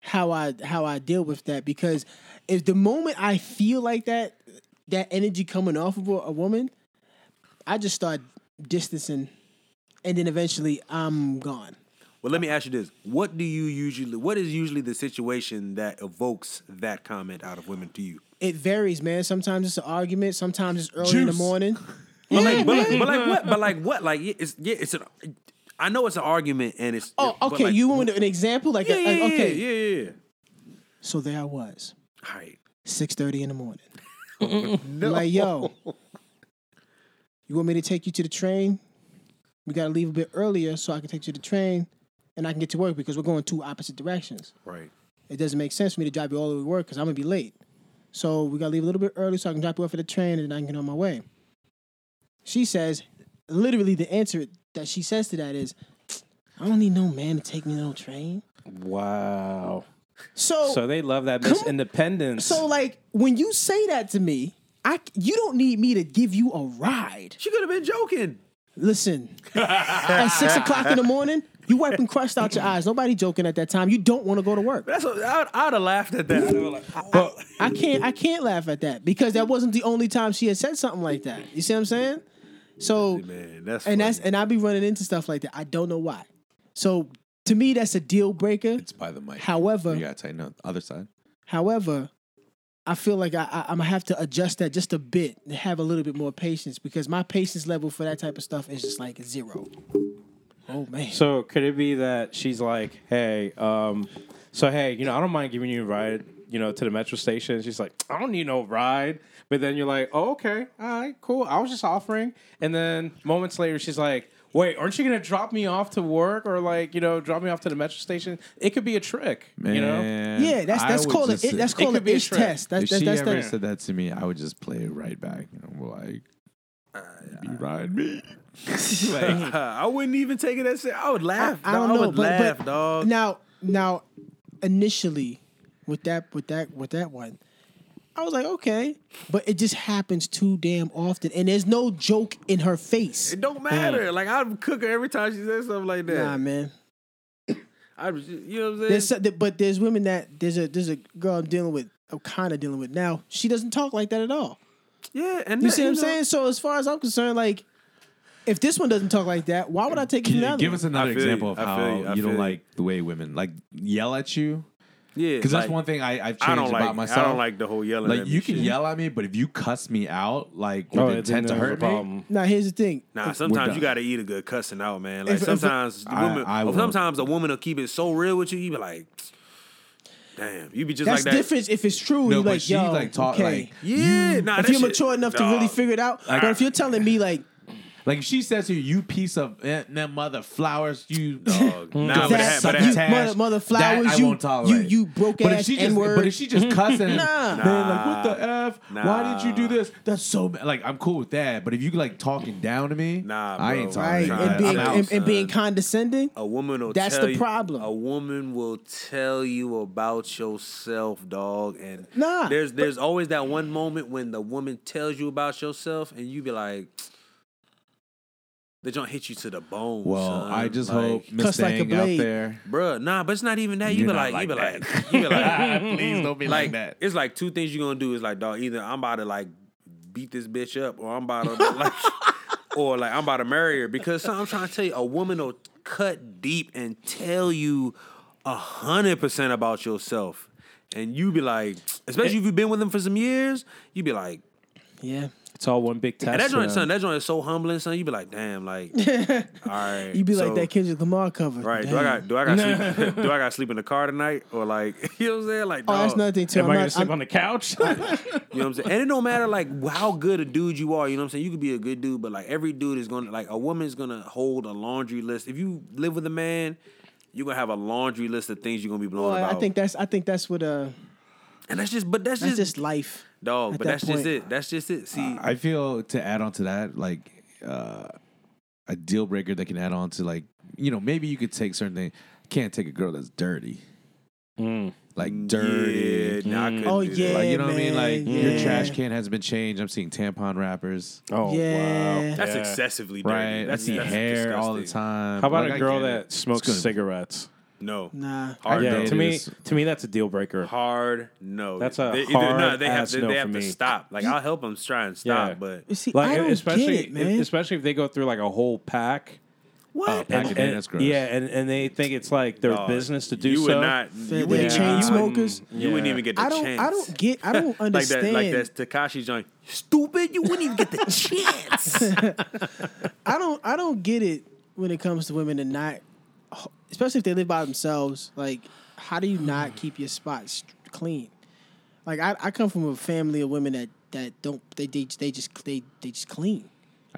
[SPEAKER 4] how I how I deal with that because if the moment I feel like that that energy coming off of a, a woman, I just start distancing, and then eventually I'm gone.
[SPEAKER 2] Well, let me ask you this: What do you usually? What is usually the situation that evokes that comment out of women to you?
[SPEAKER 4] It varies, man. Sometimes it's an argument. Sometimes it's early in the
[SPEAKER 1] Juice.
[SPEAKER 4] morning.
[SPEAKER 2] But like, but like, but like what? But like what? Like yeah, it's yeah, it's an. I know it's an argument, and it's.
[SPEAKER 4] Oh,
[SPEAKER 2] but
[SPEAKER 4] okay.
[SPEAKER 2] like-
[SPEAKER 4] you want an example? Like,
[SPEAKER 2] Yeah,
[SPEAKER 4] a-
[SPEAKER 2] yeah,
[SPEAKER 4] like,
[SPEAKER 2] yeah,
[SPEAKER 4] okay.
[SPEAKER 2] yeah, yeah.
[SPEAKER 4] So there I was,
[SPEAKER 2] All right.
[SPEAKER 4] six thirty in the morning. Like, yo, you want me to take you to the train? We gotta leave a bit earlier so I can take you to the train and I can get to work because we're going two opposite directions.
[SPEAKER 2] Right.
[SPEAKER 4] It doesn't make sense for me to drive you all the way to work because I'm gonna be late. So we gotta leave a little bit early so I can drop you off at the train and I can get on my way. She says, literally, the answer that she says to that is, I don't need no man to take me to no train.
[SPEAKER 3] Wow.
[SPEAKER 4] So,
[SPEAKER 3] So they love that
[SPEAKER 4] Come-
[SPEAKER 3] Miss Independence.
[SPEAKER 4] so like when you say that to me, I c- you don't need me to give you a ride.
[SPEAKER 2] She could have been joking.
[SPEAKER 4] Listen, at six o'clock in the morning, you wiping crust out your eyes. Nobody joking at that time. You don't want to go to work.
[SPEAKER 2] That's. What, I'd, I'd have laughed at that. I was like,
[SPEAKER 4] I, I can't. I can't laugh at that because that wasn't the only time she had said something like that. You see what I'm saying? So,
[SPEAKER 2] Man, that's.
[SPEAKER 4] and that's
[SPEAKER 2] funny.
[SPEAKER 4] and I be running into stuff like that. I don't know why. So to me, that's a deal breaker.
[SPEAKER 1] it's by the mic.
[SPEAKER 4] However,
[SPEAKER 1] you gotta tighten up. Other side.
[SPEAKER 4] However, I feel like I, I, I'm gonna have to adjust that just a bit and have a little bit more patience because my patience level for that type of stuff is just like zero. Oh man.
[SPEAKER 3] So could it be that she's like, hey, um, so hey, you know, I don't mind giving you a ride, you know, to the metro station. She's like, I don't need no ride. But then you're like, oh, okay, all right, cool. I was just offering. And then moments later, she's like, wait, aren't you gonna drop me off to work or like, you know, drop me off to the metro station? It could be a trick, you know.
[SPEAKER 1] Man,
[SPEAKER 4] yeah, that's
[SPEAKER 1] I
[SPEAKER 4] that's
[SPEAKER 1] would
[SPEAKER 4] called
[SPEAKER 1] just
[SPEAKER 4] it.
[SPEAKER 1] say-
[SPEAKER 4] That's called
[SPEAKER 3] could
[SPEAKER 4] an
[SPEAKER 3] be a
[SPEAKER 4] itch
[SPEAKER 3] trap.
[SPEAKER 4] test. That's
[SPEAKER 1] if
[SPEAKER 4] that's
[SPEAKER 1] she
[SPEAKER 4] that's,
[SPEAKER 1] ever
[SPEAKER 4] that's
[SPEAKER 1] said that to me, I would just play it right back. You know, like, you ride me.
[SPEAKER 2] Like, I wouldn't even take it that serious. I would laugh.
[SPEAKER 4] I don't
[SPEAKER 2] I
[SPEAKER 4] know,
[SPEAKER 2] would
[SPEAKER 4] but,
[SPEAKER 2] laugh,
[SPEAKER 4] but
[SPEAKER 2] dog.
[SPEAKER 4] now now initially with that with that with that one, I was like, okay, but it just happens too damn often, and there's no joke in her face.
[SPEAKER 2] It don't matter. Like I'd cook her every time she says something like that.
[SPEAKER 4] Nah, man.
[SPEAKER 2] I, you know what I'm saying?
[SPEAKER 4] There's so- but there's women that there's a there's a girl I'm dealing with. I'm kind of dealing with now. She doesn't talk like that at all.
[SPEAKER 2] yeah, and
[SPEAKER 4] You
[SPEAKER 2] that-
[SPEAKER 4] see what I'm
[SPEAKER 2] know-
[SPEAKER 4] saying? So as far as I'm concerned, like, if this one doesn't talk like that, why would I take
[SPEAKER 1] Can you
[SPEAKER 4] another?
[SPEAKER 1] give us another
[SPEAKER 2] I feel
[SPEAKER 1] example
[SPEAKER 2] you.
[SPEAKER 1] of
[SPEAKER 2] I feel
[SPEAKER 1] how
[SPEAKER 2] you. I
[SPEAKER 1] you don't
[SPEAKER 2] feel you.
[SPEAKER 1] like the way women like yell at you?
[SPEAKER 2] Yeah,
[SPEAKER 1] Because that's
[SPEAKER 2] like,
[SPEAKER 1] one thing I, I've changed
[SPEAKER 2] I don't like.
[SPEAKER 1] about myself.
[SPEAKER 2] I don't like the whole yelling.
[SPEAKER 1] Like
[SPEAKER 2] at
[SPEAKER 1] you
[SPEAKER 2] me
[SPEAKER 1] can
[SPEAKER 2] shit.
[SPEAKER 1] yell at me, but if you cuss me out, like with
[SPEAKER 3] Oh, then
[SPEAKER 1] intent to
[SPEAKER 3] there's a
[SPEAKER 1] hurt me,
[SPEAKER 3] problem.
[SPEAKER 4] Now here's the thing.
[SPEAKER 2] Nah,
[SPEAKER 1] done.
[SPEAKER 2] sometimes you gotta eat a good cussing out, man. Like
[SPEAKER 4] If- if-
[SPEAKER 2] sometimes the
[SPEAKER 1] I-
[SPEAKER 2] woman,
[SPEAKER 1] I
[SPEAKER 2] or
[SPEAKER 1] will.
[SPEAKER 2] sometimes a woman will keep it so real with you. You be like, damn, you be just
[SPEAKER 4] That's
[SPEAKER 2] like that.
[SPEAKER 4] different if it's true.
[SPEAKER 1] No,
[SPEAKER 4] you
[SPEAKER 1] but
[SPEAKER 4] like,
[SPEAKER 1] she,
[SPEAKER 4] yo,
[SPEAKER 1] like, talk,
[SPEAKER 4] okay.
[SPEAKER 1] like-
[SPEAKER 2] Yeah, nah,
[SPEAKER 4] if
[SPEAKER 2] that
[SPEAKER 4] you're
[SPEAKER 2] shit-
[SPEAKER 4] mature enough to
[SPEAKER 2] Nah.
[SPEAKER 4] really figure it out, but if you're telling me like
[SPEAKER 1] like if she says to you, "You piece of eh, that mother flowers," you
[SPEAKER 2] Dog. Nah, but
[SPEAKER 4] that,
[SPEAKER 2] that, but
[SPEAKER 1] you-
[SPEAKER 2] that,
[SPEAKER 1] that-
[SPEAKER 4] mother, mother flowers,
[SPEAKER 1] that I
[SPEAKER 4] you,
[SPEAKER 1] won't tolerate.
[SPEAKER 4] you, you broke
[SPEAKER 1] But if
[SPEAKER 4] ass
[SPEAKER 1] she
[SPEAKER 4] N
[SPEAKER 1] just,
[SPEAKER 4] word.
[SPEAKER 1] but if she just cussing,
[SPEAKER 4] Nah.
[SPEAKER 1] then like what the f? Why did you do
[SPEAKER 2] Nah.
[SPEAKER 1] this? That's so bad. like I'm cool with that. But if you like talking down to me,
[SPEAKER 2] Nah,
[SPEAKER 1] I
[SPEAKER 2] bro.
[SPEAKER 1] ain't talking.
[SPEAKER 4] right,
[SPEAKER 2] Nah,
[SPEAKER 4] and
[SPEAKER 2] I'm
[SPEAKER 4] being
[SPEAKER 2] out,
[SPEAKER 4] and, and being
[SPEAKER 2] son. Oh.
[SPEAKER 4] condescending.
[SPEAKER 2] a woman will.
[SPEAKER 4] That's
[SPEAKER 2] tell
[SPEAKER 4] the
[SPEAKER 2] you-
[SPEAKER 4] problem.
[SPEAKER 2] A woman will tell you about yourself, dog. And
[SPEAKER 4] Nah,
[SPEAKER 2] there's there's always that one moment when the woman tells you about yourself, and you be like, they don't hit you to the bone.
[SPEAKER 1] well,
[SPEAKER 2] son.
[SPEAKER 1] I just
[SPEAKER 2] Like,
[SPEAKER 1] hope Miss
[SPEAKER 4] Cuss like a
[SPEAKER 1] Dang out
[SPEAKER 4] blade.
[SPEAKER 1] there.
[SPEAKER 2] Bruh, nah, but it's not even that. You
[SPEAKER 1] You're
[SPEAKER 2] be
[SPEAKER 1] not
[SPEAKER 2] like, you be
[SPEAKER 1] like
[SPEAKER 2] like, you be like, "Ah,
[SPEAKER 1] Please don't be
[SPEAKER 2] like It's like two things you're gonna do. It's like, dog, either I'm about to like beat this bitch up, or I'm about to like, or like I'm about to marry her. Because something I'm trying to tell you, a woman will cut deep and tell you a hundred percent about yourself, and you be like, especially if you've been with them for some years, you be like.
[SPEAKER 4] Yeah,
[SPEAKER 3] It's all one big
[SPEAKER 2] And
[SPEAKER 3] test.
[SPEAKER 2] that
[SPEAKER 3] for
[SPEAKER 2] joint,
[SPEAKER 3] them.
[SPEAKER 2] son, that joint is so humbling, son. You be like, damn, like, all right.
[SPEAKER 4] you be
[SPEAKER 2] so-
[SPEAKER 4] like that Kendrick Lamar cover.
[SPEAKER 2] Right.
[SPEAKER 4] Damn.
[SPEAKER 2] Do I got do I got sleep do I got sleep in the car tonight? Or like you know what I'm saying? Like
[SPEAKER 4] Oh, that's
[SPEAKER 2] dog,
[SPEAKER 4] another thing too.
[SPEAKER 3] Am
[SPEAKER 4] I'm
[SPEAKER 3] I
[SPEAKER 4] not-
[SPEAKER 3] gonna sleep
[SPEAKER 4] I'm-
[SPEAKER 3] on the couch?
[SPEAKER 2] You know what I'm saying? And it don't matter like how good a dude you are, you know what I'm saying? You could be a good dude, but like every dude is gonna like a woman's gonna hold a laundry list. If you live with a man, you're gonna have a laundry list of things you're gonna be blown
[SPEAKER 4] Well, I
[SPEAKER 2] about.
[SPEAKER 4] think that's I think that's what uh
[SPEAKER 2] and that's just but that's,
[SPEAKER 4] that's
[SPEAKER 2] just,
[SPEAKER 4] just life.
[SPEAKER 2] dog,
[SPEAKER 4] at
[SPEAKER 2] but
[SPEAKER 4] that
[SPEAKER 2] that's just
[SPEAKER 4] point.
[SPEAKER 2] it. That's just it. See
[SPEAKER 1] I feel to add on to that, like uh, a deal breaker that can add on to like you know maybe you could take certain things. Can't take a girl that's dirty,
[SPEAKER 3] Mm.
[SPEAKER 1] like dirty.
[SPEAKER 2] Yeah, nah, I couldn't
[SPEAKER 4] Oh,
[SPEAKER 2] do that.
[SPEAKER 4] yeah.
[SPEAKER 1] Like you know what I mean? Like
[SPEAKER 4] man,
[SPEAKER 1] your
[SPEAKER 4] yeah.
[SPEAKER 1] trash can hasn't been changed. I'm seeing tampon wrappers,
[SPEAKER 3] Oh
[SPEAKER 4] Yeah.
[SPEAKER 3] wow,
[SPEAKER 2] that's
[SPEAKER 3] Yeah.
[SPEAKER 2] excessively dirty.
[SPEAKER 1] right?
[SPEAKER 2] That's,
[SPEAKER 1] I see
[SPEAKER 2] that's
[SPEAKER 1] hair all the
[SPEAKER 2] disgusting.
[SPEAKER 1] time.
[SPEAKER 3] How about
[SPEAKER 1] Like,
[SPEAKER 3] a
[SPEAKER 1] I
[SPEAKER 3] girl
[SPEAKER 1] get it.
[SPEAKER 3] that
[SPEAKER 1] It's
[SPEAKER 3] smokes
[SPEAKER 1] gonna-
[SPEAKER 3] cigarantes?
[SPEAKER 2] No.
[SPEAKER 4] Nah,
[SPEAKER 2] Hard
[SPEAKER 3] yeah,
[SPEAKER 2] no.
[SPEAKER 1] no.
[SPEAKER 3] to me,
[SPEAKER 1] It is.
[SPEAKER 3] to me, that's a deal breaker.
[SPEAKER 2] Hard no.
[SPEAKER 3] That's a
[SPEAKER 2] they, either-
[SPEAKER 3] hard
[SPEAKER 2] they have
[SPEAKER 3] ass
[SPEAKER 2] to,
[SPEAKER 3] no
[SPEAKER 2] they have
[SPEAKER 3] for
[SPEAKER 2] to
[SPEAKER 3] me.
[SPEAKER 2] stop. Like I'll help them try and stop,
[SPEAKER 3] Yeah.
[SPEAKER 2] but
[SPEAKER 4] you see,
[SPEAKER 3] Like
[SPEAKER 4] I don't
[SPEAKER 3] especially,
[SPEAKER 4] get it, man.
[SPEAKER 3] especially if they go through like a whole pack.
[SPEAKER 2] what?
[SPEAKER 1] Oh, pack it in, that's gross.
[SPEAKER 3] Yeah, and, and they think it's like their
[SPEAKER 2] Dog,
[SPEAKER 3] business to do
[SPEAKER 2] you
[SPEAKER 3] so.
[SPEAKER 2] Would not,
[SPEAKER 4] They're
[SPEAKER 2] you wouldn't
[SPEAKER 3] chain
[SPEAKER 2] even- you wouldn't-
[SPEAKER 4] smokers.
[SPEAKER 2] You wouldn't
[SPEAKER 3] Yeah.
[SPEAKER 2] even get the
[SPEAKER 4] I don't
[SPEAKER 2] chance.
[SPEAKER 4] I don't get I don't
[SPEAKER 2] like that,
[SPEAKER 4] understand.
[SPEAKER 2] like that Takashi joint. Stupid! You wouldn't even get the chance.
[SPEAKER 4] I don't I don't get it when it comes to women and not especially if they live by themselves like how do you not keep your spots clean like I, I come from a family of women that that don't they they, they just they they just clean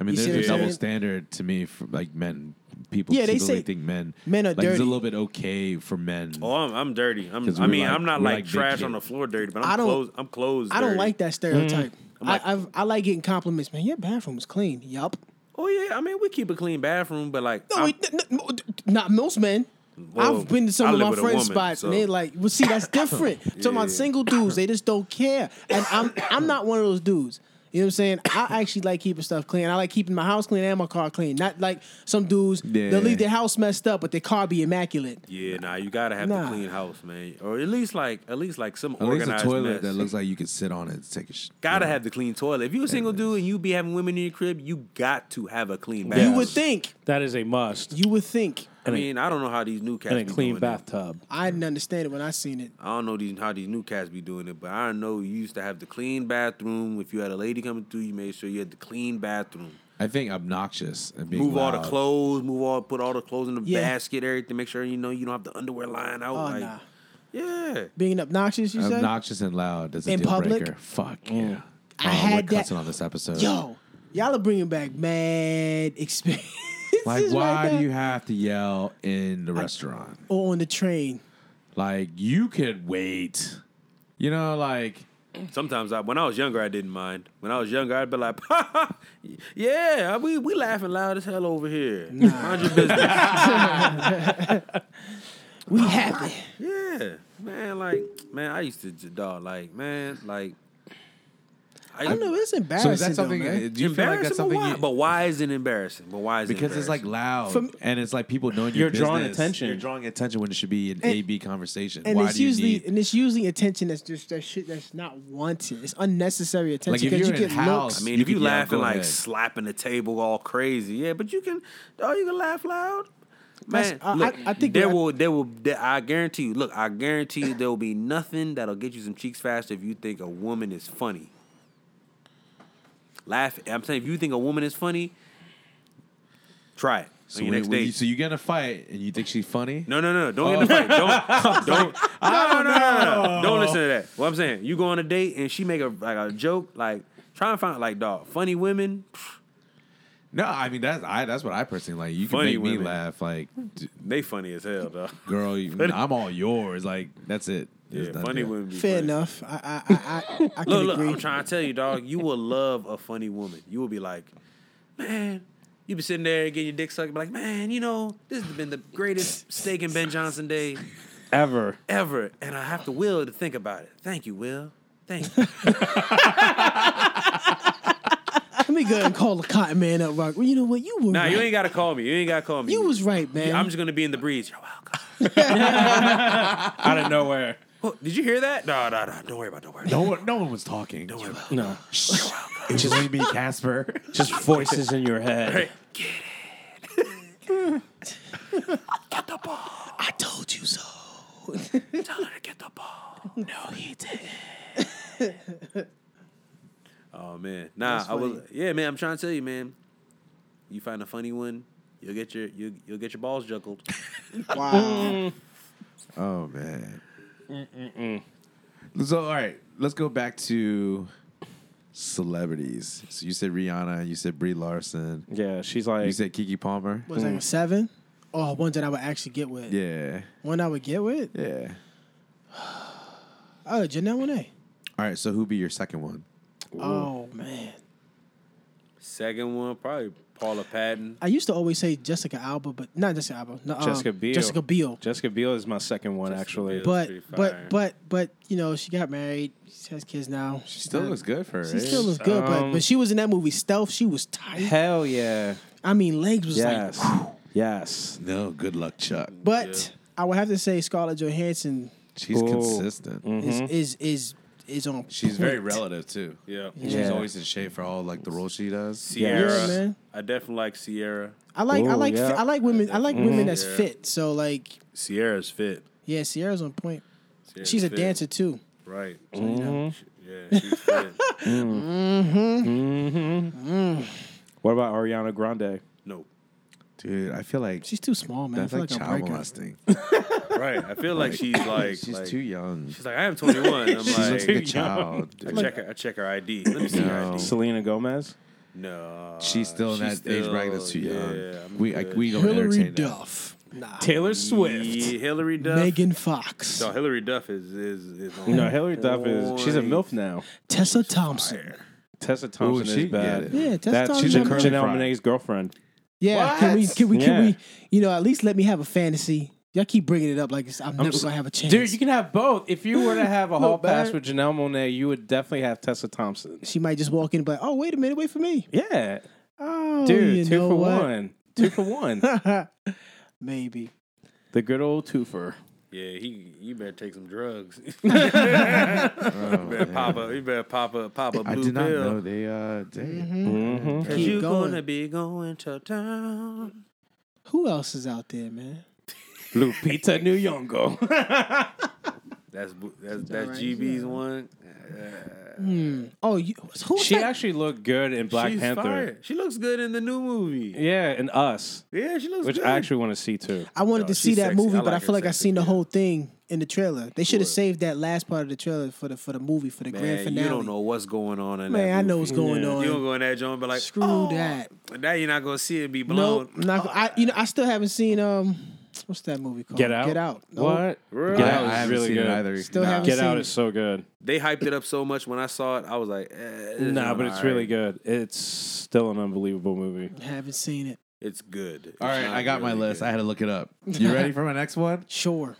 [SPEAKER 1] I mean,
[SPEAKER 4] You see
[SPEAKER 1] there's a
[SPEAKER 4] what I'm
[SPEAKER 1] double
[SPEAKER 4] saying?
[SPEAKER 1] standard to me for like men. People,
[SPEAKER 4] Yeah, they
[SPEAKER 1] people,
[SPEAKER 4] say
[SPEAKER 1] think men
[SPEAKER 4] men are
[SPEAKER 1] like, It's
[SPEAKER 4] dirty.
[SPEAKER 1] a little bit okay for men.
[SPEAKER 2] oh, I'm, I'm dirty. I'm,
[SPEAKER 1] 'Cause
[SPEAKER 2] I
[SPEAKER 1] we
[SPEAKER 2] mean,
[SPEAKER 1] like-
[SPEAKER 2] I'm not
[SPEAKER 1] we
[SPEAKER 2] like,
[SPEAKER 1] like big
[SPEAKER 2] trash
[SPEAKER 1] shit.
[SPEAKER 2] on the floor dirty, but I'm
[SPEAKER 4] I don't-
[SPEAKER 2] clothes. I'm clothes.
[SPEAKER 4] I don't
[SPEAKER 2] dirty.
[SPEAKER 4] like that stereotype
[SPEAKER 2] like-
[SPEAKER 4] I, I've, I like getting compliments man your bathroom is clean yup
[SPEAKER 2] Oh yeah, I mean, we keep a clean bathroom, but like,
[SPEAKER 4] no
[SPEAKER 2] I'm-
[SPEAKER 4] it, n- n- no, not most men
[SPEAKER 2] Well,
[SPEAKER 4] I've been
[SPEAKER 2] I
[SPEAKER 4] to some
[SPEAKER 2] live
[SPEAKER 4] of my
[SPEAKER 2] with a
[SPEAKER 4] friends'
[SPEAKER 2] woman,
[SPEAKER 4] spots,
[SPEAKER 2] so-
[SPEAKER 4] and they're like, "Well, see, that's different." Talking about single dudes, they just don't care, and I'm I'm not one of those dudes. You know what I'm saying? I actually like keeping stuff clean. I like keeping my house clean and my car clean. Not like some dudes
[SPEAKER 1] Yeah.
[SPEAKER 4] they'll leave their house messed up, but their car be immaculate.
[SPEAKER 2] yeah, nah, you gotta have the
[SPEAKER 4] Nah.
[SPEAKER 2] clean house, man, or at least like, at least like some
[SPEAKER 1] At least
[SPEAKER 2] organized
[SPEAKER 1] a toilet
[SPEAKER 2] mess.
[SPEAKER 1] that looks like you could sit on it and take a sh-
[SPEAKER 2] Gotta
[SPEAKER 1] you know.
[SPEAKER 2] have the clean toilet. If you a single dude and you be having women in your crib, you got to have a clean
[SPEAKER 3] Yeah.
[SPEAKER 2] bathroom.
[SPEAKER 4] You would think.
[SPEAKER 3] That is a must.
[SPEAKER 4] You would think.
[SPEAKER 2] I mean, I don't know how these new cats
[SPEAKER 3] and a
[SPEAKER 2] be
[SPEAKER 3] clean
[SPEAKER 2] doing it.
[SPEAKER 3] bathtub.
[SPEAKER 4] I didn't understand it when I seen it.
[SPEAKER 2] I don't know these how these new cats be doing it, but I know you used to have the clean bathroom. If you had a lady coming through, you made sure you had the clean bathroom.
[SPEAKER 1] I think obnoxious and being
[SPEAKER 2] Move all the
[SPEAKER 1] loud.
[SPEAKER 2] clothes, move all put all the clothes in the
[SPEAKER 4] Yeah.
[SPEAKER 2] basket, everything. Make sure you know you don't have the underwear lying out.
[SPEAKER 4] Oh
[SPEAKER 2] like,
[SPEAKER 4] nah,
[SPEAKER 2] yeah,
[SPEAKER 4] being obnoxious. You said
[SPEAKER 1] Obnoxious and loud. That's a
[SPEAKER 4] In
[SPEAKER 1] deal
[SPEAKER 4] public? Mm.
[SPEAKER 1] breaker. Fuck yeah.
[SPEAKER 4] I
[SPEAKER 1] Oh,
[SPEAKER 4] had
[SPEAKER 1] we're
[SPEAKER 4] that-
[SPEAKER 1] cussing on this episode.
[SPEAKER 4] yo, y'all are bringing back mad experiences.
[SPEAKER 1] like, why
[SPEAKER 4] right now.
[SPEAKER 1] do you have to yell in the restaurant?
[SPEAKER 4] Or on the train.
[SPEAKER 1] Like, you could wait. You know, like
[SPEAKER 2] Sometimes I, when I was younger, I didn't mind. When I was younger, I'd be like, "Yeah, we we laughing loud as hell over here. Mind your business."
[SPEAKER 4] We happy.
[SPEAKER 2] yeah, man. Like, man, I used to j- dog. Like, man, like I,
[SPEAKER 4] I know it's embarrassing.
[SPEAKER 1] So is that something?
[SPEAKER 4] Though, man.
[SPEAKER 1] do you feel like that's
[SPEAKER 2] but
[SPEAKER 1] something?
[SPEAKER 2] why?
[SPEAKER 1] you-
[SPEAKER 2] but why is it embarrassing? But why is it
[SPEAKER 1] because it's like
[SPEAKER 2] embarrassing?
[SPEAKER 1] loud
[SPEAKER 4] From-
[SPEAKER 1] and it's like people knowing your
[SPEAKER 3] You're drawing
[SPEAKER 1] business.
[SPEAKER 3] attention.
[SPEAKER 1] You're drawing attention when it should be an
[SPEAKER 4] And-
[SPEAKER 1] A B conversation.
[SPEAKER 4] and
[SPEAKER 1] Why
[SPEAKER 4] it's
[SPEAKER 1] do you
[SPEAKER 4] usually
[SPEAKER 1] need?
[SPEAKER 4] and it's usually attention that's just that shit that's not wanted. It's unnecessary attention
[SPEAKER 1] Like, if
[SPEAKER 4] because
[SPEAKER 1] you're
[SPEAKER 4] you
[SPEAKER 1] in
[SPEAKER 4] get
[SPEAKER 1] house-
[SPEAKER 4] looks.
[SPEAKER 2] I mean,
[SPEAKER 1] You
[SPEAKER 2] if you
[SPEAKER 1] could yell,
[SPEAKER 2] laughing
[SPEAKER 1] go
[SPEAKER 2] like
[SPEAKER 1] ahead.
[SPEAKER 2] slapping the table all crazy, yeah, but you can, oh, you can laugh loud,
[SPEAKER 4] That's-
[SPEAKER 2] man.
[SPEAKER 4] I- I-
[SPEAKER 2] look,
[SPEAKER 4] I think
[SPEAKER 2] there
[SPEAKER 4] what I-
[SPEAKER 2] will, there will, there, I guarantee you. Look, I guarantee you, there will be nothing that'll get you some cheeks faster if you think a woman is funny. Laugh. I'm saying, if you think a woman is funny, try it.
[SPEAKER 1] So,
[SPEAKER 2] on your
[SPEAKER 1] when-
[SPEAKER 2] next
[SPEAKER 1] when
[SPEAKER 2] date.
[SPEAKER 1] you, so you get in a fight and you think she's funny?
[SPEAKER 2] No, no, no. Don't get in the fight. Don't, don't. no, no, no, no, no. Don't listen to that. What I'm saying, you go on a date and she make a like a joke, like try and find like dog funny women.
[SPEAKER 1] No, I mean that's I. That's what I personally like. You can
[SPEAKER 2] Funny
[SPEAKER 1] make me
[SPEAKER 2] women.
[SPEAKER 1] laugh, like d-
[SPEAKER 2] They funny as hell, dog.
[SPEAKER 1] girl. You, I'm all yours. Like that's it. There's
[SPEAKER 2] Yeah,
[SPEAKER 1] nothing
[SPEAKER 2] funny
[SPEAKER 1] to it.
[SPEAKER 2] women. Be
[SPEAKER 4] Fair
[SPEAKER 2] funny.
[SPEAKER 4] enough. I I I, I, I can
[SPEAKER 2] Look, look.
[SPEAKER 4] agree.
[SPEAKER 2] I'm trying to tell you, dog. You will love a funny woman. You will be like, man. You be sitting there getting your dick sucked, be like, man, you know, this has been the greatest steak and Ben Johnson day
[SPEAKER 3] Ever.
[SPEAKER 2] ever, and I have to Will to think about it. Thank you, Will. Thank you.
[SPEAKER 4] Let me go ahead and call the cotton man up, Rock. Well, you know what? You were
[SPEAKER 2] nah,
[SPEAKER 4] right.
[SPEAKER 2] you ain't gotta call me. You ain't gotta call me.
[SPEAKER 4] you was right, man.
[SPEAKER 2] I'm just gonna be in the breeze. You're welcome.
[SPEAKER 3] Out of nowhere.
[SPEAKER 2] Oh, did you hear that? No, no, no. Don't worry about. it, Don't worry.
[SPEAKER 1] No one, no one was talking. Don't worry about
[SPEAKER 3] No.
[SPEAKER 1] it. It's just me, Casper.
[SPEAKER 3] Just voices in your head.
[SPEAKER 4] I told you so.
[SPEAKER 2] Tell her to get the ball.
[SPEAKER 4] No, he did.
[SPEAKER 2] Oh man, nah. I was. Yeah, man. I'm trying to tell you, man. You find a funny one, you'll get your you you'll get your balls juggled.
[SPEAKER 1] Mm-hmm.
[SPEAKER 4] Wow.
[SPEAKER 1] Oh man. So all right, let's go back to celebrities. So you said Rihanna, you said Brie Larson,
[SPEAKER 3] Yeah, she's
[SPEAKER 1] you
[SPEAKER 3] like,
[SPEAKER 1] said Kiki Palmer.
[SPEAKER 4] was like a seven? Oh, one that I would actually get with.
[SPEAKER 1] Yeah,
[SPEAKER 4] One I would get with?
[SPEAKER 1] yeah.
[SPEAKER 4] Oh, Janelle Monae.
[SPEAKER 1] All right, so who be your second one?
[SPEAKER 4] Oh man.
[SPEAKER 2] Second one, probably Paula Patton.
[SPEAKER 4] I used to always say Jessica Alba, but not Jessica Alba. No, um,
[SPEAKER 3] Jessica Biel.
[SPEAKER 4] Jessica Biel.
[SPEAKER 3] Jessica Biel is my second one,
[SPEAKER 2] Jessica
[SPEAKER 3] actually.
[SPEAKER 2] Biel.
[SPEAKER 4] But
[SPEAKER 2] pretty fire.
[SPEAKER 4] but but but you know she got married. She has kids now.
[SPEAKER 1] She still looks good for her.
[SPEAKER 4] She
[SPEAKER 1] age.
[SPEAKER 4] still looks good, but
[SPEAKER 3] Um,
[SPEAKER 4] but she was in that movie Stealth. She was tight.
[SPEAKER 3] Hell yeah.
[SPEAKER 4] I mean, legs was
[SPEAKER 3] Yes.
[SPEAKER 4] like.
[SPEAKER 3] Yes.
[SPEAKER 1] no, good luck, Chuck.
[SPEAKER 4] But I would have to say Scarlett Johansson
[SPEAKER 1] She's
[SPEAKER 3] Oh.
[SPEAKER 1] consistent.
[SPEAKER 4] is is is is on.
[SPEAKER 1] Mm-hmm. She's very
[SPEAKER 4] point.
[SPEAKER 1] relative too.
[SPEAKER 2] Yeah.
[SPEAKER 1] She's
[SPEAKER 3] Yeah.
[SPEAKER 1] always in shape for all like the role she does.
[SPEAKER 2] Sierra.
[SPEAKER 4] Yeah, man.
[SPEAKER 2] I definitely like Sierra.
[SPEAKER 4] I like I
[SPEAKER 3] Ooh,
[SPEAKER 4] like
[SPEAKER 3] yeah.
[SPEAKER 4] I like women I like
[SPEAKER 1] Mm-hmm.
[SPEAKER 4] women that's
[SPEAKER 2] Yeah.
[SPEAKER 4] fit. So like
[SPEAKER 2] Sierra's fit.
[SPEAKER 4] yeah, Sierra's on point.
[SPEAKER 2] Sierra's
[SPEAKER 4] She's a
[SPEAKER 2] fit.
[SPEAKER 4] dancer Mm-hmm. too.
[SPEAKER 2] right? So, you know, she- yeah, she's fit.
[SPEAKER 3] What about Ariana Grande?
[SPEAKER 2] no,
[SPEAKER 1] Dude, I feel like
[SPEAKER 4] She's too small, man.
[SPEAKER 1] that's
[SPEAKER 4] I feel
[SPEAKER 1] like
[SPEAKER 4] like, I'm
[SPEAKER 1] child
[SPEAKER 4] breaking.
[SPEAKER 1] molesting.
[SPEAKER 2] right? I feel like she's like
[SPEAKER 1] She's
[SPEAKER 2] like-
[SPEAKER 1] too young.
[SPEAKER 2] She's like I am 21. I'm
[SPEAKER 1] She's like
[SPEAKER 2] like,
[SPEAKER 1] a child.
[SPEAKER 2] I
[SPEAKER 1] dude.
[SPEAKER 2] check her. I check her ID. Let me see her
[SPEAKER 1] No.
[SPEAKER 2] ID.
[SPEAKER 3] Selena Gomez?
[SPEAKER 2] No,
[SPEAKER 1] She's still in that
[SPEAKER 2] she's
[SPEAKER 1] age bracket that's too
[SPEAKER 2] still-
[SPEAKER 1] young.
[SPEAKER 2] yeah, I'm
[SPEAKER 1] we I,
[SPEAKER 2] good.
[SPEAKER 1] we don't
[SPEAKER 4] Hillary
[SPEAKER 1] entertain
[SPEAKER 4] Duff. Nah.
[SPEAKER 3] Taylor Swift.
[SPEAKER 2] Yeah, Hillary Duff.
[SPEAKER 4] Megan Fox.
[SPEAKER 2] No, Hillary Duff is is, is on
[SPEAKER 3] No, Hillary Duff is she's a MILF now.
[SPEAKER 4] Tessa Thompson.
[SPEAKER 3] Tessa Thompson
[SPEAKER 1] she-
[SPEAKER 3] is bad.
[SPEAKER 1] yeah.
[SPEAKER 4] Yeah, Tessa
[SPEAKER 3] That,
[SPEAKER 4] Thompson.
[SPEAKER 3] she's
[SPEAKER 1] a
[SPEAKER 3] Janelle
[SPEAKER 4] I'm-
[SPEAKER 1] current- Curly fry.
[SPEAKER 3] Monae's girlfriend.
[SPEAKER 4] yeah, can we can we can
[SPEAKER 3] Yeah.
[SPEAKER 4] we you know at least let me have a fantasy. Y'all keep bringing it up like it's, I'm, never
[SPEAKER 3] s-
[SPEAKER 4] gonna have a chance.
[SPEAKER 3] Dude, you can have both. If you were to have a hall
[SPEAKER 4] bad.
[SPEAKER 3] pass with Janelle Monet, you would definitely have Tessa Thompson.
[SPEAKER 4] she might just walk in, and be like, oh wait a minute, wait for me.
[SPEAKER 3] Yeah.
[SPEAKER 4] Oh,
[SPEAKER 3] Dude,
[SPEAKER 4] you
[SPEAKER 3] two
[SPEAKER 4] know
[SPEAKER 3] for
[SPEAKER 4] what?
[SPEAKER 3] one. Two for one.
[SPEAKER 4] Maybe.
[SPEAKER 3] the good old twofer.
[SPEAKER 2] Yeah, he you better take some drugs.
[SPEAKER 1] that. Oh,
[SPEAKER 2] better
[SPEAKER 1] man.
[SPEAKER 2] pop a you better pop a pop a
[SPEAKER 1] I
[SPEAKER 2] blue
[SPEAKER 1] did not
[SPEAKER 2] pill.
[SPEAKER 1] know they uh did.
[SPEAKER 3] Mm-hmm.
[SPEAKER 2] Cause
[SPEAKER 4] Keep
[SPEAKER 2] you
[SPEAKER 4] going.
[SPEAKER 2] gonna be going to town.
[SPEAKER 4] Who else is out there, man?
[SPEAKER 3] Lupita Nyong'o.
[SPEAKER 2] That's bu- that's
[SPEAKER 4] all
[SPEAKER 2] that's
[SPEAKER 4] right,
[SPEAKER 2] GB's one.
[SPEAKER 4] Oh, you, who's
[SPEAKER 3] she
[SPEAKER 4] that?
[SPEAKER 3] actually looked good in Black
[SPEAKER 2] She's
[SPEAKER 3] Panther.
[SPEAKER 2] fire. She looks good in the new movie.
[SPEAKER 3] Yeah, and Us,
[SPEAKER 2] Yeah, she looks
[SPEAKER 3] which
[SPEAKER 2] good.
[SPEAKER 3] I actually want to see too.
[SPEAKER 4] I wanted
[SPEAKER 2] Yo,
[SPEAKER 4] to see
[SPEAKER 2] she's
[SPEAKER 4] that
[SPEAKER 2] sexy.
[SPEAKER 4] movie,
[SPEAKER 2] I
[SPEAKER 4] but I
[SPEAKER 2] like her
[SPEAKER 4] feel like I
[SPEAKER 2] sexy,
[SPEAKER 4] seen the
[SPEAKER 2] yeah.
[SPEAKER 4] whole thing in the trailer. They should have
[SPEAKER 2] Sure.
[SPEAKER 4] saved that last part of the trailer for the for the movie for the grand
[SPEAKER 2] Man,
[SPEAKER 4] finale.
[SPEAKER 2] you don't know what's going on in that
[SPEAKER 4] Man, I know what's
[SPEAKER 2] movie.
[SPEAKER 4] going
[SPEAKER 3] Yeah.
[SPEAKER 4] on.
[SPEAKER 2] You don't go in that joint, but like
[SPEAKER 4] Screw
[SPEAKER 2] oh,
[SPEAKER 4] that.
[SPEAKER 2] Now you're not gonna see it be blown.
[SPEAKER 4] Nope, not, I you know I still haven't seen um what's that movie called?
[SPEAKER 3] Get out.
[SPEAKER 4] Get out. Nope.
[SPEAKER 3] What?
[SPEAKER 2] Really?
[SPEAKER 3] Get
[SPEAKER 1] I,
[SPEAKER 3] out
[SPEAKER 1] I
[SPEAKER 3] is
[SPEAKER 1] haven't
[SPEAKER 3] really
[SPEAKER 1] seen
[SPEAKER 3] good.
[SPEAKER 1] it either.
[SPEAKER 4] Still haven't
[SPEAKER 3] Get
[SPEAKER 4] seen
[SPEAKER 3] out
[SPEAKER 4] it.
[SPEAKER 3] is so good.
[SPEAKER 2] They hyped it up so much when I saw it. I was like, eh, this is
[SPEAKER 3] Nah, but it's really
[SPEAKER 2] alright.
[SPEAKER 3] good. It's still an unbelievable movie.
[SPEAKER 4] Haven't seen it.
[SPEAKER 2] It's good.
[SPEAKER 1] All
[SPEAKER 2] It's
[SPEAKER 1] right,
[SPEAKER 2] not
[SPEAKER 1] I got my
[SPEAKER 2] really
[SPEAKER 1] list.
[SPEAKER 2] good.
[SPEAKER 1] I had to look it up. You ready for my next one?
[SPEAKER 4] Sure.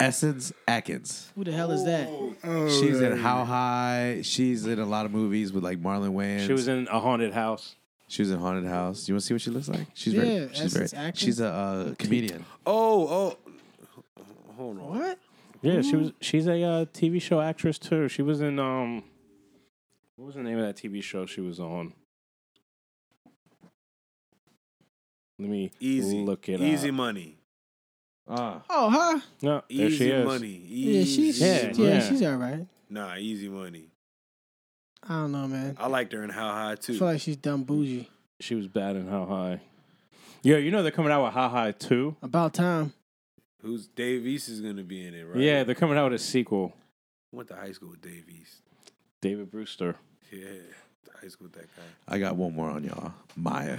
[SPEAKER 1] Essence Atkins.
[SPEAKER 4] Who the hell is that?
[SPEAKER 2] Oh.
[SPEAKER 1] She's in How High. She's in a lot of movies with like Marlon Wayans.
[SPEAKER 3] She was in a haunted house.
[SPEAKER 1] She was in Haunted House. You want to see what she looks like? She's
[SPEAKER 4] Yeah,
[SPEAKER 1] very, she's very,
[SPEAKER 4] Essence Atkins.
[SPEAKER 1] she's a uh, comedian.
[SPEAKER 2] Oh, oh, hold on.
[SPEAKER 4] What?
[SPEAKER 3] Yeah, she was. She's a uh, TV show actress too. She was in um, what was the name of that TV show she was on? Let me
[SPEAKER 2] Easy,
[SPEAKER 3] look it
[SPEAKER 2] easy
[SPEAKER 3] up.
[SPEAKER 2] money,
[SPEAKER 1] Ah,
[SPEAKER 4] Oh, huh?
[SPEAKER 3] No, there
[SPEAKER 2] easy
[SPEAKER 3] she is.
[SPEAKER 2] money,
[SPEAKER 4] Yeah,
[SPEAKER 2] easy.
[SPEAKER 4] she's
[SPEAKER 3] Yeah,
[SPEAKER 4] yeah,
[SPEAKER 3] yeah.
[SPEAKER 4] she's all right.
[SPEAKER 2] Nah, easy money.
[SPEAKER 4] I don't know, man.
[SPEAKER 2] I liked her in How High
[SPEAKER 4] I
[SPEAKER 2] too.
[SPEAKER 4] feel like she's dumb bougie.
[SPEAKER 3] She was bad in How High. Yeah, you know they're coming out with How High too.
[SPEAKER 4] About time.
[SPEAKER 2] Who's Dave East is gonna be in it, right?
[SPEAKER 3] Yeah, they're coming out with a sequel.
[SPEAKER 2] went to high school with Dave East.
[SPEAKER 3] David Brewster.
[SPEAKER 2] Yeah, went to high school with that guy.
[SPEAKER 1] I got one more on y'all. Maya.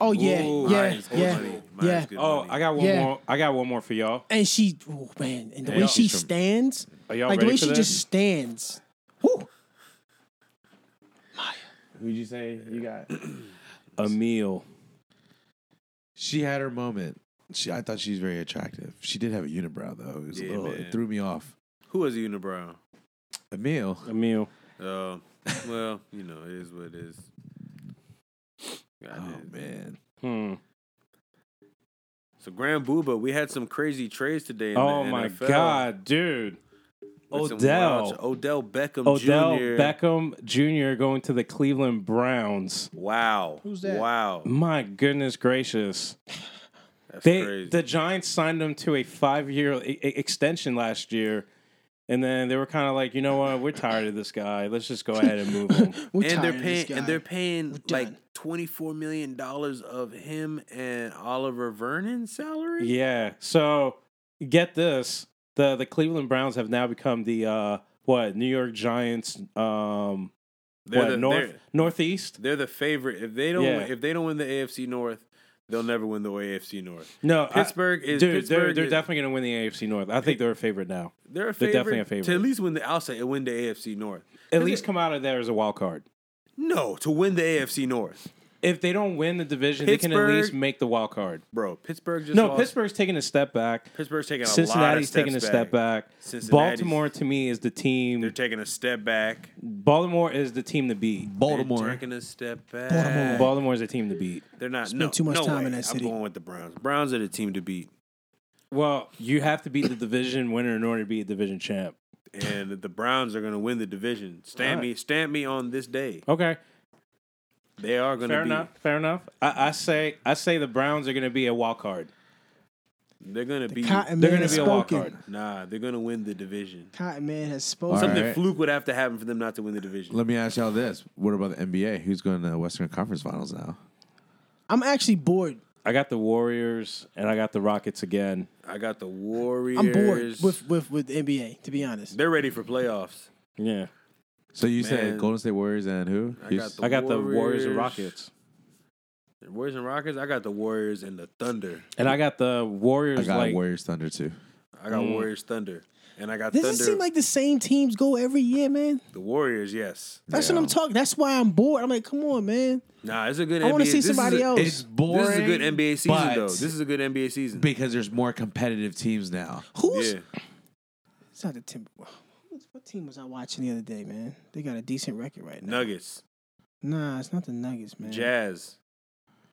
[SPEAKER 4] Oh yeah,
[SPEAKER 3] Ooh,
[SPEAKER 4] yeah,
[SPEAKER 2] Mine's good
[SPEAKER 4] yeah.
[SPEAKER 2] money. Mine's
[SPEAKER 4] yeah.
[SPEAKER 2] good
[SPEAKER 3] Oh,
[SPEAKER 2] money.
[SPEAKER 3] I got one
[SPEAKER 4] Yeah.
[SPEAKER 3] more. I got one more for y'all.
[SPEAKER 4] And she, oh man, and the
[SPEAKER 3] Yeah,
[SPEAKER 4] way
[SPEAKER 3] y'all-
[SPEAKER 4] she
[SPEAKER 1] she's from-
[SPEAKER 4] stands,
[SPEAKER 3] Are y'all
[SPEAKER 4] like the
[SPEAKER 3] ready
[SPEAKER 4] way
[SPEAKER 3] for
[SPEAKER 4] she
[SPEAKER 3] this?
[SPEAKER 4] just stands.
[SPEAKER 3] Who'd you say you got? Emil.
[SPEAKER 1] She had her moment. She, I thought she was very attractive. She did have a unibrow though. It was
[SPEAKER 2] Yeah,
[SPEAKER 1] a little.
[SPEAKER 2] man.
[SPEAKER 1] It threw me off.
[SPEAKER 2] Who was the unibrow?
[SPEAKER 1] Emil.
[SPEAKER 3] Emil.
[SPEAKER 2] Uh, well, you know, it is what it is. God,
[SPEAKER 1] Oh
[SPEAKER 2] it-
[SPEAKER 1] man.
[SPEAKER 3] Hmm.
[SPEAKER 2] So Grand Booba, we had some crazy trades today. In
[SPEAKER 3] oh
[SPEAKER 2] the
[SPEAKER 3] my
[SPEAKER 2] NFL.
[SPEAKER 3] God, dude.
[SPEAKER 2] With some
[SPEAKER 3] Odell.
[SPEAKER 2] wild- Odell Beckham
[SPEAKER 3] Odell
[SPEAKER 2] Jr.
[SPEAKER 3] Beckham Jr. going to the Cleveland Browns.
[SPEAKER 2] Wow.
[SPEAKER 4] Who's that?
[SPEAKER 2] Wow.
[SPEAKER 3] My goodness gracious.
[SPEAKER 2] That's
[SPEAKER 3] They
[SPEAKER 2] crazy.
[SPEAKER 3] the Giants signed him to a 5-year e- e- extension last year. And then they were kind of like, you know what, we're tired of this guy. Let's just go ahead and move him.
[SPEAKER 4] We're
[SPEAKER 2] and
[SPEAKER 4] tired
[SPEAKER 2] they're
[SPEAKER 4] of this
[SPEAKER 2] paying and
[SPEAKER 4] guy.
[SPEAKER 2] they're paying
[SPEAKER 4] done.
[SPEAKER 2] like twenty four million dollars of him and Oliver Vernon's salary.
[SPEAKER 3] yeah. So get this: the the Cleveland Browns have now become the uh, what New York Giants, um,
[SPEAKER 2] They're
[SPEAKER 3] what
[SPEAKER 2] the,
[SPEAKER 3] north
[SPEAKER 2] They're,
[SPEAKER 3] northeast?
[SPEAKER 2] they're the favorite. If they don't,
[SPEAKER 3] Yeah.
[SPEAKER 2] if they don't win the AFC North, they'll never win the AFC North.
[SPEAKER 3] No, I-
[SPEAKER 2] Pittsburgh is
[SPEAKER 3] dude, they're
[SPEAKER 2] Pittsburgh
[SPEAKER 3] they're
[SPEAKER 2] is-
[SPEAKER 3] definitely going to win the AFC North. I think they're a favorite now.
[SPEAKER 2] They're a
[SPEAKER 3] They're
[SPEAKER 2] favorite.
[SPEAKER 3] definitely a
[SPEAKER 2] to
[SPEAKER 3] favorite.
[SPEAKER 2] at least win the outside and win the AFC North.
[SPEAKER 3] At least come out of there as a wild card.
[SPEAKER 2] No, to win the AFC North,
[SPEAKER 3] If they don't win the division, they can at least
[SPEAKER 2] Pittsburgh-
[SPEAKER 3] make the wild card.
[SPEAKER 2] bro. Pittsburgh just
[SPEAKER 3] No,
[SPEAKER 2] lost.
[SPEAKER 3] Pittsburgh's taking a step back.
[SPEAKER 2] Pittsburgh's taking a lot of
[SPEAKER 3] Cincinnati's
[SPEAKER 2] steps
[SPEAKER 3] taking a step back.
[SPEAKER 2] Cincinnati's-
[SPEAKER 3] Baltimore to me is
[SPEAKER 2] They're
[SPEAKER 3] the team.
[SPEAKER 2] taking a step back.
[SPEAKER 3] Baltimore is the team to beat.
[SPEAKER 2] They're
[SPEAKER 1] Baltimore.
[SPEAKER 2] taking a step back.
[SPEAKER 3] Baltimore is the team to beat.
[SPEAKER 2] They're not.
[SPEAKER 4] Spent
[SPEAKER 2] no,
[SPEAKER 4] too much
[SPEAKER 2] no
[SPEAKER 4] time in
[SPEAKER 2] way.
[SPEAKER 4] that city.
[SPEAKER 2] I'm going with the Browns. Browns are the team to beat,
[SPEAKER 3] Well, you have to beat the division winner in order to be a division champ.
[SPEAKER 2] and the Browns are going to win the division. Stamp me, stamp me on this day.
[SPEAKER 3] Okay,
[SPEAKER 2] They are going to
[SPEAKER 3] fair
[SPEAKER 2] be.
[SPEAKER 3] enough. Fair enough. I, I say I say the Browns are going to be a wild card.
[SPEAKER 2] They're going to be.
[SPEAKER 4] Cotton
[SPEAKER 3] They're
[SPEAKER 4] Man
[SPEAKER 3] going to
[SPEAKER 4] has
[SPEAKER 3] be a wild
[SPEAKER 4] spoken.
[SPEAKER 3] card.
[SPEAKER 2] Nah, they're going to win the division.
[SPEAKER 4] Cotton Man has
[SPEAKER 1] All
[SPEAKER 4] spoken.
[SPEAKER 1] right.
[SPEAKER 2] Something fluke would have to happen for them not to win the division.
[SPEAKER 1] Let me ask y'all this: What about the NBA? Who's going to the Western Conference Finals now?
[SPEAKER 4] I'm actually bored.
[SPEAKER 3] I got the Warriors and I got the Rockets again.
[SPEAKER 2] I got the Warriors.
[SPEAKER 4] I'm bored with with with the NBA. To be honest,
[SPEAKER 2] They're ready for playoffs.
[SPEAKER 3] Yeah,
[SPEAKER 1] So you
[SPEAKER 2] Man.
[SPEAKER 1] said Golden State Warriors and who?
[SPEAKER 2] I
[SPEAKER 1] Houston?
[SPEAKER 2] The
[SPEAKER 3] I got the Warriors
[SPEAKER 2] Warriors.
[SPEAKER 3] and Rockets,
[SPEAKER 2] The Warriors and Rockets. I got the Warriors and the Thunder.
[SPEAKER 3] and I got the
[SPEAKER 1] I
[SPEAKER 3] Warriors
[SPEAKER 1] got
[SPEAKER 3] like
[SPEAKER 1] Warriors Thunder too.
[SPEAKER 2] I got
[SPEAKER 3] Mm.
[SPEAKER 2] Warriors Thunder, and I got
[SPEAKER 4] does
[SPEAKER 2] Thunder.
[SPEAKER 4] it seem like the same teams go every year, man?
[SPEAKER 2] the Warriors. Yes.
[SPEAKER 4] That's
[SPEAKER 1] Yeah.
[SPEAKER 4] what I'm talking. That's why I'm bored. I'm like, come on, man.
[SPEAKER 2] Nah, it's a good.
[SPEAKER 4] I want
[SPEAKER 2] NBA
[SPEAKER 4] to see
[SPEAKER 2] this is
[SPEAKER 4] somebody
[SPEAKER 2] a-
[SPEAKER 4] else.
[SPEAKER 1] It's boring.
[SPEAKER 2] This is a good NBA season,
[SPEAKER 1] but-
[SPEAKER 2] though. This is a good NBA season.
[SPEAKER 1] because there's more competitive teams now.
[SPEAKER 4] Who's
[SPEAKER 2] Yeah.
[SPEAKER 4] it's not the Timberwolves? Who's- What team was I watching the other day, man? They got a decent record right now.
[SPEAKER 2] Nuggets,
[SPEAKER 4] Nah, it's not the Nuggets, man.
[SPEAKER 2] Jazz,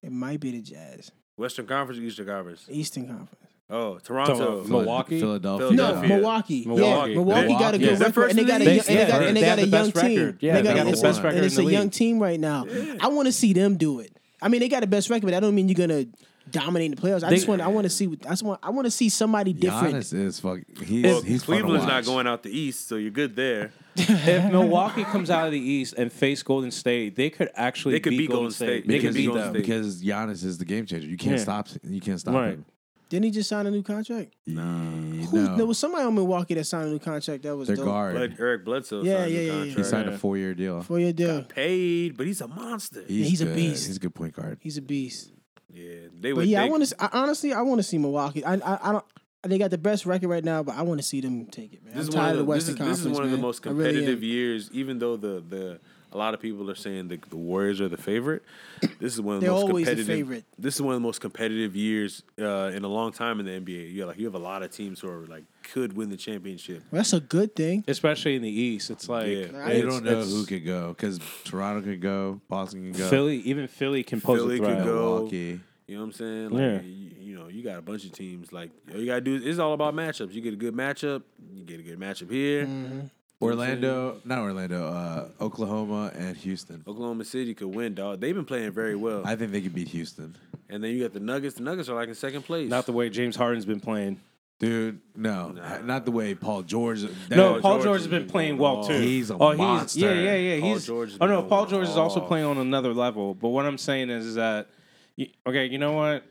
[SPEAKER 4] It might be the Jazz.
[SPEAKER 2] Western Conference, Eastern Conference.
[SPEAKER 4] Eastern Conference.
[SPEAKER 2] Oh,
[SPEAKER 3] Talking
[SPEAKER 2] Toronto.
[SPEAKER 3] about Milwaukee?
[SPEAKER 1] Philadelphia.
[SPEAKER 4] No,
[SPEAKER 2] Philadelphia.
[SPEAKER 4] Milwaukee.
[SPEAKER 3] Milwaukee.
[SPEAKER 4] Yeah, Milwaukee got a
[SPEAKER 1] Milwaukee.
[SPEAKER 4] good
[SPEAKER 1] Yeah.
[SPEAKER 4] record, and they got a
[SPEAKER 3] They-
[SPEAKER 4] young, and they
[SPEAKER 3] yeah,
[SPEAKER 4] got, and they
[SPEAKER 3] they
[SPEAKER 4] got a
[SPEAKER 3] have the
[SPEAKER 4] young
[SPEAKER 3] best
[SPEAKER 4] team.
[SPEAKER 3] record. Yeah,
[SPEAKER 4] they
[SPEAKER 1] they
[SPEAKER 4] got,
[SPEAKER 1] got the
[SPEAKER 4] it's,
[SPEAKER 1] best
[SPEAKER 4] a-
[SPEAKER 1] record
[SPEAKER 4] and
[SPEAKER 3] in
[SPEAKER 4] it's
[SPEAKER 3] the
[SPEAKER 4] a young
[SPEAKER 3] league.
[SPEAKER 4] team right now. I want to see them do it. I mean, they got the best record, but that don't mean you're gonna dominate the playoffs. I
[SPEAKER 3] They-
[SPEAKER 4] just want, I want to see, I just want, I want to see somebody different.
[SPEAKER 1] Giannis is fucking. He's,
[SPEAKER 2] Well,
[SPEAKER 1] he's fun to
[SPEAKER 2] Cleveland's not
[SPEAKER 1] watch.
[SPEAKER 2] going out the East, so you're good there.
[SPEAKER 3] if Milwaukee comes out of the East and face Golden State, they could actually
[SPEAKER 2] They could
[SPEAKER 3] beat,
[SPEAKER 2] beat
[SPEAKER 3] Golden
[SPEAKER 2] Golden
[SPEAKER 3] State.
[SPEAKER 2] State.
[SPEAKER 3] They
[SPEAKER 1] because
[SPEAKER 3] could
[SPEAKER 2] be
[SPEAKER 3] beat
[SPEAKER 2] Golden
[SPEAKER 3] them.
[SPEAKER 2] State.
[SPEAKER 1] because Giannis is the game changer. You can't
[SPEAKER 3] Yeah.
[SPEAKER 1] stop. You can't stop
[SPEAKER 3] Right.
[SPEAKER 1] him.
[SPEAKER 4] Didn't he just sign a new contract?
[SPEAKER 1] Nah,
[SPEAKER 4] Who,
[SPEAKER 1] no.
[SPEAKER 4] There was somebody on Milwaukee that signed a new contract. That was
[SPEAKER 1] their
[SPEAKER 4] dope.
[SPEAKER 1] guard.
[SPEAKER 2] Blood, Eric Bledsoe
[SPEAKER 4] Yeah,
[SPEAKER 2] signed
[SPEAKER 4] yeah,
[SPEAKER 2] the
[SPEAKER 4] yeah, yeah.
[SPEAKER 2] contract.
[SPEAKER 1] he signed a
[SPEAKER 3] Right.
[SPEAKER 1] four-year deal.
[SPEAKER 4] for your deal.
[SPEAKER 2] Paid, but he's a monster.
[SPEAKER 1] He's,
[SPEAKER 4] he's a
[SPEAKER 1] good.
[SPEAKER 4] beast.
[SPEAKER 1] He's a good point guard.
[SPEAKER 4] He's a beast.
[SPEAKER 2] Yeah, they
[SPEAKER 4] But
[SPEAKER 2] would.
[SPEAKER 4] yeah, I
[SPEAKER 2] they-
[SPEAKER 4] want to. Honestly, I want to see Milwaukee. I, I, I don't. They got the best record right now, but I want to see them take it, man.
[SPEAKER 2] This
[SPEAKER 4] I'm
[SPEAKER 2] is one
[SPEAKER 4] tired
[SPEAKER 2] of the,
[SPEAKER 4] of the
[SPEAKER 2] this
[SPEAKER 4] Western
[SPEAKER 2] is, this is
[SPEAKER 4] Conference,
[SPEAKER 2] one of the
[SPEAKER 4] man.
[SPEAKER 2] most
[SPEAKER 4] I really am.
[SPEAKER 2] competitive years, even though the the A lot of people are saying the, the Warriors are the favorite. This is one of the
[SPEAKER 4] They're
[SPEAKER 2] most
[SPEAKER 4] always the
[SPEAKER 2] competitive.
[SPEAKER 4] favorite.
[SPEAKER 2] This is one of the most competitive years uh, in a long time in the NBA. You like you have a lot of teams who are like could win the championship.
[SPEAKER 4] Well, that's a good thing.
[SPEAKER 3] especially in the East. It's like
[SPEAKER 2] Yeah.
[SPEAKER 4] Nah,
[SPEAKER 1] They
[SPEAKER 4] It's-
[SPEAKER 1] don't know who could go because Toronto could go, Boston could go,
[SPEAKER 3] Philly, even Philly can pose
[SPEAKER 2] Philly
[SPEAKER 3] a
[SPEAKER 2] could
[SPEAKER 3] threat.
[SPEAKER 2] go.
[SPEAKER 1] Milwaukee.
[SPEAKER 2] You know what I'm saying? Like,
[SPEAKER 3] Yeah.
[SPEAKER 2] You, you know, you got a bunch of teams. Like all you gotta do is it's all about matchups. You get a good matchup. You get a good matchup here.
[SPEAKER 4] Mm.
[SPEAKER 1] Orlando, not Orlando, uh, Oklahoma and Houston.
[SPEAKER 2] Oklahoma City could win, dog. They've been playing very well.
[SPEAKER 1] I think they could beat Houston.
[SPEAKER 2] and then you got the Nuggets. The Nuggets are like in second place.
[SPEAKER 3] Not the way James Harden's been playing.
[SPEAKER 1] Dude, no,
[SPEAKER 2] Nah.
[SPEAKER 1] not the way Paul George. that-
[SPEAKER 3] No,
[SPEAKER 2] Paul
[SPEAKER 3] Paul
[SPEAKER 2] George
[SPEAKER 3] George,
[SPEAKER 2] has
[SPEAKER 3] has
[SPEAKER 2] been
[SPEAKER 3] been playing
[SPEAKER 2] going
[SPEAKER 3] well
[SPEAKER 2] off.
[SPEAKER 3] too. Oh,
[SPEAKER 1] He's a monster.
[SPEAKER 3] yeah, yeah, yeah.
[SPEAKER 2] Paul
[SPEAKER 3] He's.
[SPEAKER 2] George has
[SPEAKER 3] oh
[SPEAKER 2] been
[SPEAKER 3] no, Paul
[SPEAKER 2] going
[SPEAKER 3] George is also
[SPEAKER 2] off.
[SPEAKER 3] playing on another level. But what I'm saying is, is that y- okay? You know what?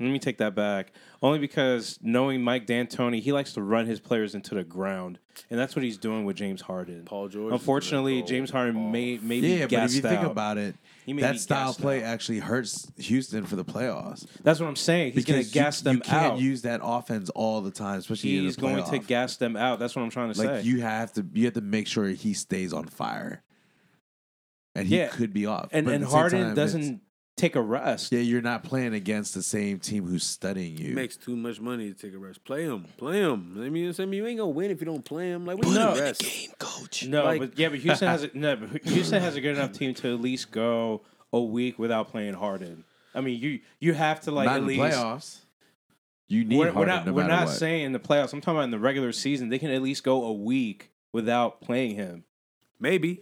[SPEAKER 3] Let me take that back. Only because knowing Mike D'Antoni, he likes to run his players into the ground, and that's what he's doing with James Harden.
[SPEAKER 2] Paul George is
[SPEAKER 3] Unfortunately,
[SPEAKER 2] gonna go
[SPEAKER 3] James Harden may maybe
[SPEAKER 1] yeah, but if you
[SPEAKER 3] gassed
[SPEAKER 1] think
[SPEAKER 3] out.
[SPEAKER 1] about it,
[SPEAKER 3] He may
[SPEAKER 1] that
[SPEAKER 3] be
[SPEAKER 1] style
[SPEAKER 3] gassed
[SPEAKER 1] play
[SPEAKER 3] out.
[SPEAKER 1] actually hurts Houston for the playoffs.
[SPEAKER 3] that's what I'm saying. He's going to
[SPEAKER 1] Because
[SPEAKER 3] gas
[SPEAKER 1] you,
[SPEAKER 3] them
[SPEAKER 1] you can't
[SPEAKER 3] out.
[SPEAKER 1] use that offense all the time, especially in the
[SPEAKER 3] he's going to
[SPEAKER 1] playoff.
[SPEAKER 3] gas them out. That's what I'm trying to
[SPEAKER 1] Like
[SPEAKER 3] say.
[SPEAKER 1] you have to, you have to make sure he stays on fire, and he
[SPEAKER 3] Yeah.
[SPEAKER 1] could be off.
[SPEAKER 3] and
[SPEAKER 1] But at
[SPEAKER 3] and
[SPEAKER 1] the same
[SPEAKER 3] Harden
[SPEAKER 1] time, it's-
[SPEAKER 3] doesn't take a rest.
[SPEAKER 1] Yeah, you're not playing against the same team who's studying you.
[SPEAKER 2] He makes too much money to take a rest. Play him, play him. I mean, I mean, you ain't gonna win if you don't play him. Like, what
[SPEAKER 3] No.
[SPEAKER 2] no,
[SPEAKER 3] In the
[SPEAKER 2] rest?
[SPEAKER 4] Game coach.
[SPEAKER 3] No,
[SPEAKER 2] Like-
[SPEAKER 3] but yeah, but Houston has a, no, but Houston has a good enough team to at least go a week without playing Harden. I mean, you you have to like
[SPEAKER 1] not
[SPEAKER 3] at
[SPEAKER 1] in the
[SPEAKER 3] least.
[SPEAKER 1] playoffs. You need
[SPEAKER 3] We're, we're
[SPEAKER 1] Harden
[SPEAKER 3] not
[SPEAKER 1] no
[SPEAKER 3] we're
[SPEAKER 1] matter
[SPEAKER 3] not
[SPEAKER 1] what.
[SPEAKER 3] saying in the playoffs. I'm talking about in the regular season. They can at least go a week without playing him.
[SPEAKER 2] Maybe.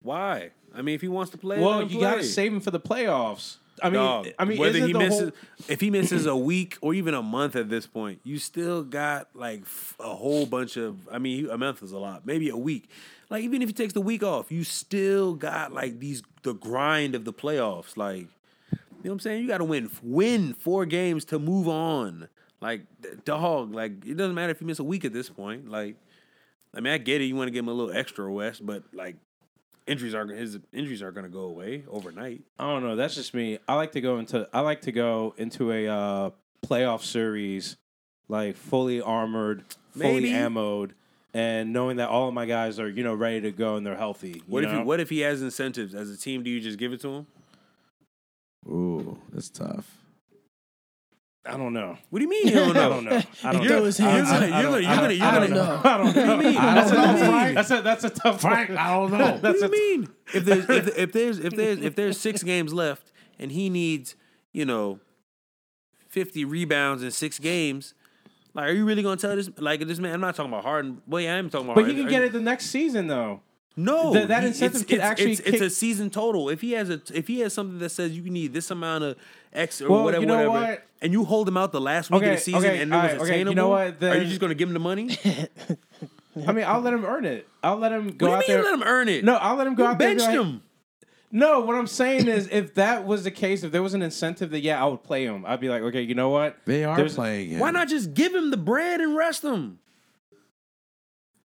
[SPEAKER 2] Why? I mean, if he wants to play,
[SPEAKER 3] well,
[SPEAKER 2] let him
[SPEAKER 3] you got to
[SPEAKER 2] play.
[SPEAKER 3] save him for the playoffs. I mean,
[SPEAKER 2] Dog,
[SPEAKER 3] I mean,
[SPEAKER 2] whether
[SPEAKER 3] isn't
[SPEAKER 2] he
[SPEAKER 3] the
[SPEAKER 2] misses,
[SPEAKER 3] whole-
[SPEAKER 2] if he misses a week or even a month at this point, you still got like f- a whole bunch of. I mean, a month is a lot. Maybe a week. Like even if he takes the week off, you still got like these the grind of the playoffs. Like you know what I'm saying? You got to win win four games to move on. Like d- dog, like it doesn't matter if you miss a week at this point. Like I mean, I get it. You want to give him a little extra rest, but like. Injuries are his injuries are going to go away overnight.
[SPEAKER 3] I don't know. That's just me. I like to go into I like to go into a uh, playoff series like fully armored, fully
[SPEAKER 2] Maybe.
[SPEAKER 3] ammoed, and knowing that all of my guys are you know ready to go and they're healthy. you
[SPEAKER 2] What if
[SPEAKER 3] know?
[SPEAKER 2] he, what if he has incentives as a team? Do you just give it to him?
[SPEAKER 1] Ooh, that's tough.
[SPEAKER 3] I don't know.
[SPEAKER 2] What do you mean? You don't
[SPEAKER 3] I
[SPEAKER 2] know.
[SPEAKER 3] don't know. I don't
[SPEAKER 4] He
[SPEAKER 3] know.
[SPEAKER 4] threw his
[SPEAKER 3] I-
[SPEAKER 4] hands
[SPEAKER 3] I-
[SPEAKER 4] up.
[SPEAKER 3] I don't-
[SPEAKER 2] You're gonna- you're
[SPEAKER 3] I
[SPEAKER 2] gonna- you're gonna-
[SPEAKER 3] don't- I don't know. I don't
[SPEAKER 2] What do you
[SPEAKER 3] know.
[SPEAKER 2] mean?
[SPEAKER 3] That's a
[SPEAKER 2] What do you
[SPEAKER 3] tough
[SPEAKER 2] mean?
[SPEAKER 3] one. That's a that's a tough one.
[SPEAKER 1] I don't
[SPEAKER 3] know.
[SPEAKER 2] What
[SPEAKER 3] That's
[SPEAKER 2] do
[SPEAKER 3] a-
[SPEAKER 2] you mean? If there's if, if there's if there's if there's six games left and he needs you know fifty rebounds in six games, like are you really gonna tell this like this man? I'm not talking about Harden. Well, yeah, I am talking about.
[SPEAKER 3] But he
[SPEAKER 2] Harden.
[SPEAKER 3] can
[SPEAKER 2] Are
[SPEAKER 3] get
[SPEAKER 2] you-
[SPEAKER 3] it the next season though.
[SPEAKER 2] No,
[SPEAKER 3] Th- that
[SPEAKER 2] he-
[SPEAKER 3] incentive
[SPEAKER 2] it's-
[SPEAKER 3] could
[SPEAKER 2] it's-
[SPEAKER 3] actually
[SPEAKER 2] it's, it's a
[SPEAKER 3] kick-
[SPEAKER 2] season total. If he has a if he has something that says you need this amount of X or
[SPEAKER 3] Well,
[SPEAKER 2] whatever,
[SPEAKER 3] you know
[SPEAKER 2] whatever,
[SPEAKER 3] what?
[SPEAKER 2] and you hold him out the last week
[SPEAKER 3] Okay,
[SPEAKER 2] of the season
[SPEAKER 3] okay,
[SPEAKER 2] and it was
[SPEAKER 3] alright,
[SPEAKER 2] attainable,
[SPEAKER 3] okay, you know what,
[SPEAKER 2] are you
[SPEAKER 3] then-
[SPEAKER 2] just gonna give him the money?
[SPEAKER 3] I mean, I'll let him earn it. I'll let him go
[SPEAKER 2] what
[SPEAKER 3] out
[SPEAKER 2] do you mean
[SPEAKER 3] there.
[SPEAKER 2] let him earn it?
[SPEAKER 3] No, I'll let him go
[SPEAKER 2] you
[SPEAKER 3] out there. and be
[SPEAKER 2] benched
[SPEAKER 3] like,
[SPEAKER 2] him.
[SPEAKER 3] No, what I'm saying is, if that was the case, if there was an incentive that yeah, I would play him. I'd be like, okay, you know what?
[SPEAKER 1] They are
[SPEAKER 3] There's-
[SPEAKER 1] playing him.
[SPEAKER 2] Why not just give him the bread and rest him?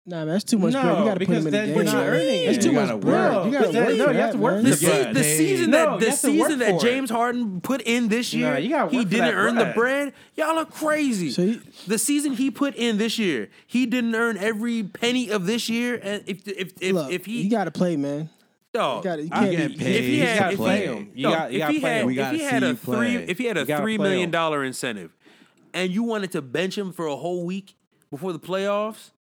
[SPEAKER 4] Nah, man, that's too much
[SPEAKER 3] No,
[SPEAKER 4] bread. You gotta put
[SPEAKER 3] because
[SPEAKER 4] him in the
[SPEAKER 3] then
[SPEAKER 4] game.
[SPEAKER 3] you're not
[SPEAKER 4] man.
[SPEAKER 3] earning
[SPEAKER 4] That's
[SPEAKER 3] it.
[SPEAKER 4] too
[SPEAKER 1] You
[SPEAKER 4] much
[SPEAKER 1] gotta
[SPEAKER 4] bread.
[SPEAKER 1] work.
[SPEAKER 4] You gotta
[SPEAKER 3] No,
[SPEAKER 4] work.
[SPEAKER 3] no,
[SPEAKER 4] for
[SPEAKER 3] you have
[SPEAKER 4] that,
[SPEAKER 3] to work for
[SPEAKER 4] man.
[SPEAKER 2] The,
[SPEAKER 3] But
[SPEAKER 2] sea- the
[SPEAKER 1] they-
[SPEAKER 2] season
[SPEAKER 3] No,
[SPEAKER 2] that
[SPEAKER 3] you
[SPEAKER 2] the
[SPEAKER 3] have to work
[SPEAKER 2] season that
[SPEAKER 3] for it.
[SPEAKER 2] James Harden put in this year,
[SPEAKER 3] No, you gotta
[SPEAKER 2] he
[SPEAKER 3] work for
[SPEAKER 2] didn't
[SPEAKER 3] that
[SPEAKER 2] earn the
[SPEAKER 3] bread.
[SPEAKER 2] bread. Y'all are crazy.
[SPEAKER 4] So you-
[SPEAKER 2] the season he put in this year, he didn't earn every penny of this year. And if if if,
[SPEAKER 4] Look,
[SPEAKER 2] if he
[SPEAKER 4] you gotta play, man.
[SPEAKER 2] dog,
[SPEAKER 4] gotta- you
[SPEAKER 1] I'm
[SPEAKER 4] can't
[SPEAKER 1] getting
[SPEAKER 4] be-
[SPEAKER 1] paid.
[SPEAKER 2] if he
[SPEAKER 1] You
[SPEAKER 2] had
[SPEAKER 1] gotta
[SPEAKER 2] if
[SPEAKER 1] play
[SPEAKER 2] he,
[SPEAKER 1] him.
[SPEAKER 3] You
[SPEAKER 2] dog,
[SPEAKER 3] gotta- you
[SPEAKER 2] if
[SPEAKER 3] gotta
[SPEAKER 2] he
[SPEAKER 3] play
[SPEAKER 2] had
[SPEAKER 3] him. We
[SPEAKER 2] if
[SPEAKER 1] gotta
[SPEAKER 2] he had
[SPEAKER 1] see
[SPEAKER 2] a
[SPEAKER 1] you
[SPEAKER 2] three
[SPEAKER 1] play.
[SPEAKER 2] if he had a
[SPEAKER 3] You gotta
[SPEAKER 2] three
[SPEAKER 3] play
[SPEAKER 2] million
[SPEAKER 3] him.
[SPEAKER 2] dollar incentive, and you wanted to bench him for a whole week before the playoffs,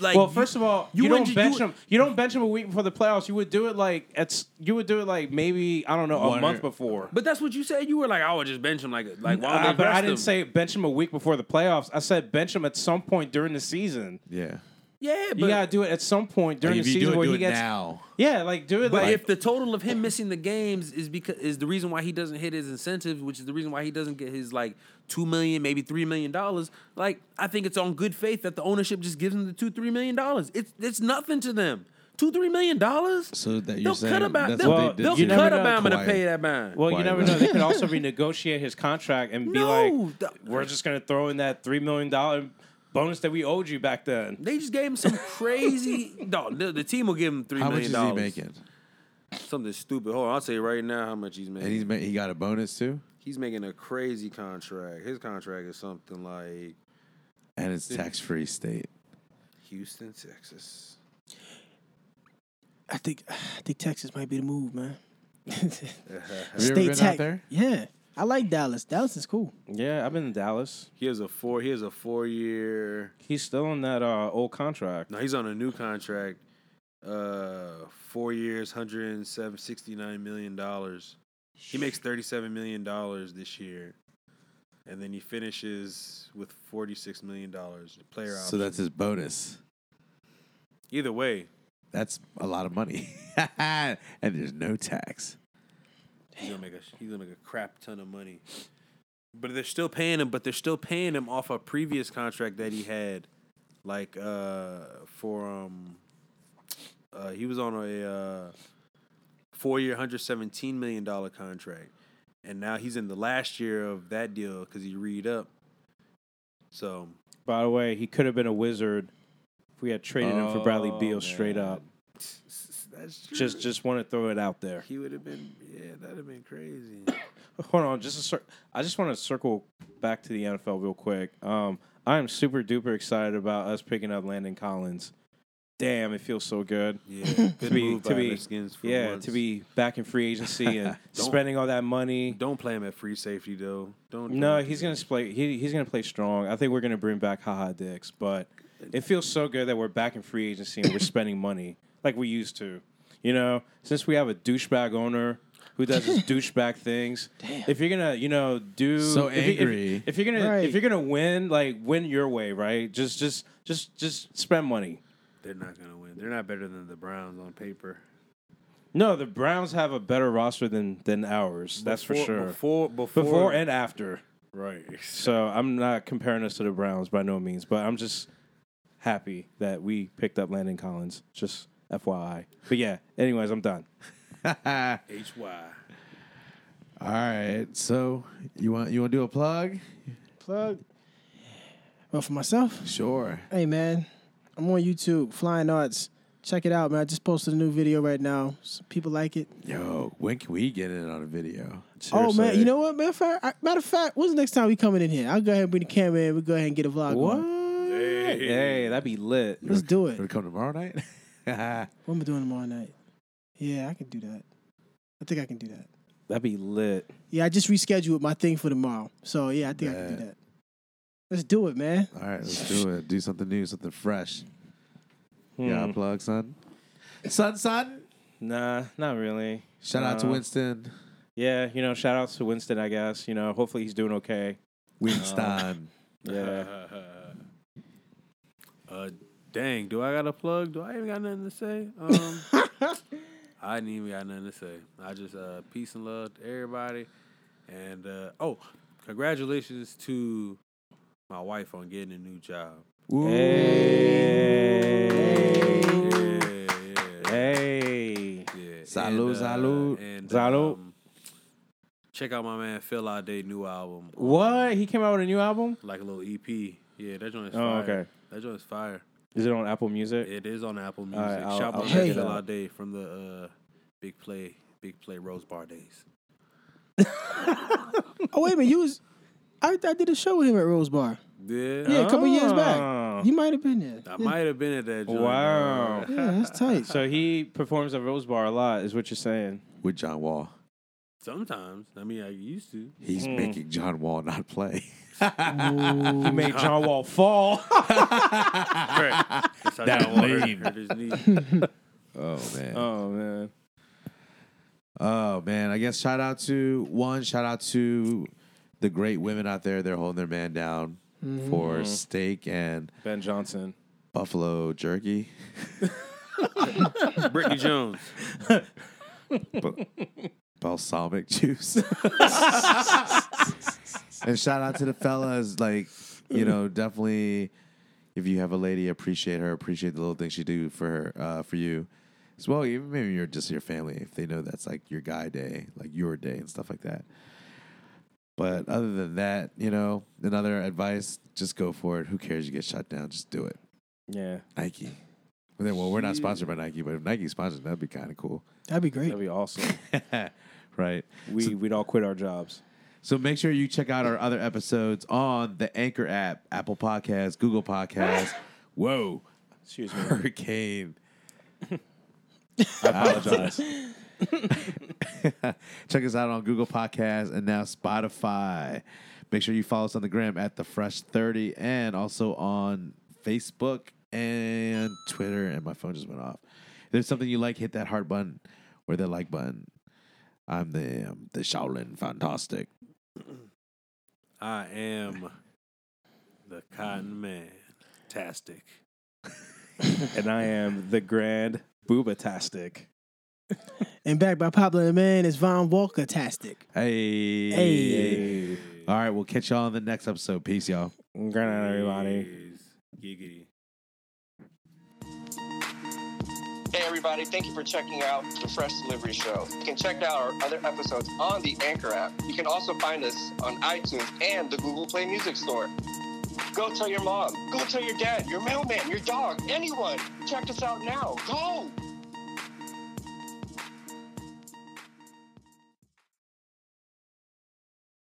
[SPEAKER 2] like
[SPEAKER 3] Well,
[SPEAKER 2] you-
[SPEAKER 3] first of all,
[SPEAKER 2] you
[SPEAKER 3] you,
[SPEAKER 2] wouldn't- you
[SPEAKER 3] don't bench
[SPEAKER 2] would-
[SPEAKER 3] him. You don't bench him a week before the playoffs. You would do it like at, you would do it like maybe I don't know a
[SPEAKER 1] One
[SPEAKER 3] month
[SPEAKER 1] or-
[SPEAKER 3] before.
[SPEAKER 2] But that's what you said. You were like, I would just bench him. Like, like why would
[SPEAKER 3] Uh,
[SPEAKER 2] they
[SPEAKER 3] but I
[SPEAKER 2] rest
[SPEAKER 3] didn't
[SPEAKER 2] him?
[SPEAKER 3] say bench him a week before the playoffs. I said bench him at some point during the season.
[SPEAKER 1] Yeah.
[SPEAKER 2] Yeah, but
[SPEAKER 3] You gotta do it at some point during
[SPEAKER 1] if
[SPEAKER 3] the
[SPEAKER 1] you
[SPEAKER 3] season
[SPEAKER 1] do it,
[SPEAKER 3] where
[SPEAKER 1] do
[SPEAKER 3] he
[SPEAKER 1] it
[SPEAKER 3] gets
[SPEAKER 1] now.
[SPEAKER 3] yeah, like do it
[SPEAKER 2] But
[SPEAKER 3] like
[SPEAKER 2] if the total of him missing the games is because is the reason why he doesn't hit his incentives, which is the reason why he doesn't get his like two million, maybe three million dollars. Like I think it's on good faith that the ownership just gives him the two, three million dollars. It's it's nothing to them. Two, three million dollars.
[SPEAKER 1] So that you're
[SPEAKER 2] they'll cut
[SPEAKER 1] saying
[SPEAKER 2] about
[SPEAKER 1] that's
[SPEAKER 2] they'll,
[SPEAKER 1] what they did
[SPEAKER 2] they'll
[SPEAKER 1] to you.
[SPEAKER 2] cut
[SPEAKER 3] You
[SPEAKER 2] a
[SPEAKER 3] never know.
[SPEAKER 2] bomb and
[SPEAKER 1] Kawhi.
[SPEAKER 2] pay that man.
[SPEAKER 3] well, you
[SPEAKER 1] Why
[SPEAKER 3] never
[SPEAKER 1] not?
[SPEAKER 3] know. They could also renegotiate his contract and be
[SPEAKER 2] No,
[SPEAKER 3] like,
[SPEAKER 2] the-
[SPEAKER 3] "We're just gonna throw in that three million dollar bonus that we owed you back then."
[SPEAKER 2] They just gave him some crazy. no, the, the team will give him three
[SPEAKER 1] How
[SPEAKER 2] million
[SPEAKER 1] much is he
[SPEAKER 2] dollars.
[SPEAKER 1] making?
[SPEAKER 2] Something stupid. Hold on, I'll tell you right now how much he's making.
[SPEAKER 1] And he's ma- he got a bonus too,
[SPEAKER 2] He's making a crazy contract. His contract is something like
[SPEAKER 1] and it's tax free state.
[SPEAKER 2] Houston, Texas.
[SPEAKER 4] I think I think Texas might be the move, man.
[SPEAKER 1] Have you ever been out there?
[SPEAKER 4] Yeah, I like Dallas. Dallas is cool.
[SPEAKER 3] Yeah, I've been to Dallas.
[SPEAKER 2] He has a four. He has a four year.
[SPEAKER 3] He's still on that uh, old contract.
[SPEAKER 2] No, he's on a new contract. Uh, four years, hundred and seven sixty-nine million dollars. He makes thirty-seven million dollars this year, and then he finishes with forty-six million dollars player option.
[SPEAKER 1] So that's his bonus.
[SPEAKER 2] either way.
[SPEAKER 1] That's a lot of money, and there's no tax.
[SPEAKER 2] He's gonna make a he's gonna make a crap ton of money. But they're still paying him. But they're still paying him off a previous contract that he had, like uh for um uh he was on a uh four year hundred seventeen million dollar contract, and now he's in the last year of that deal because he read up. So
[SPEAKER 3] By the way, he could have been a wizard if we had traded him for Bradley
[SPEAKER 1] Oh,
[SPEAKER 3] Beal straight
[SPEAKER 1] man.
[SPEAKER 3] up.
[SPEAKER 2] that's true.
[SPEAKER 3] Just just want to throw it out there.
[SPEAKER 2] he would have been yeah that'd have been crazy.
[SPEAKER 3] Hold on, just a cir- I just want to circle back to the NFL real quick. Um, I am super duper excited about us picking up Landon Collins. Damn, it feels so good.
[SPEAKER 2] Yeah, good
[SPEAKER 3] be-
[SPEAKER 2] move
[SPEAKER 3] to
[SPEAKER 2] by
[SPEAKER 3] be-
[SPEAKER 2] Redskins for
[SPEAKER 3] yeah,
[SPEAKER 2] once.
[SPEAKER 3] to be back in free agency and spending all that money.
[SPEAKER 2] Don't play him at free safety though. Don't.
[SPEAKER 3] No,
[SPEAKER 2] don't
[SPEAKER 3] he's
[SPEAKER 2] do
[SPEAKER 3] gonna play. He, he's gonna play strong. I think we're gonna bring back haha dicks, but it feels so good that we're back in free agency and we're spending money like we used to. You know, since we have a douchebag owner who does his douchebag things. If you're gonna, you know, do
[SPEAKER 1] So
[SPEAKER 3] if you- if-
[SPEAKER 1] angry.
[SPEAKER 3] if, you're gonna,
[SPEAKER 4] Right.
[SPEAKER 3] if you're gonna win, like win your way, right? Just, just, just, just spend money.
[SPEAKER 2] They're not gonna win. They're not better than the Browns on paper.
[SPEAKER 3] No, the Browns have a better roster than than ours. that's for
[SPEAKER 2] Before-
[SPEAKER 3] sure.
[SPEAKER 2] Before, before,
[SPEAKER 3] before and after.
[SPEAKER 2] right.
[SPEAKER 3] So I'm not comparing us to the Browns by no means, but I'm just happy that we picked up Landon Collins. Just FYI. But yeah, anyways, I'm done.
[SPEAKER 2] H Y.
[SPEAKER 1] All right. So you want you want to do a plug?
[SPEAKER 4] Plug. Well, for myself,
[SPEAKER 1] Sure.
[SPEAKER 4] Hey man, I'm on YouTube, Flying Arts. Check it out, man. I just posted a new video right now. Some people like it.
[SPEAKER 1] Yo, when can we get in on a video?
[SPEAKER 4] Oh man, you know what? Matter of fact, I- matter of fact, when's the next time we coming in here? I'll go ahead and bring the camera in. We'll go ahead and get a vlog.
[SPEAKER 3] What?
[SPEAKER 4] going.
[SPEAKER 3] Hey, that'd be lit.
[SPEAKER 4] Let's do
[SPEAKER 1] Gonna
[SPEAKER 4] it.
[SPEAKER 1] come tomorrow night.
[SPEAKER 4] What am I doing tomorrow night? Yeah, I can do that. I think I can do that.
[SPEAKER 3] That'd be lit.
[SPEAKER 4] Yeah, I just rescheduled my thing for tomorrow. So yeah, I think I can do
[SPEAKER 1] Bet.
[SPEAKER 4] that. Let's do it, man.
[SPEAKER 1] All right, let's do it. Do something new, something fresh.
[SPEAKER 3] Hmm.
[SPEAKER 1] Yeah, plug, son. Son, son.
[SPEAKER 3] Nah, not really.
[SPEAKER 1] Shout out to
[SPEAKER 3] Uh,
[SPEAKER 1] Winston.
[SPEAKER 3] Yeah, you know, shout out to Winston, I guess. You know, hopefully he's doing okay.
[SPEAKER 1] Winston.
[SPEAKER 3] Yeah.
[SPEAKER 2] uh, dang. Do I got a plug? Do I even got nothing to say? Um, I ain't even got nothing to say. I just uh, peace and love to everybody. And uh, oh, congratulations to my wife on getting a new job.
[SPEAKER 1] Ooh.
[SPEAKER 2] Yeah,
[SPEAKER 3] Hey.
[SPEAKER 2] yeah.
[SPEAKER 3] Hey.
[SPEAKER 2] Yeah.
[SPEAKER 1] Salud,
[SPEAKER 2] and, uh,
[SPEAKER 1] salud.
[SPEAKER 2] and,
[SPEAKER 3] Salud.
[SPEAKER 2] um, check out my man Phil Out Day new album.
[SPEAKER 3] What? He came out with a new album?
[SPEAKER 2] Like a little EP. Yeah, that joint is
[SPEAKER 3] Oh,
[SPEAKER 2] fire.
[SPEAKER 3] okay.
[SPEAKER 2] That joint is fire.
[SPEAKER 3] Is it on Apple Music?
[SPEAKER 2] It is on Apple Music.
[SPEAKER 3] Alright, I'll-
[SPEAKER 2] Shout
[SPEAKER 3] I'll
[SPEAKER 2] out
[SPEAKER 4] check
[SPEAKER 2] to
[SPEAKER 4] it
[SPEAKER 2] Phil
[SPEAKER 3] out.
[SPEAKER 2] Out Day from the uh, Big Play, Big Play Rose Bar Days.
[SPEAKER 4] Oh wait a minute, you was I, I did a show with him at Rose Bar.
[SPEAKER 2] Yeah.
[SPEAKER 4] Yeah, a couple years
[SPEAKER 3] Oh.
[SPEAKER 4] back. You might have been there.
[SPEAKER 2] I might have been at that
[SPEAKER 1] uh,
[SPEAKER 2] joint. uh,
[SPEAKER 3] Wow.
[SPEAKER 2] bro.
[SPEAKER 4] Yeah, that's tight.
[SPEAKER 3] So he performs at Rose Bar a lot, is what you're saying.
[SPEAKER 1] With John Wall.
[SPEAKER 2] Sometimes. I mean, I used to.
[SPEAKER 1] He's
[SPEAKER 3] Mm.
[SPEAKER 1] making John Wall not play.
[SPEAKER 3] He made John Wall fall.
[SPEAKER 2] Right. That's how
[SPEAKER 1] That
[SPEAKER 2] y'all hurt-
[SPEAKER 1] lame.
[SPEAKER 2] hurt his knee.
[SPEAKER 1] Oh man.
[SPEAKER 3] oh man.
[SPEAKER 1] Oh man, I guess shout out to one, shout out to the great women out there. They're holding their man down for steak and
[SPEAKER 3] Ben Johnson.
[SPEAKER 1] buffalo jerky.
[SPEAKER 2] Brittany Jones.
[SPEAKER 1] Bu- balsamic juice. and shout out to the fellas, like, you know, definitely if you have a lady, appreciate her, appreciate the little things she do for her, uh, for you. As well, even maybe you're just your family, if they know that's like your guy day, like your day and stuff like that. But other than that, you know, another advice, just go for it. Who cares? You get shot down, just do it.
[SPEAKER 3] Yeah,
[SPEAKER 1] Nike. Well, then, well, we're not sponsored by Nike, but if Nike sponsors, that'd be kind of cool.
[SPEAKER 4] That'd be great.
[SPEAKER 3] that'd be awesome.
[SPEAKER 1] right.
[SPEAKER 3] We we'd all quit our jobs.
[SPEAKER 1] So make sure you check out our other episodes on the Anchor app, Apple Podcasts, Google Podcasts. Whoa,
[SPEAKER 3] Excuse me.
[SPEAKER 1] Hurricane. I apologize. Check us out on Google Podcasts and now Spotify. Make sure you follow us on the gram at the Fresh Thirty and also on Facebook and Twitter. And my phone just went off. If there's something you like, hit that heart button or the like button. I'm the um, the Shaolin Fantastic.
[SPEAKER 2] I am the Cotton Man. Tastic.
[SPEAKER 3] and I am the Grand Boobatastic.
[SPEAKER 4] And back by popular demand is Von Walker Tastic.
[SPEAKER 1] Hey.
[SPEAKER 4] Hey.
[SPEAKER 1] All right, we'll catch y'all in the next episode. Peace, y'all.
[SPEAKER 3] Good night, everybody.
[SPEAKER 2] Giggity.
[SPEAKER 5] Hey, everybody, thank you for checking out the Fresh Delivery Show. You can check out our other episodes on the Anchor app. You can also find us on iTunes and the Google Play Music Store. Go tell your mom, go tell your dad, your mailman, your dog, anyone. Check us out now. Go!